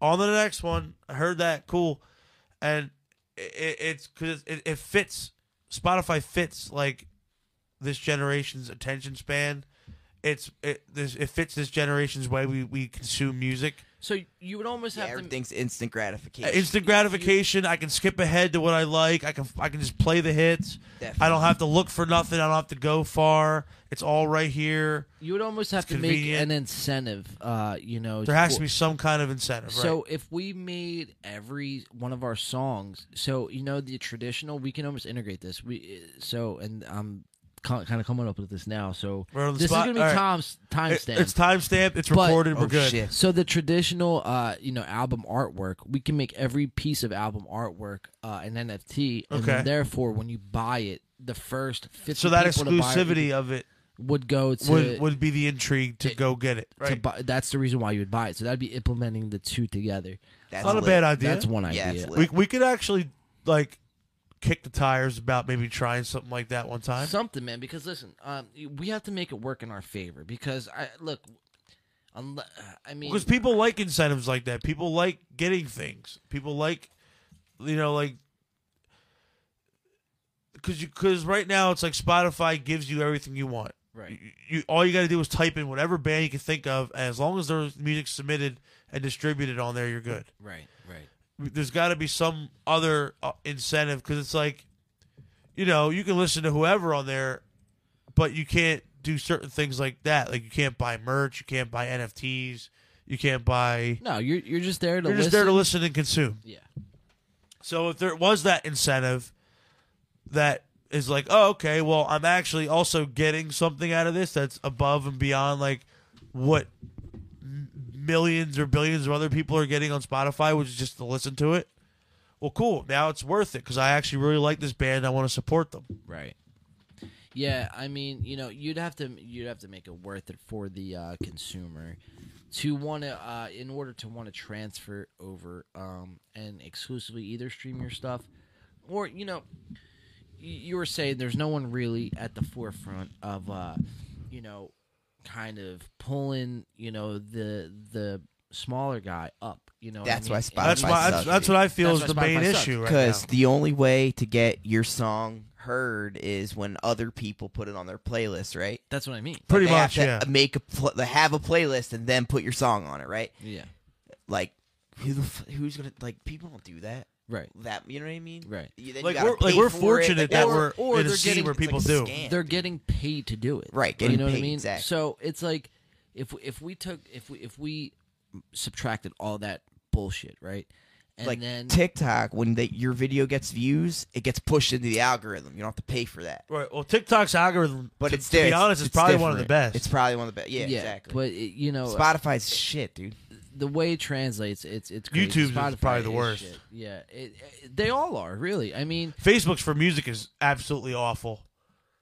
B: on to the next one i heard that cool and it, it's because it, it fits spotify fits like this generation's attention span it's it this it fits this generation's way we, we consume music
A: so you would almost
C: Yeah,
A: have to.
C: everything's instant gratification.
B: instant gratification i can skip ahead to what i like i can i can just play the hits i don't have to look for nothing i don't have to go far it's all right here
A: You would almost have
B: It's
A: to make
B: convenient.
A: an incentive. Uh, you know,
B: There has
A: for-
B: to be some kind of incentive, right?
A: So if we made every one of our songs, so you know the traditional, we can almost integrate this. We so uh, and I'm kind of coming up with this now. So
B: Right on the
A: this
B: spot?
A: is gonna be
B: All right.
A: Tom's
B: It-
A: timestamp.
B: it's timestamped. It's
A: But-
B: recorded. we're
C: Oh,
B: good.
C: shit.
A: So the traditional, uh, you know, album artwork, we can make every piece of album artwork uh, an NFT, and then
B: Okay.
A: therefore, when you buy it, the first fifty
B: So that
A: people to buy it
B: exclusivity of it
A: would go to,
B: would would be the intrigue to go get it.
A: to
B: Right.
A: buy, that's the reason why you would buy it. So that'd be implementing the two together.
C: That's
B: Not a
C: lit.
B: bad idea.
A: That's one
C: Yeah,
A: idea.
C: it's lit.
B: We we could actually like kick the tires about maybe trying something like that one time.
A: Something, man. Because listen, um, we have to make it work in our favor. Because I look, unle- uh, I mean,
B: Because people like incentives like that. People like getting things. People like, you know, like because you because right now it's like Spotify gives you everything you want.
A: Right.
B: You, you all you got to do is type in whatever band you can think of, and as long as there's music submitted and distributed on there, you're good.
A: right, right.
B: There's got to be some other uh, incentive because it's like, you know, you can listen to whoever on there, but you can't do certain things like that. Like you can't buy merch, you can't buy NFTs, you can't buy
A: No, you're you're just there to
B: you're
A: listen.
B: just there to listen and consume.
A: Yeah.
B: So if there was that incentive that is like, oh, okay, well, I'm actually also getting something out of this that's above and beyond like what m- millions or billions of other people are getting on Spotify, which is just to listen to it. Well, cool. Now it's worth it because I actually really like this band. I want to support them.
A: Right. Yeah, I mean, you know, you'd have to you'd have to make it worth it for the uh, consumer to want to uh, in order to want to transfer over um, and exclusively either stream your stuff or you know y- you were saying there's no one really at the forefront of uh, you know kind of pulling you know the the smaller guy up you know what I
C: That's
A: mean?
C: why
A: And-
C: Spotify
B: That's why. That's,
C: sucks.
B: that's what I feel
A: That's
B: is the
A: why Spotify
B: main
A: sucks.
B: issue right now.
C: Because the only way to get your song heard is when other people put it on their playlist, right?
A: that's what I mean
B: Pretty
C: They
B: much, yeah.
C: have to Make a pl- they have a playlist and then put your song on it, right?
A: yeah
C: Like who the f- who's gonna like people don't do that.
A: right
C: That you know what I mean?
A: Right.
C: You, then
B: Like,
C: you gotta
B: we're- like,
C: pay
B: we're
C: for it,
B: fortunate
C: like,
B: that
C: or-
B: we're
C: or
B: in a
C: they're
B: scene
C: getting-
B: where
C: it's like
B: people
C: a
B: do.
C: scam,
A: they're
C: dude.
A: getting paid to do it. you
C: Right, getting
A: know what I
C: paid,
A: mean.
C: exactly.
A: So it's like if if we took if we if we subtracted all that bullshit, right? And
C: like
A: then
C: TikTok when they, your video gets views, it gets pushed into the algorithm. You don't have to pay for that.
B: Right. Well, TikTok's algorithm,
C: But
B: to,
C: it's
B: to
C: there.
B: be honest, it's, probably one of the
C: different.
B: best.
C: It's probably one of the best. Yeah,
A: yeah,
C: exactly.
A: but oh it, you know
C: Spotify's shit, dude.
A: the way it translates, it's it's crazy.
B: YouTube's is
A: Spotify
B: probably the worst.
A: shit. Yeah, it, it- they all are really. I mean,
B: Facebook's for music is absolutely awful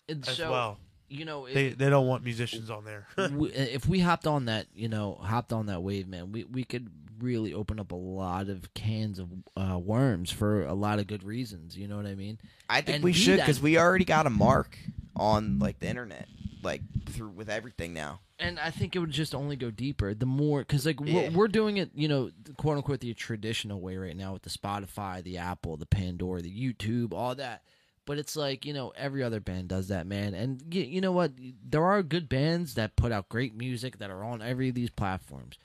A: and
B: as
A: so
B: well.
A: you know it,
B: They they don't want musicians on there.
A: we, if we hopped on that, you know, hopped on that wave, man, we, we could really open up a lot of cans of uh, worms for a lot of good reasons. You know what I mean?
C: I think
A: And
C: we
A: be
C: should
A: that-
C: because we already got a mark on like the internet, like through with everything now.
A: and I think it would just only go deeper. The more, because like we're,
C: Yeah.
A: we're doing it, you know, quote unquote, the traditional way right now with the Spotify, the Apple, the Pandora, the YouTube, all that. But it's like you know, every other band does that, man. And you, you know what? There are good bands that put out great music that are on every of these platforms.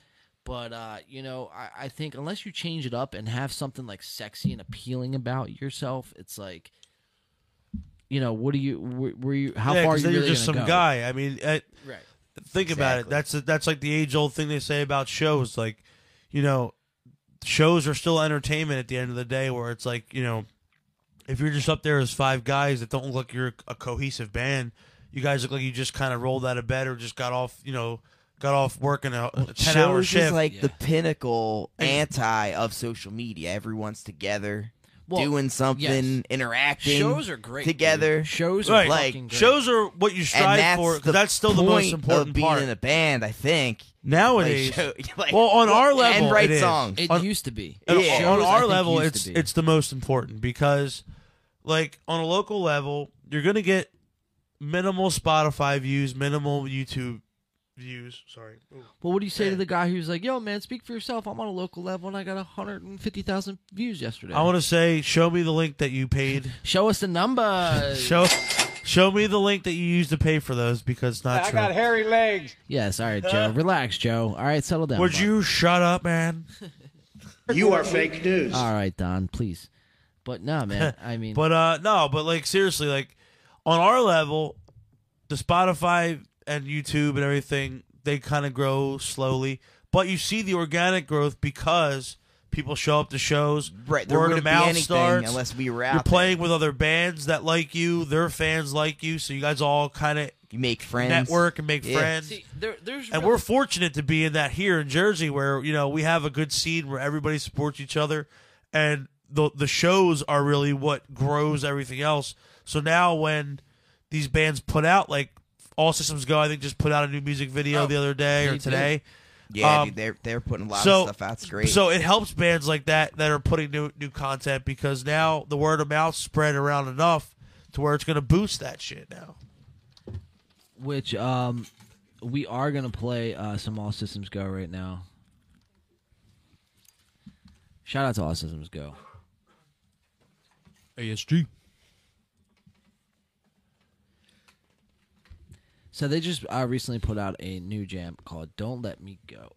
A: But uh, you know, I, I think unless you change it up and have something like sexy and appealing about yourself, it's like, you know, what do you? Were, were you? How
B: Yeah,
A: far are
B: 'cause
A: you
B: then
A: really
B: you're just some
A: gonna go?
B: guy. I mean, I,
A: right?
B: think about it.
C: Exactly.
B: That's that's like the age old thing they say about shows. Like, you know, shows are still entertainment at the end of the day. Where it's like, you know, if you're just up there as five guys that don't look like you're a cohesive band, you guys look like you just kind of rolled out of bed or just got off. You know, got off working a, a ten hour
C: Shows
B: shift.
C: is like the
A: Yeah.
C: pinnacle anti of social media. Everyone's together,
A: Well,
C: doing something,
A: yes.
C: interacting.
A: Shows are great dude.
C: together.
A: Shows are
B: Right,
A: fucking great.
B: shows are what you
C: and
B: strive
C: that's
B: for. 'cause
C: The
B: that's still the
C: point
B: most important
C: of being
B: part.
C: in a band. I think
B: Nowadays,
C: Like, show- like,
B: well, on our
C: and
B: level,
C: write
B: it is.
C: songs.
A: It
B: On-
A: used to be.
B: And
C: Yeah.
B: on
A: Shows, I
B: our
A: think,
B: level,
A: used
B: it's
A: to be.
B: it's the most important because, like on a local level, you're gonna get minimal Spotify views, minimal YouTube views. Sorry, Ooh.
A: Well, what do you say to
B: Yeah.
A: the guy who's like, "Yo, man, speak for yourself. I'm on a local level, and I got 150,000 views yesterday.
B: I want to say, show me the link that you paid.
A: show us the numbers."
B: show, show me the link that you used to pay for those because it's not true.
E: hairy legs.
A: yes. All right, Joe. Relax, Joe. All right, settle down.
B: Uh, Would
A: bud.
B: you shut up, man?
E: You are fake news.
A: All right, Don. Please. But no, man. I mean,
B: But uh no, but like seriously, like on our level, the Spotify and YouTube and everything, they kind of grow slowly, but you see the organic growth because People show up to shows.
C: Right, there
B: word
C: wouldn't
B: of
C: be
B: mouth
C: anything
B: starts.
C: unless we were out
B: You're
C: there.
B: playing with other bands that like you. Their fans like you, so you guys all kind of
C: You make friends.
B: network and make
C: Yeah.
B: friends.
A: See, there, there's
B: and
A: really-
B: we're fortunate to be in that here in Jersey, where you know we have a good scene where everybody supports each other, and the the shows are really what grows everything else. So now when these bands put out like All Systems Go, I think just put out a new music video the other day or
D: did.
B: today.
C: Yeah,
B: Um,
C: dude, they're they're putting a lot
B: so-
C: of stuff out. It's great.
B: So it helps bands like that that are putting new new content because now the word of mouth spread around enough to where it's going to boost that shit now.
A: which um, we are gonna play uh, some All Systems Go right now. Shout out to All Systems Go.
D: ASG.
A: So they just uh, recently put out a new jam called "Don't Let Me Go,"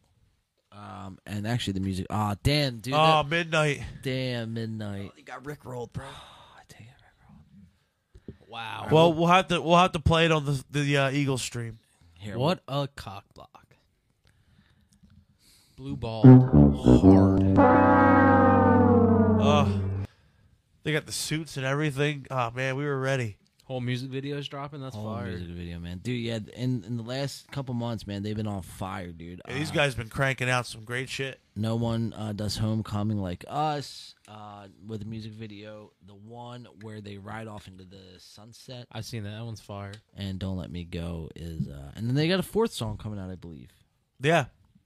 A: um, and actually the music. Ah, damn, dude.
B: Oh,
A: that-
B: midnight.
A: damn, midnight.
C: they got Rick rolled, bro.
A: God damn it.
D: Wow.
B: Well, we'll have to we'll have to play it on the the uh, Eagles stream.
A: Here,
D: What a cock block. Blue ball hard.
B: Uh, they got the suits and everything. Oh man, we were ready.
D: Whole music video is dropping. That's
A: Whole
D: fire.
A: music video, man, dude. Yeah, in in the last couple months, man, they've been on fire, dude.
B: Yeah, these
A: Uh,
B: guys been cranking out some great shit.
A: No one uh, does homecoming like us uh, with the music video, the one where they ride off into the sunset,
D: I've seen that. That one's fire.
A: and "Don't Let Me Go" is, uh, and then they got a fourth song coming out, I believe.
B: Yeah,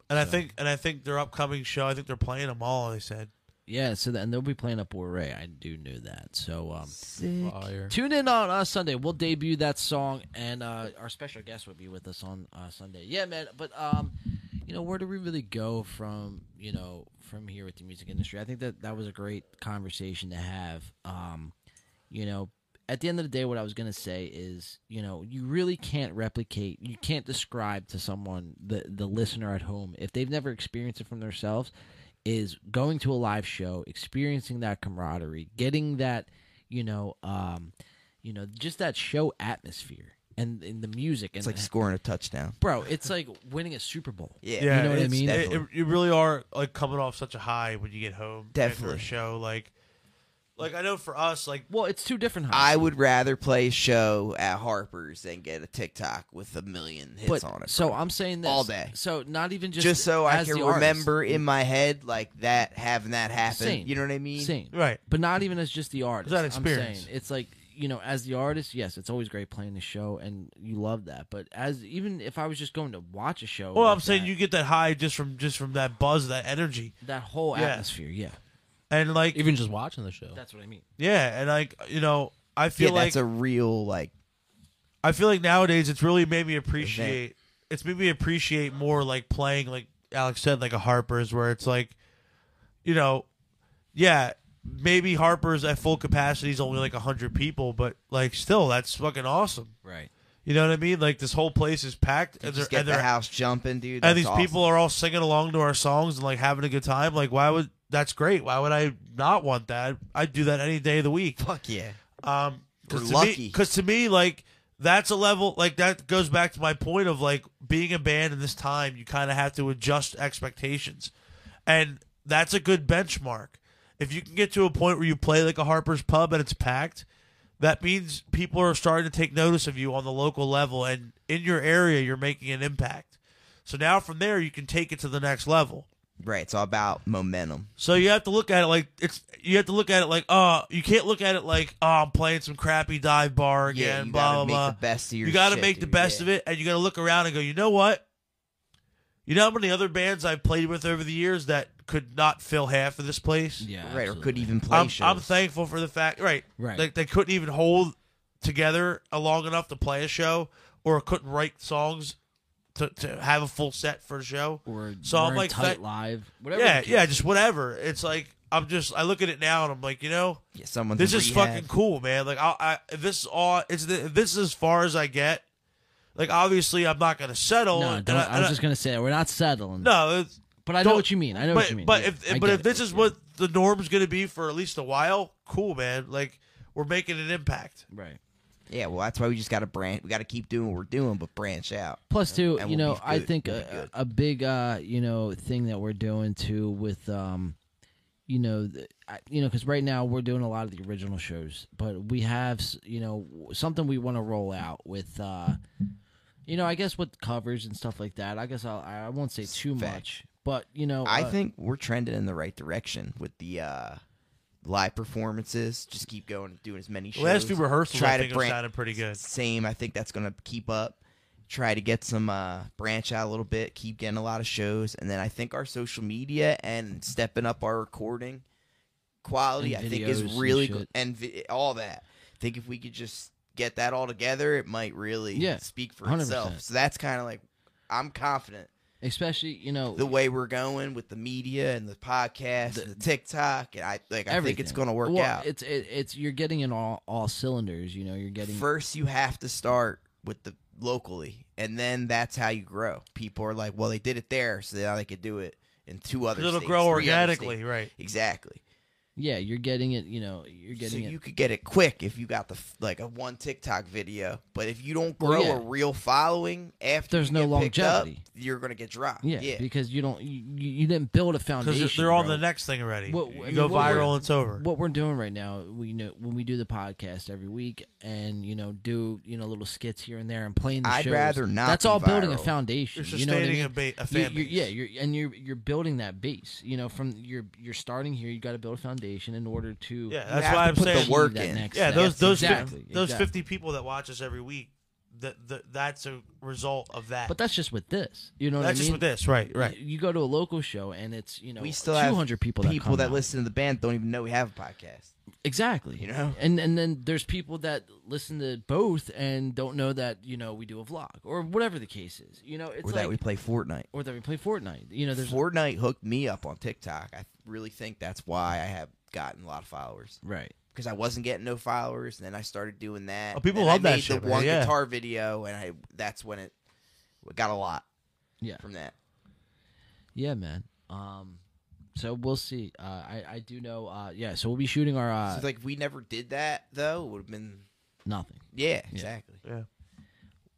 B: and I think and I think their upcoming show. I think they're playing them all. They said.
A: Yeah, so then they'll be playing up Ray. I do know that. So um,
D: Fire.
A: tune in on uh, Sunday. We'll debut that song, and uh, our special guest will be with us on uh, Sunday. Yeah, man. But um, you know, where do we really go from you know from here with the music industry? I think that that was a great conversation to have. Um, you know, at the end of the day, what I was gonna say is, you know, you really can't replicate, you can't describe to someone the the listener at home if they've never experienced it from themselves. Is going to a live show, experiencing that camaraderie, getting that, you know, um, you know, just that show atmosphere and, and the music and
C: It's like scoring a touchdown.
A: bro, it's like winning a Super Bowl.
C: Yeah,
B: Yeah,
A: know what I
B: it's-
A: mean?
B: It,
C: Definitely.
B: it- you really are like coming off such a high when you get home. after
C: Definitely.
B: a show like, like I know for us, like
A: Well, it's two different highs.
C: I would rather play a show at Harper's than get a TikTok with a million hits
A: but
C: on it.
A: so
C: bro.
A: I'm saying this
C: All day.
A: So not even just
C: just, so I
A: as
C: can
A: the artist. Mm.
C: remember in my head like that having that happen.
A: Same.
C: You know what I mean?
A: Same.
B: right.
A: But not even as just the artist.
B: that
A: I'm
B: experience.
A: saying it's like you know, as the artist, yes, it's always great playing the show, and you love that. But as even if I was just going to watch a show,
B: Well,
A: like
B: I'm saying
A: that,
B: you get that high just from just from that buzz, that energy,
A: that whole
B: Yeah.
A: atmosphere. Yeah,
B: and like
D: Even just watching the show.
A: that's what I mean.
B: yeah, and like you know, I
C: Yeah,
B: feel like
C: that's a real like.
B: I feel like nowadays it's really made me appreciate. It's made me appreciate more like playing, like Alex said, like a Harper's, where it's like, you know, yeah, maybe Harper's at full capacity is only like hundred people, but like still, that's fucking awesome.
A: Right.
B: You know what I mean? Like this whole place is packed,
C: You
B: and, they're,
C: just get
B: and,
C: the
B: they're-
C: house jumping, dude.
B: and
C: That's
B: these
C: awesome.
B: people are all singing along to our songs and like having a good time. Like, why would that's great? Why would I not want that? I'd do that any day of the week.
C: Fuck yeah.
B: Um, cause
C: We're
B: to
C: lucky.
B: Because to me, like that's a level. Like that goes back to my point of like being a band in this time. You kind of have to adjust expectations, and that's a good benchmark. If you can get to a point where you play like a Harper's Pub and it's packed, that means people are starting to take notice of you on the local level, and in your area, you're making an impact. So now from there, you can take it to the next level.
C: Right. It's all about momentum.
B: So you have to look at it like it's. You have to look at it like, oh, you can't look at it like, oh, I'm playing some crappy dive bar again.
C: Yeah, you
B: blah
C: gotta make
B: blah.
C: the best of your
B: you gotta
C: shit,
B: make the
C: dude,
B: best
C: yeah.
B: of it, and you gotta look around and go, you know what? You know how many other bands I've played with over the years that could not fill half of this place.
A: Yeah.
C: right. Or could
A: absolutely.
C: even play
B: I'm,
C: shows.
B: I'm thankful for the fact, right?
A: Right.
B: Like they couldn't even hold together a long enough to play a show, or couldn't write songs to, to have a full set for a show.
A: Or
B: so I'm
A: weren't
B: like
A: tight
B: thank-
A: live. Whatever.
B: yeah,
A: the case.
B: yeah, just whatever. It's like I'm just I look at it now and I'm like, you know,
C: Yeah, someone's
B: this
C: in
B: is
C: rehab.
B: fucking cool, man. Like I, I if this is all it's the, if this is as far as I get. Like obviously I'm not gonna settle.
A: No,
B: and
A: don't,
B: I,
A: I,
B: and
A: was
B: I-
A: just gonna say we're not settling.
B: no. It's,
A: but I know
B: don't-
A: what you mean. I know
B: but
A: what you mean.
B: but
A: Yeah, I
B: if but
A: get
B: if
A: it.
B: this is
A: Yeah.
B: what the norm's gonna be for at least a while, cool, man. Like we're making an impact.
A: right.
C: Yeah. Well, that's why we just got to branch. We got to keep doing what we're doing, but branch out.
A: Plus, too,
C: and
A: you
C: we'll
A: know,
C: be
A: I
C: good.
A: think
C: We'll be
A: a,
C: good.
A: a big, uh, you know, thing that we're doing too with, um, you know, th- I- you know, because right now we're doing a lot of the original shows, but we have, s- you know, w- something we want to roll out with, uh you know, I guess with covers and stuff like that. I guess I'll, I I won't say too
C: Fact.
A: much, but you know,
C: I
A: uh,
C: think we're trending in the right direction with the uh, live performances. Just keep going, doing as many shows.
B: Last two rehearsals,
C: try
B: I
C: to
B: think,
C: bran-
B: sounded pretty good.
C: Same. I think that's gonna keep up. Try to get some uh, branch out a little bit. Keep getting a lot of shows, and then I think our social media and stepping up our recording quality.
A: And
C: I think is
A: videos and
C: really
A: shit.
C: good, and vi- all that. I think if we could just get that all together, it might really
A: Yeah,
C: speak for
A: 100%.
C: itself. So that's kind of like I'm confident
A: especially you know,
C: the way we're going with the media and the podcast and the TikTok, and I like I think it's
A: everything.
C: going to work
A: Well,
C: out.
A: It's it, it's you're getting in all all cylinders. You know, you're getting
C: First, you have to start with the locally, and then that's how you grow. People are like, "Well, they did it there, so now they could do it in two other."
B: It'll
C: states,
B: grow
C: three other
B: organically,
C: states."
B: right?
C: Exactly.
A: yeah, you're getting it. You know, you're
C: So
A: getting it.
C: you could get it quick if you got the f- like a one TikTok video, but if you don't grow
A: Well, yeah.
C: a real following after
A: There's
C: you
A: no
C: get picked up,
A: longevity.
C: you're gonna get dropped.
A: yeah,
C: yeah.
A: because you don't you, you you didn't build a
B: Because
A: foundation.
B: they're, they're on
A: bro.
B: the next thing already.
A: What-
B: you
A: I mean,
B: go
A: what we're-
B: viral, it's over.
A: What we're doing right now, we know when we do the podcast every week, and you know do you know little skits here and there, and playing the
C: I'd
A: shows,
C: rather not
A: That's
C: be
A: all building a
C: viral.
A: foundation.
B: You're
A: you know what I
B: sustaining
A: mean?
B: a ba- a
A: You-
B: fan
A: you-
B: base.
A: Yeah, you're and you're you're building that base. You know, from you're you're starting here. You got to build a foundation in order to
B: yeah,
C: You
B: that's
C: have
B: why
C: to
B: I'm
C: put the
B: saying.
C: work
A: that
C: in.
A: next
B: yeah,
A: step.
B: those those
A: exactly,
B: fif- those
A: exactly.
B: 50 people that watch us every week, that that that's a result of that.
A: But that's just with this. You know what I
B: that's just
A: mean?
B: with this, right? Right.
A: You go to a local show and it's you know
C: we still have
A: 200 people that come out.
C: listen to the band don't even know we have a podcast.
A: exactly
C: you know?
A: and and then there's people that listen to both and don't know that you know we do a vlog or whatever the case is you know it's
C: or
A: like
C: that we play Fortnite.
A: or that we play Fortnite you know there's
C: Fortnite hooked me up on TikTok. I really think that's why I have gotten a lot of followers
A: right
C: because I wasn't getting no followers, and then I started doing that.
B: Oh, people
C: Then I
B: love that
C: made
B: shit,
C: The
B: man.
C: one
B: Yeah.
C: guitar video, and I that's when it got a lot
A: yeah
C: from that.
A: yeah man um so we'll see uh, I I do know uh yeah so we'll be shooting our
C: So
A: uh
C: it's like if we never did that though, it would have been
A: nothing
C: yeah, exactly.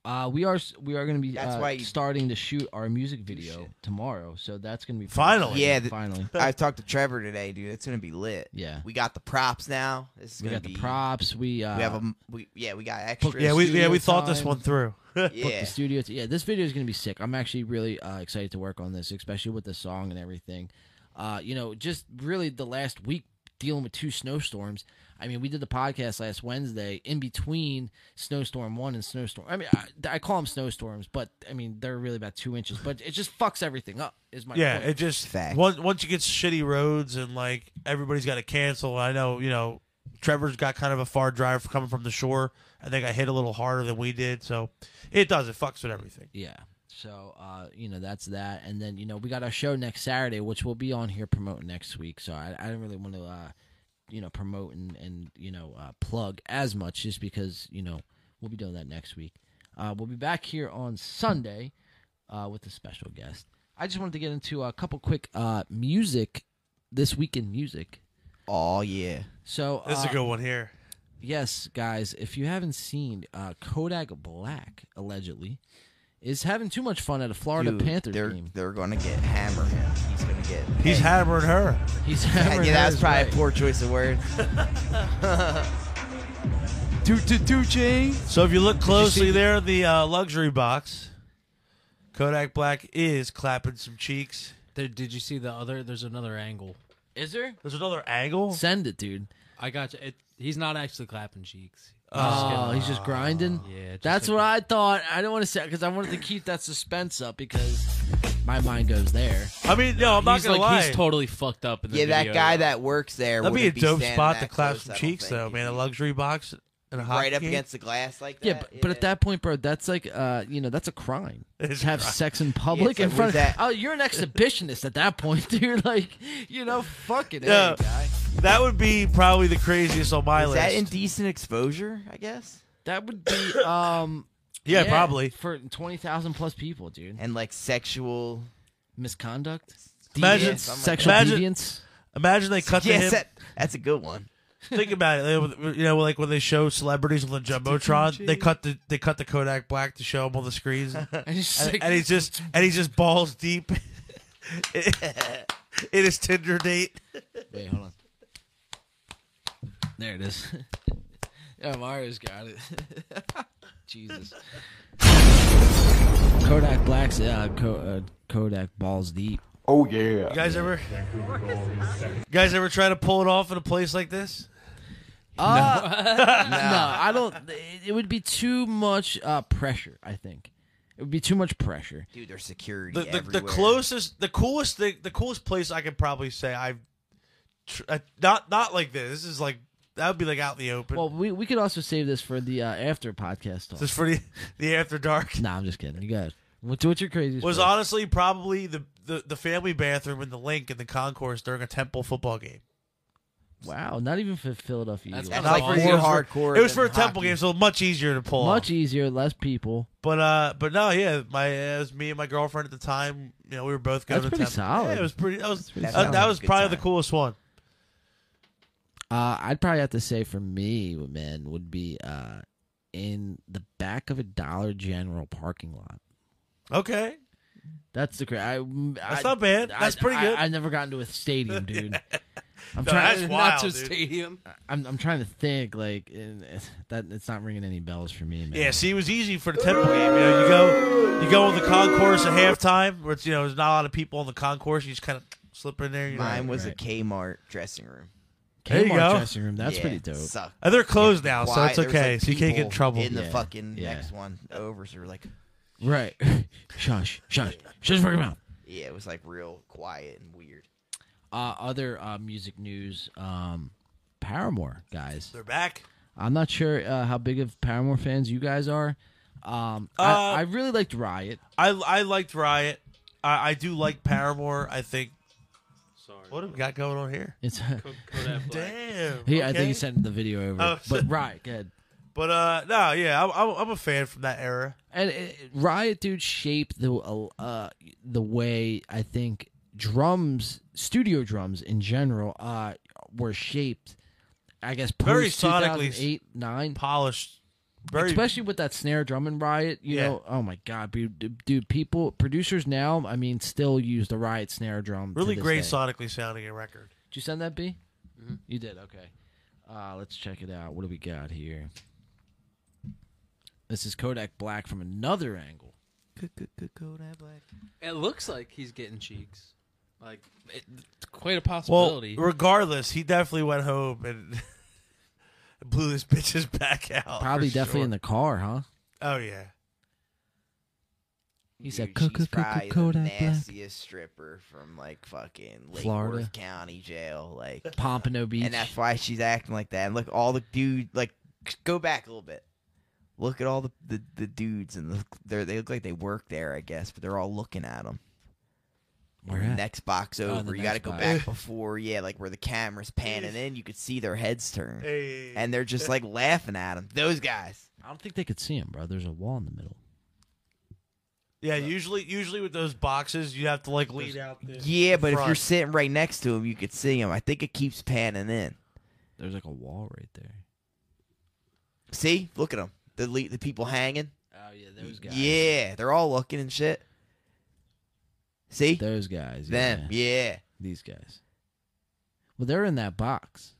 A: uh we are s- we are gonna be
C: That's
A: uh,
C: why you-
A: starting to shoot our music video tomorrow so that's gonna be pretty
B: Finally.
A: exciting.
C: Yeah, th-
A: finally
C: I talked to Trevor today, dude. It's gonna be lit.
A: Yeah.
C: we got the props now. This is
A: we
C: gonna
A: got the
C: be-
A: props we uh
C: We have a we, yeah, we got extra.
B: Yeah, we yeah
A: studio
B: we thought this
A: time.
B: one through.
A: book
C: yeah.
A: the studio. t- yeah, this video is going to be sick. I'm actually really uh, excited to work on this, especially with the song and everything. Uh, you know, just really the last week dealing with two snowstorms. I mean, we did the podcast last Wednesday in between snowstorm one and snowstorm. I mean, I, I call them snowstorms, but I mean they're really about two inches. But it just fucks everything up. Is my
B: Yeah,
A: point.
B: it just
C: Fact.
B: once once you get shitty roads and like everybody's got to cancel. I know you know Trevor's got kind of a far drive coming from the shore. I think I hit a little harder than we did, so it does. It fucks with everything.
A: Yeah. So, uh, you know, that's that. And then, you know, we got our show next Saturday, which we'll be on here promoting next week. So I, I didn't really want to, uh, you know, promote and, and you know, uh, plug as much just because, you know, we'll be doing that next week. Uh, we'll be back here on Sunday uh, with a special guest. I just wanted to get into a couple quick uh, music, this week in music.
C: Oh yeah.
A: So
B: This is
A: uh,
B: a good one here.
A: Yes, guys, if you haven't seen uh, Kodak Black, allegedly, is having too much fun at a Florida
C: Dude,
A: Panthers
C: they're,
A: game.
C: They're gonna get hammered. He's gonna get.
B: He's
C: hammered.
B: hammering her.
A: He's
C: Yeah,
A: having
C: that
A: hers
C: was probably
A: right.
C: a poor choice of words. two two two chain.
B: So if you look closely
A: see-
B: there, the uh, luxury box, Kodak Black is clapping some cheeks.
D: There, did you see the other? There's another angle.
A: Is there?
B: There's another angle.
A: Send it, dude.
D: I got you. It, he's not actually clapping cheeks.
A: Oh, he's just grinding.
D: Yeah, just
A: that's
D: like-
A: what I thought. I don't want to say because I wanted to keep that suspense up because my mind goes there.
B: I mean, no, I'm not
D: he's
B: gonna
D: like
B: lie.
D: he's totally fucked up in the
C: Yeah, that
D: video.
C: guy that works there.
B: That'd be a
C: wouldn't
B: dope
C: standing
B: spot
C: that
B: to clap
C: close, I
B: some
C: don't
B: cheeks,
C: think.
B: though, man. A
C: He'd
B: luxury box and a
C: be
B: hot
C: Right up
B: game.
C: against the glass like that.
A: Yeah, but, but at that point, bro, that's like, uh, you know, that's a crime.
B: It's
A: to have
B: a crime.
A: sex in public
C: Yeah,
A: in
C: it's like,
A: front
C: what
A: of.
C: is that?
A: Oh, you're an exhibitionist at that point, dude. Like, you know, fuck it,
B: Yeah.
A: hey, guy.
B: That would be probably the craziest on my
C: Is
B: list.
C: that indecent exposure? I guess.
A: That would be um
B: yeah, probably.
A: for twenty thousand plus people, dude.
C: And like sexual.
A: Misconduct,
B: Imagine-
A: deviance,
C: something like
A: sexual
B: that. Imagine-
A: deviance.
B: Imagine they cut
C: Yes,
B: the hip.
C: that, that's a good one.
B: Think about it. They- You know, like when they show celebrities on the jumbotron, they cut the they cut the Kodak Black to show them on the screens, and,
A: And he's just like,
B: and he's just and he's just balls deep in his Tinder date.
A: wait, There it is. yeah, Mario's got it. Jesus. Kodak Black's uh, Ko- uh, Kodak balls deep.
J: Oh yeah.
B: You guys ever? You guys ever try to pull it off in a place like this?
A: Uh, no. I don't. It would be too much uh, pressure. I think it would be too much pressure.
C: Dude, there's security
B: The, the, the
C: everywhere.
B: closest, the coolest thing, the coolest place I could probably say I've tr- uh, not not like this. This is like that would be like out in the open.
A: Well, we we could also save this for the uh, after podcast talk.
B: this is for the, the after dark.
A: Nah, I'm just kidding. You guys, what's what's your craziest?
B: Was
A: place?
B: honestly probably the, the the family bathroom in the link in the concourse during a Temple football game.
A: Wow, not even for Philadelphia.
D: That's
A: Eagles.
C: That's like
D: Not
C: for your
B: It was for-
C: hardcore.
B: It was
C: than
B: for a Temple
C: hockey.
B: game, so much easier to pull off.
A: Much easier, less people.
B: But uh, but no, yeah, my it was me and my girlfriend at the time. You know, we were both going
A: That's
B: to
A: pretty
B: Temple.
A: solid.
B: Yeah, it was pretty. That was
A: pretty
B: uh,
C: solid.
B: that was
C: Sounds like a
B: probably
C: good
B: the
C: time.
B: coolest one.
A: Uh, I'd probably have to say for me, man, would be uh, in the back of a Dollar General parking lot.
B: Okay,
A: That's the cra I,
B: that's not bad. That's pretty good.
A: I, I never got into a stadium, dude. I'm
B: No,
A: trying.
B: that's
A: to-
B: wild,
D: to
B: dude.
D: stadium.
A: I'm, I'm trying to think. Like and it's- that, it's not ringing any bells for me, man.
B: Yeah, see, it was easy for the Temple game. You know, you go, you go on the concourse at halftime, where it's you know there's not a lot of people on the concourse. You just kind of slip in there. You know.
C: Mine was
A: Right.
C: a Kmart dressing room.
B: There you
A: Kmart
B: go.
A: dressing room. That's
C: Yeah,
A: pretty dope.
C: Sucked.
B: And they're closed now, so
C: Why-
B: it's
C: there was,
B: okay.
C: like,
B: so you can't get in
C: people
B: trouble.
C: In the
A: Yeah.
C: fucking
A: Yeah.
C: next one over, so we're like,
A: Right. shush, shush, shush your fucking mouth.
C: yeah, it was like real quiet and weird.
A: Uh, other uh, music news. Um, Paramore guys.
B: They're back.
A: I'm not sure uh, how big of Paramore fans you guys are. Um,
B: Uh,
A: I, I really liked Riot.
B: I I liked Riot. I, I do like Paramore. I think.
D: Sorry.
B: What have we got going on here?
A: It's
B: Damn.
A: he, I
B: okay.
A: think he sent the video over,
B: Oh,
A: but Riot good.
B: But uh, no, yeah, I'm, I'm I'm a fan from that era.
A: And it, it- Riot dude shaped the uh, the way I think drums, studio drums in general, uh, were shaped. I guess post
B: Very sonically s-
A: 2008, nine,
B: Polished. Very.
A: especially with that snare drum and Riot. You
B: Yeah.
A: know, oh my god, dude, dude, people, producers now, I mean, still use the Riot snare drum. to
B: Really
A: this
B: great
A: day.
B: sonically sounding a record.
A: Did you send that B? You did. Okay. Uh, let's check it out. What do we got here? This is Kodak Black from another angle.
D: It looks like he's getting cheeks. Like it, it's quite a possibility.
B: Well, regardless, he definitely went home and blew this bitch's back out.
A: Probably definitely in the car, huh?
B: Oh yeah.
A: He
C: Dude,
A: said,
C: she's
A: "Cuckoo, cuckoo,
C: probably the
A: Kodak Black."
C: nastiest stripper from like fucking Lake
A: Florida.
C: Worth County Jail, like,
A: Pompano Beach.
C: and that's why she's acting like that. And look, all the dude, like, go back a little bit. Look at all the the, the dudes and the, they're- they look like they work there, I guess, but they're all looking at them.
A: Where at? Oh,
C: Next box
A: the
C: over, you got to
A: next
C: go
A: box.
C: back before, yeah, like where the camera's panning in, you could see their heads turn.
B: Hey.
C: and they're just like laughing at him. Those guys.
A: I don't think they could see him, bro. There's a wall in the middle.
B: yeah, usually usually with those boxes, you have to like lean out. The,
C: Yeah,
B: the
C: but if you're
B: front.
C: sitting right next to him, you could see him. I think it keeps panning in.
A: There's like a wall right there.
C: See, look at him. The le- the people hanging.
A: Oh yeah, those guys.
C: Yeah, they're all looking and shit. See
A: Those guys.
C: them.
A: yeah.
C: Yeah.
A: These guys. Well, they're in that box.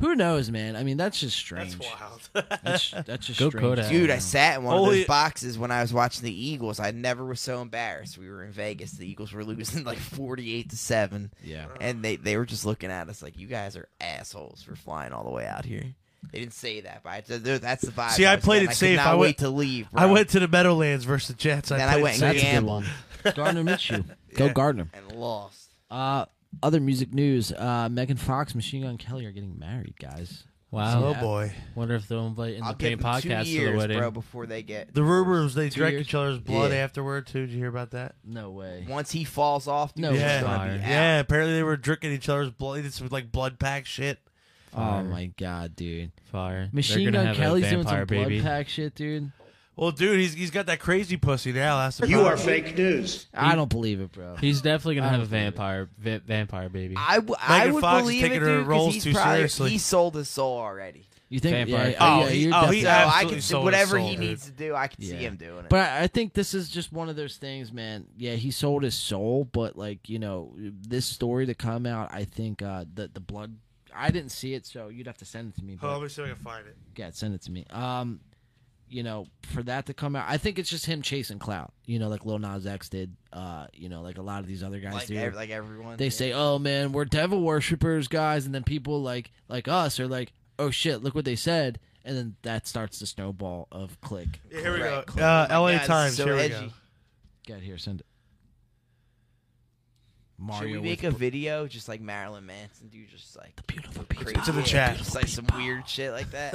A: Who knows, man? I mean, that's just strange.
B: that's wild.
A: That's, that's just
D: Go
A: strange.
D: Kodak.
C: Dude, I sat in one of
B: Holy-
C: those boxes when I was watching the Eagles. I never was so embarrassed. We were in Vegas. The Eagles were losing like forty-eight to seven,
A: Yeah.
C: and they they were just looking at us like, "You guys are assholes for flying all the way out here." They didn't say that, but I, th- that's the vibe.
B: See, I
C: was
B: played it
C: getting. I could
B: safe.
C: not
B: I went-
C: wait to leave.
B: I
C: bro.
B: went to the Meadowlands versus the Jets. I
C: Then I
B: played
C: went
B: safe.
C: and
A: That's a good
C: Gamble.
A: one. Gardner Minshew. Go
B: Yeah.
A: Gardner.
C: and lost.
A: Uh, other music news. Uh, Megan Fox, Machine Gun Kelly are getting married, guys.
D: wow.
B: Oh boy,
D: Wonder if they'll invite in
C: I'll
D: the
C: give
D: Pain
C: them
D: podcast
C: two years,
D: to the wedding.
C: bro, before they get
B: the rumors they
A: Two
B: drank
A: years?
B: each other's blood
C: Yeah.
B: afterward too. Did you hear about that?
A: No way.
C: Once he falls off, dude,
A: No
C: he's
B: yeah,
C: gonna be
D: fire.
C: out.
B: yeah. Apparently they were drinking each other's blood. They did some like blood pack shit.
A: Oh my god, dude.
D: Fire.
A: Machine
D: They're gonna
A: Gun
D: have
A: Kelly's
D: a
A: doing
D: vampire
A: some blood
D: baby.
A: pack shit, dude.
B: Well, dude, he's he's got that crazy pussy now. That's the
E: You are
B: problem.
E: fake news.
A: I don't believe it, bro.
D: He's definitely
A: I
D: gonna have a
A: don't believe it.
D: vampire va- vampire baby.
C: I, w- I
B: Megan
C: would
B: Fox is
C: believe
B: taking
C: it,
B: her
C: dude, 'cause
B: roles
C: he's
B: too
C: probably,
B: seriously.
C: He sold his soul already.
A: You think? Yeah,
D: Vampire.
A: oh,
B: Oh,
A: yeah,
B: he-
A: you're
B: oh,
A: definitely-
B: he
C: So I
B: absolutely
C: can
B: sold his
C: whatever
B: soul,
C: he
B: dude.
C: needs to do, I can see
A: Yeah.
C: him doing it.
A: But I I think this is just one of those things, man. Yeah, he sold his soul, but like you know, this story to come out, I think uh, the the blood. I didn't see it, so you'd have to send it to me.
B: Hold on,
A: But,
B: let me see if I can find it.
A: yeah, send it to me. Um, you know, for that to come out, I think it's just him chasing clout. You know, like Lil Nas X did. Uh, you know, like a lot of these other guys
C: Like,
A: do.
C: ev- like everyone.
A: they say, "Oh man, we're devil worshippers, guys," and then people like like us are like, "Oh shit, look what they said," and then that starts the snowball of click.
B: Yeah, here we
C: Right,
B: go. Uh,
C: Oh my
B: L.A.
C: God,
B: Times.
C: so
B: here we
C: edgy.
B: go.
A: Get here, send it.
C: Should
A: Mario
C: we make a
A: with
C: video just like Marilyn Manson? Do just like
A: beautiful people.
C: crazy
B: It's in the
C: shit,
B: chat.
C: Just like some weird shit like that.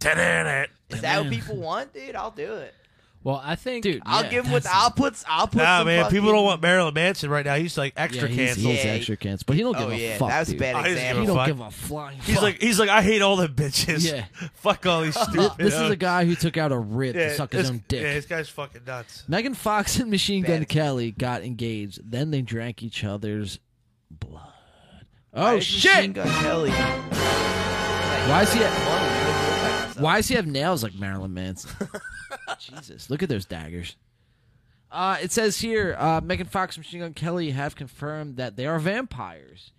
B: Ta-da-da.
C: Is that
A: Man.
C: what people want, dude? I'll do it.
D: Well, I think
A: Dude,
C: I'll
A: Yeah,
C: give them what
A: that's-
C: I'll put. I'll put.
B: Nah,
C: some
B: man, people don't
C: fucking-
B: want Marilyn Manson right now. He's like extra
A: yeah, he's,
B: canceled.
A: he's
C: Yeah,
A: extra cancer, but he don't give
C: Oh
A: a
C: yeah,
A: fuck.
C: that was a
A: dude.
C: bad
B: I just
A: He
B: give
C: example.
B: a
A: don't
B: fuck.
A: give a flying.
B: He's
A: fuck.
B: like, he's like, I hate all the bitches.
A: Yeah.
B: Fuck all these
A: Th-
B: stupid.
A: this
B: uh,
A: is a guy who took out a rib to suck his
B: this-
A: own dick.
B: Yeah, this guy's fucking nuts.
A: Megan Fox and Machine Gun
C: Bad.
A: Kelly got engaged. Then they drank each other's blood.
C: Why
A: Oh
C: is Machine
A: shit!
C: Gun Kelly.
A: Why is he? At-
C: Why?
A: Why does he have nails like Marilyn Manson? Jesus, look at those daggers. Uh, it says here, uh, Megan Fox and Machine Gun Kelly have confirmed that they are vampires,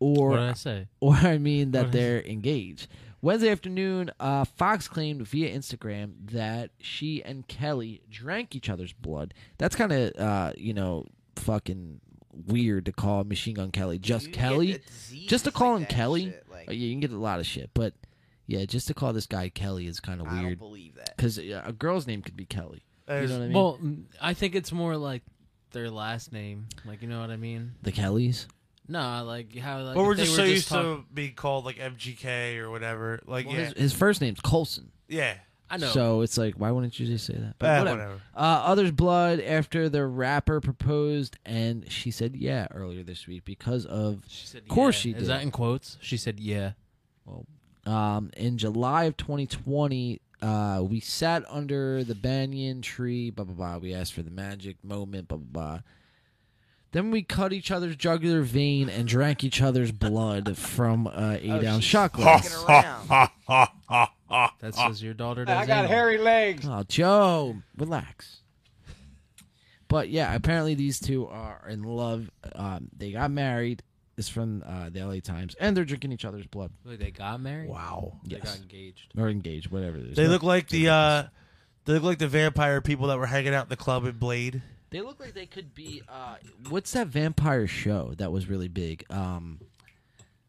A: or
D: What did I say?
A: or I mean that
D: What?
A: they're engaged. Wednesday afternoon, uh, Fox claimed via Instagram that she and Kelly drank each other's blood. That's kind of uh, you know fucking weird to call Machine Gun Kelly just Kelly, just to call him Kelly. Uh, yeah, you can get a lot of shit, but yeah, just to call this guy Kelly is kind of
C: I don't
A: weird
C: believe that.
A: because a girl's name could be Kelly. You
B: There's-
A: know what I mean?
D: Well, mm, I think it's more like their last name. Like you know what I mean?
A: the Kellys.
D: No, like how like
B: but
D: if
B: we're
D: they
B: just so
D: were
B: used
D: talk-
B: to being called like MGK or whatever. Like,
A: Well,
B: yeah,
A: his, his first name's Colson,
B: yeah,
D: I know.
A: so it's like, why wouldn't you just say that?
D: Ah,
B: Eh,
A: whatever.
B: whatever.
A: Uh, others blood after the rapper proposed, and she said yeah earlier this week because of
D: she said,
A: Of course
D: yeah.
A: she did.
D: Is that in quotes? She said, "Yeah."
A: um, in July of 2020. Uh, we sat under the banyan tree, blah blah blah. We asked for the magic moment, blah blah blah. Then we cut each other's jugular vein and drank each other's blood from uh,
D: Oh,
A: eight ounce shot glass.
C: Fucking around.
D: That
B: Oh.
D: says your daughter. Does
E: I got
D: anal.
E: hairy legs.
A: Oh, Joe, relax. But yeah, apparently these two are in love. Um, they got married. It's from uh, the LA Times, and they're drinking each other's blood
D: Wait, they got married.
B: Wow.
D: They
A: Yes.
D: got engaged.
A: or engaged, whatever. It is.
B: They look like the uh, they look like the vampire people that were hanging out in the club in Blade.
A: They look like they could be. Uh, what's that vampire show that was really big? Um,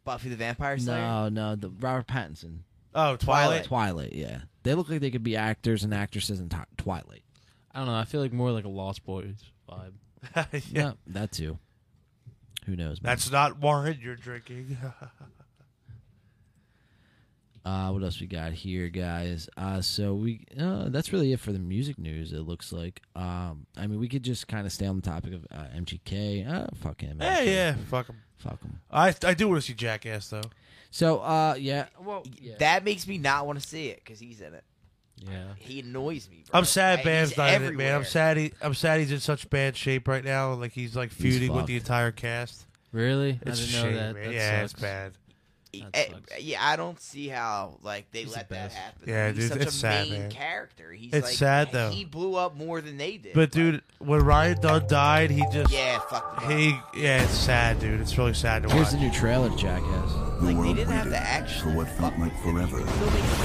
C: Buffy the Vampire Slayer.
A: no, no, the Robert Pattinson,
B: Oh, Twilight.
A: Twilight. Yeah, they look like they could be actors and actresses in Ti- Twilight.
D: I don't know. I feel like more like a Lost Boys vibe.
B: yeah.
A: Yeah, that too. Who knows? man?
B: That's not Warren you're drinking.
A: Uh, what else we got here, guys? Uh, so we uh, that's really it for the music news. It looks like. Um, I mean, we could just kind of stay on the topic of uh, MGK. Uh, fuck him.
B: yeah,
A: actually.
B: yeah. Fuck 'em.
A: Fuck him.
B: I I do want to see Jackass though.
A: So, uh, yeah. Well, yeah.
C: That makes me not want to see it because he's in it.
D: Yeah.
C: He annoys me. Bro.
B: I'm sad
C: Like,
B: Bam's
C: he's
B: not in it, man.
C: everywhere.
B: I'm sad he I'm sad he's in such bad shape right now. Like he's like feuding with the
A: fucked.
B: entire cast.
D: Really?
B: It's
D: I
B: a
D: didn't know
B: shame,
D: that.
B: man.
D: That
B: yeah,
D: sucks.
B: it's bad.
C: He-
D: That
C: eh,
D: sucks.
C: yeah, I don't see how like they
D: He's the
C: let that
D: best.
C: happen.
B: Yeah,
C: he's
B: dude,
C: such
B: it's
C: a
B: sad,
C: main
B: man.
C: character. He's
B: It's
C: like,
B: sad, though.
C: He blew up more than they did.
B: But dude, when Ryan Dunn died, he just
C: Like, yeah, fuck. them up.
B: he yeah, it's sad, dude. It's really sad to
A: Here's
B: watch.
A: the new trailer, to Jackass.
C: like they didn't have to actually.
G: what felt like forever.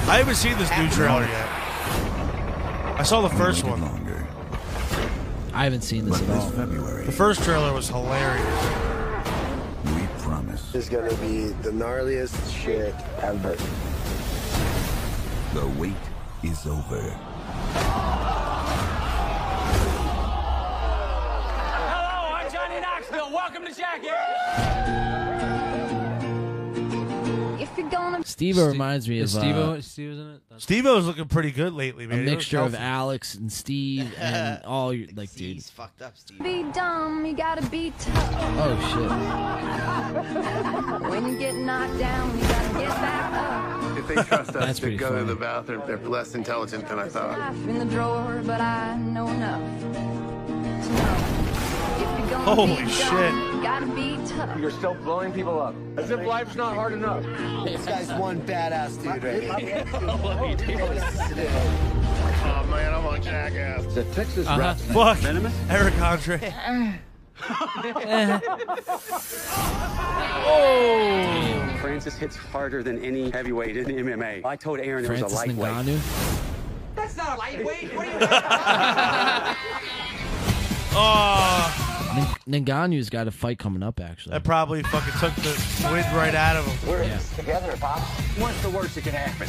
B: I haven't seen this new trailer yet. I saw the first one.
G: Longer.
A: I haven't seen this at all.
G: February,
B: The first trailer was hilarious.
G: we promise
J: is gonna be the gnarliest shit ever.
G: the wait is over.
E: Hello, I'm Johnny Knoxville. Welcome to Jackass.
A: Steve reminds me of
D: Is
A: uh,
D: Steve-O, Steve, isn't it? That's
B: Steve O's looking pretty good lately,
A: a
B: man. He looks
A: mixture of
B: healthy.
A: Alex and Steve and all your like,
C: See,
A: dude.
C: he's fucked up, Steve.
I: Be dumb, you gotta be tough.
A: Oh
I: When you get knocked down, you gotta get back up.
J: If they trust
A: That's
J: us to
A: pretty
J: go
A: funny.
J: to the bathroom, they're less intelligent than I thought.
I: Life in the drawer, but I know enough. to know. If you're gonna
B: Holy
I: be dumb,
B: shit.
I: you gotta be tough.
J: You're still blowing people up. As if life's not hard enough.
E: This guy's one badass dude right here.
J: Oh man, I'm on jackass.
E: The Texas
D: Uh-huh.
E: rat
B: Fuck,
E: venomous.
B: Eric Andre.
J: Francis
K: just hits harder than any heavyweight in MMA. I told Aaron it was a
A: Francis
K: lightweight.
A: Ngannou.
E: That's not a lightweight. What are you
B: Oh,
A: N- Ngannou's got a fight coming up, actually.
B: that probably fucking took the wind right out of him.
K: We're in this together, Pop. What's the worst that can happen?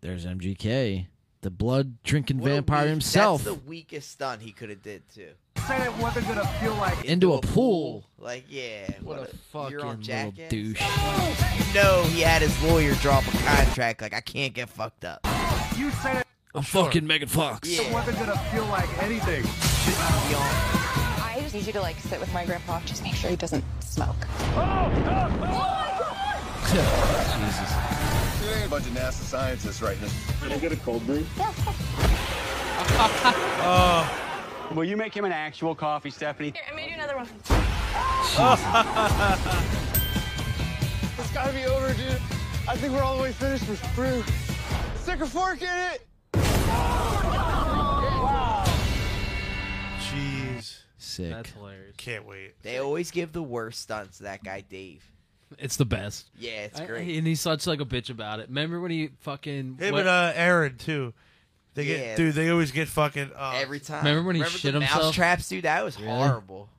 A: There's MGK, the blood drinking
C: What a
A: vampire
C: weak-
A: himself,
C: That's the weakest stunt he could have did too.
E: Said it wasn't gonna feel like
A: into a pool.
C: Like yeah,
A: What a
C: you're
A: fucking little
C: on jacket.
A: douche.
C: No, he had his lawyer draw up a contract. Like I can't get fucked up.
E: You said it
A: I'm fucking Megan Fox.
C: Yeah.
E: wasn't gonna feel like anything.
F: I just need you to like sit with my grandpa, just make sure he doesn't smoke.
J: a bunch of NASA scientists right now. Can I get a cold brew?
K: Will you make him an actual coffee, Stephanie?
I: Here, I made you another one.
E: It's gotta be over, dude. I think we're all the way finished with brew. Stick a fork in it.
B: Jeez,
A: Sick.
D: That's hilarious.
B: can't wait.
C: They always give the worst stunts to that guy Dave.
D: It's the best.
C: Yeah, it's
D: I-
C: great.
D: and he's such like a bitch about it. Remember when he fucking
B: Him
D: what-
B: and uh, Aaron too. They get
C: Yeah.
B: dude. They always get fucking. Uh,
C: Every time.
D: Remember when he shit
C: the
D: himself?
C: Mouse traps, dude. That was horrible.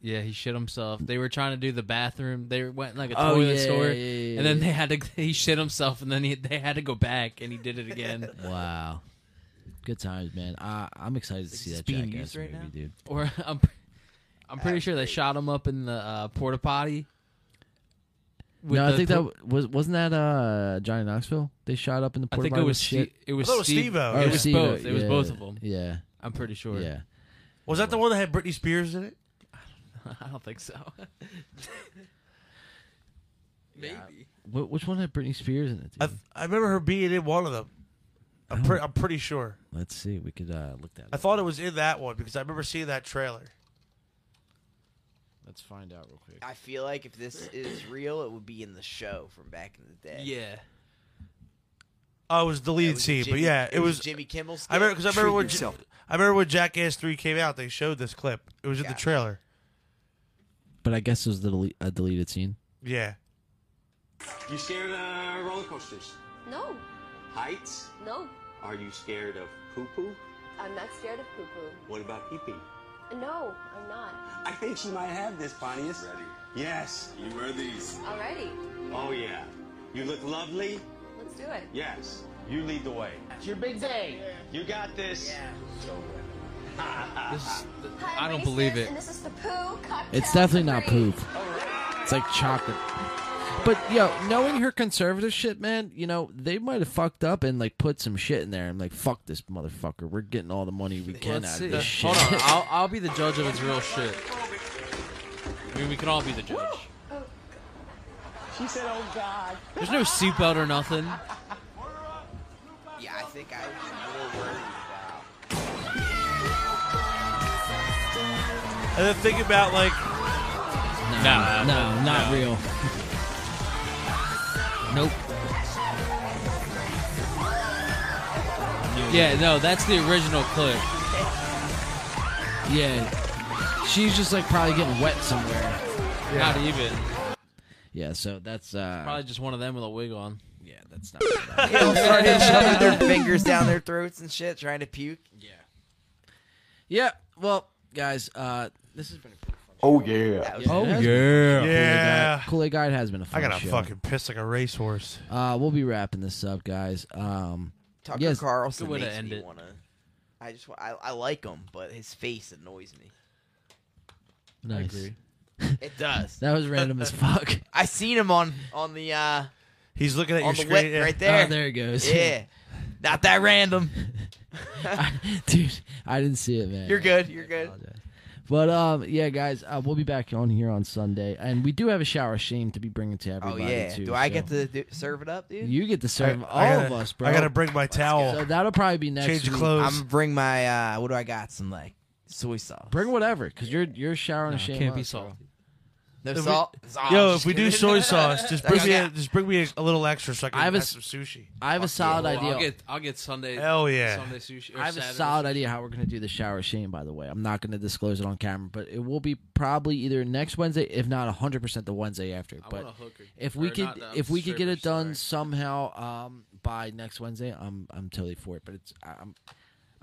D: Yeah, he shit himself. They were trying to do the bathroom. They went in like a
A: Oh,
D: toilet
A: yeah,
D: store,
A: yeah, yeah,
D: and then
A: yeah.
D: they had to. He shit himself, and then he, they had to go back, and he did it again.
A: Wow. Good times, man. I, I'm excited to see
C: this
A: that
C: being
A: jackass
C: used right
A: movie,
C: now?
A: dude.
D: or I'm, pre- I'm pretty
C: That's
D: sure they
C: great.
D: shot him up in the uh, porta potty. with
A: no, I
D: the
A: think
D: po-
A: that w- was wasn't that uh, Johnny Knoxville? They shot up in the
D: I
A: porta
D: think
A: potty
D: it was
A: with shit.
D: Steve, it
B: I
D: was
B: thought it was
D: Steve.
B: Steve-O.
A: Or
D: It was
A: Steve-
D: both. It was
A: yeah,
D: both of them.
A: Yeah,
D: I'm pretty sure.
A: yeah.
B: Was that the one that had Britney Spears in it?
D: I don't think so. Maybe.
A: Wh- which one had Britney Spears in it?
B: I,
A: dude?
B: I remember her being in one of them.
A: Oh.
B: I'm, pre- I'm pretty sure.
A: Let's see. We could uh, look that.
B: I
A: up.
B: thought it was in that one because I remember seeing that trailer.
A: Let's find out real quick.
C: I feel like if this is real, it would be in the show from back in the day.
D: Yeah.
B: Oh, it was the
C: That
B: lead
C: was a
B: scene,
C: Jimmy-
B: but yeah, it was.
C: Jimmy Kimmel's.
B: I remember because I remember when J- I remember when Jackass Three came out. They showed this clip. It was in the
C: Gotcha.
B: trailer.
A: But I guess it was the dele- a deleted scene.
B: Yeah.
K: You scared of roller coasters?
I: No,
K: Heights?
I: no,
K: Are you scared of poo poo?
I: I'm not scared of poo poo.
K: What about pee pee?
I: No, I'm not.
K: I think she might have this, Pontius.
G: Ready?
K: Yes.
G: You wear these.
I: Alrighty,
K: Oh, yeah. You look lovely.
I: let's do it.
K: Yes. You lead the way. It's your big day. You got this.
D: This is,
I: Hi,
D: I don't
I: Racers,
D: believe it.
I: And this is the poo cocktail.
A: It's definitely not
I: Capri.
A: poop. It's like chocolate. But yo, knowing her conservative shit, man, you know they might have fucked up and like put some shit in there. I'm like, fuck this motherfucker. We're getting all the money we can
D: Let's
A: out
D: see.
A: of this shit.
D: Hold on, I'll, I'll be the judge of it's real shit. I mean, we can all be the judge.
K: She said, oh, God.
D: There's no seatbelt or nothing.
C: Yeah, I think I would be more worried about.
B: And then think about like
D: No,
A: no, not real. nope.
D: Yeah, no, that's the original clip.
A: Yeah, she's just like probably getting wet somewhere.
D: Not even.
A: Yeah, so that's uh,
D: Probably just one of them with a wig on.
A: yeah, that's not.
C: They all started shoving their fingers down their throats and shit, trying to puke.
A: yeah, well, guys, uh, this has been. A-
J: Oh yeah.
C: That was
A: Oh,
C: yeah.
D: Yeah.
B: yeah.
A: Kool Aid Guide has been a
B: I
A: fun
B: gotta
A: show.
B: fucking piss like a racehorse.
A: Uh, we'll be wrapping this up, guys. Um,
C: Tucker
A: Yes.
C: Carlson
D: Good way to
C: makes
D: end
C: me
D: it.
C: wanna. I just wa- I, I like him, but his face annoys me.
A: nice.
D: agree.
C: It does.
A: That was random as fuck.
C: I seen him on on the uh
B: He's looking at
C: on
B: your
C: the
B: screen.
C: web
B: yeah.
C: right there.
A: Oh, there it goes.
C: Yeah, not that random.
A: dude, I didn't see it, man.
C: You're good. You're good.
A: But um, yeah, guys, uh, we'll be back on here on Sunday, and we do have a shower of shame to be bringing to
C: Oh
A: everybody.
C: yeah.
A: too,
C: Do I
A: so-
C: get to do, serve it up, dude?
A: You get to serve all
B: gotta,
A: of us, bro.
B: I gotta bring my towel.
A: So that'll probably be next.
B: Change
A: week.
B: your clothes.
C: I'm gonna bring my uh what do I got? Some like soy sauce.
A: Bring whatever, cause you're you're showering
D: No,
A: of shame.
D: can't
A: on
D: be
A: us, bro.
D: salty.
C: No
B: If we-
C: salt.
B: Yo,
C: Sauce.
B: if we do soy sauce, just bring me
C: Yeah.
B: a, just bring me a, a little extra so I can
A: I have a
B: have
A: s-
B: some sushi.
A: I have a solid
D: Well,
A: idea.
D: I'll get I'll get Sunday.
B: Hell yeah.
D: Sunday sushi. Or
A: I have a
D: Saturday
A: solid
D: sushi.
A: idea how we're going to do the shower shame, by the way. I'm not going to disclose it on camera, but it will be probably either next Wednesday, if not 100% the Wednesday after. but
D: want a hooker.
A: if we
D: Or
A: could
D: not that,
A: if we could get
D: stripper,
A: it done somehow um, by next Wednesday, I'm I'm totally for it, but it's I'm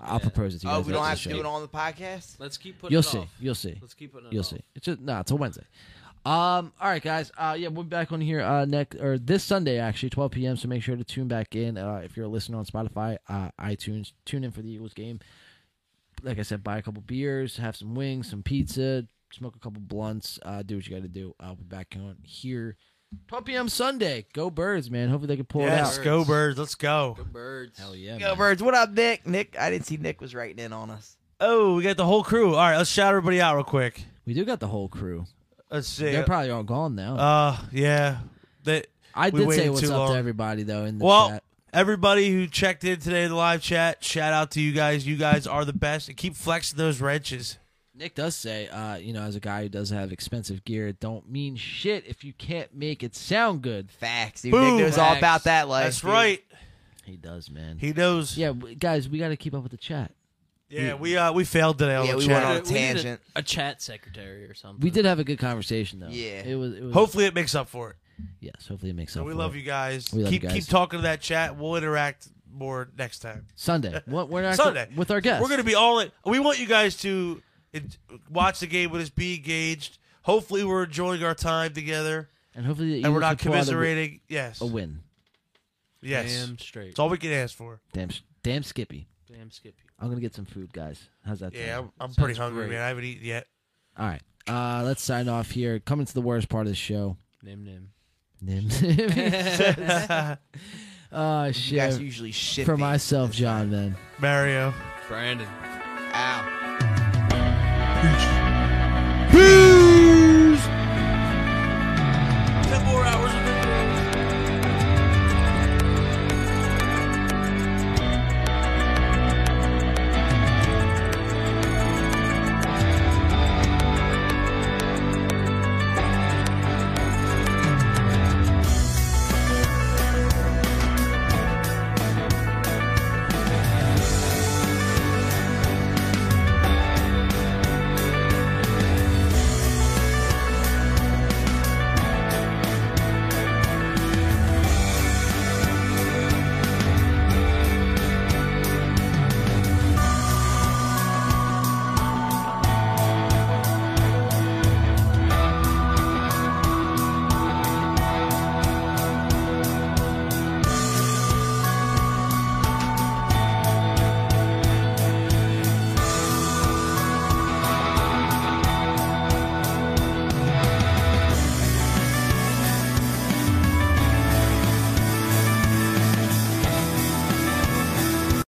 A: I'll propose it to you.
C: Oh,
A: guys
C: we don't
A: after
C: have
A: the
C: to
A: show.
C: do it on the podcast.
D: Let's keep
A: You'll see. You'll see. You'll see. It's just, nah, it's a Wednesday. Um. All right, guys. Uh. Yeah, we'll be back on here. Uh. Next or this Sunday, actually, 12 p.m. So make sure to tune back in. Uh. If you're a listener on Spotify, uh, iTunes, tune in for the Eagles game. Like I said, buy a couple beers, have some wings, some pizza, smoke a couple blunts. Uh. Do what you got to do. I'll be back on here. 12 p.m. Sunday. Go Birds, man. Hopefully they can pull it out.
B: Yes, go birds. Let's go.
D: birds. Hell
A: yeah.
C: Go
A: man.
C: birds. What up, Nick? Nick, I didn't see Nick was writing in on us.
B: Oh, we got the whole crew. All right, let's shout everybody out real quick.
A: We do got the whole crew.
B: Let's see.
A: They're probably all gone now.
B: uh, yeah. They,
A: I
B: we
A: did say
B: waited
A: what's
B: too
A: up
B: long.
A: to everybody though in the
B: well,
A: chat.
B: everybody who checked in today in the live chat, shout out to you guys. You guys are the best. And keep flexing those wrenches.
A: Nick does say, uh, you know, as a guy who does have expensive gear, it don't mean shit if you can't make it sound good.
C: Facts. Dude, Nick knows all about that life.
B: That's
C: dude.
B: right.
A: He does, man.
B: He knows.
A: Yeah, w- guys, we got to keep up with the chat.
B: Yeah, we uh we failed today on
C: Yeah,
B: the
C: we
B: chat.
C: went on a
D: We need
C: tangent.
D: A, a chat secretary or something.
A: We did have a good conversation though.
C: Yeah.
A: it was. It was
B: Hopefully it makes up for it.
A: yes. Hopefully it makes
B: So
A: sense.
B: we love you guys.
A: We love
B: keep
A: you guys.
B: keep talking to that chat. We'll interact more next time.
A: Sunday. What we're not
B: Sunday
A: with our guests.
B: We're gonna be all in. We want you guys to en- watch the game with us, be engaged. Hopefully, we're enjoying our time together,
A: and hopefully the
B: and
A: Eagles
B: we're not
A: can pull out a w-
B: commiserating. yes,
A: A win.
B: yes,
D: Damn straight.
B: it's all we can ask for.
A: Damn, sh- damn Skippy.
D: Damn Skippy.
A: I'm gonna get some food, guys. How's that?
B: Yeah,
A: sound?
B: I'm, I'm pretty
D: Sounds
B: hungry,
D: great.
B: man. I haven't eaten yet.
A: All right. Uh, let's sign off here. Coming to the worst part of the show.
D: Nim nim.
A: Nim. oh
C: You guys
A: shit.
C: usually shit
A: For
C: these.
A: myself, John, man.
B: Mario.
D: Brandon.
C: Ow.
E: Peace.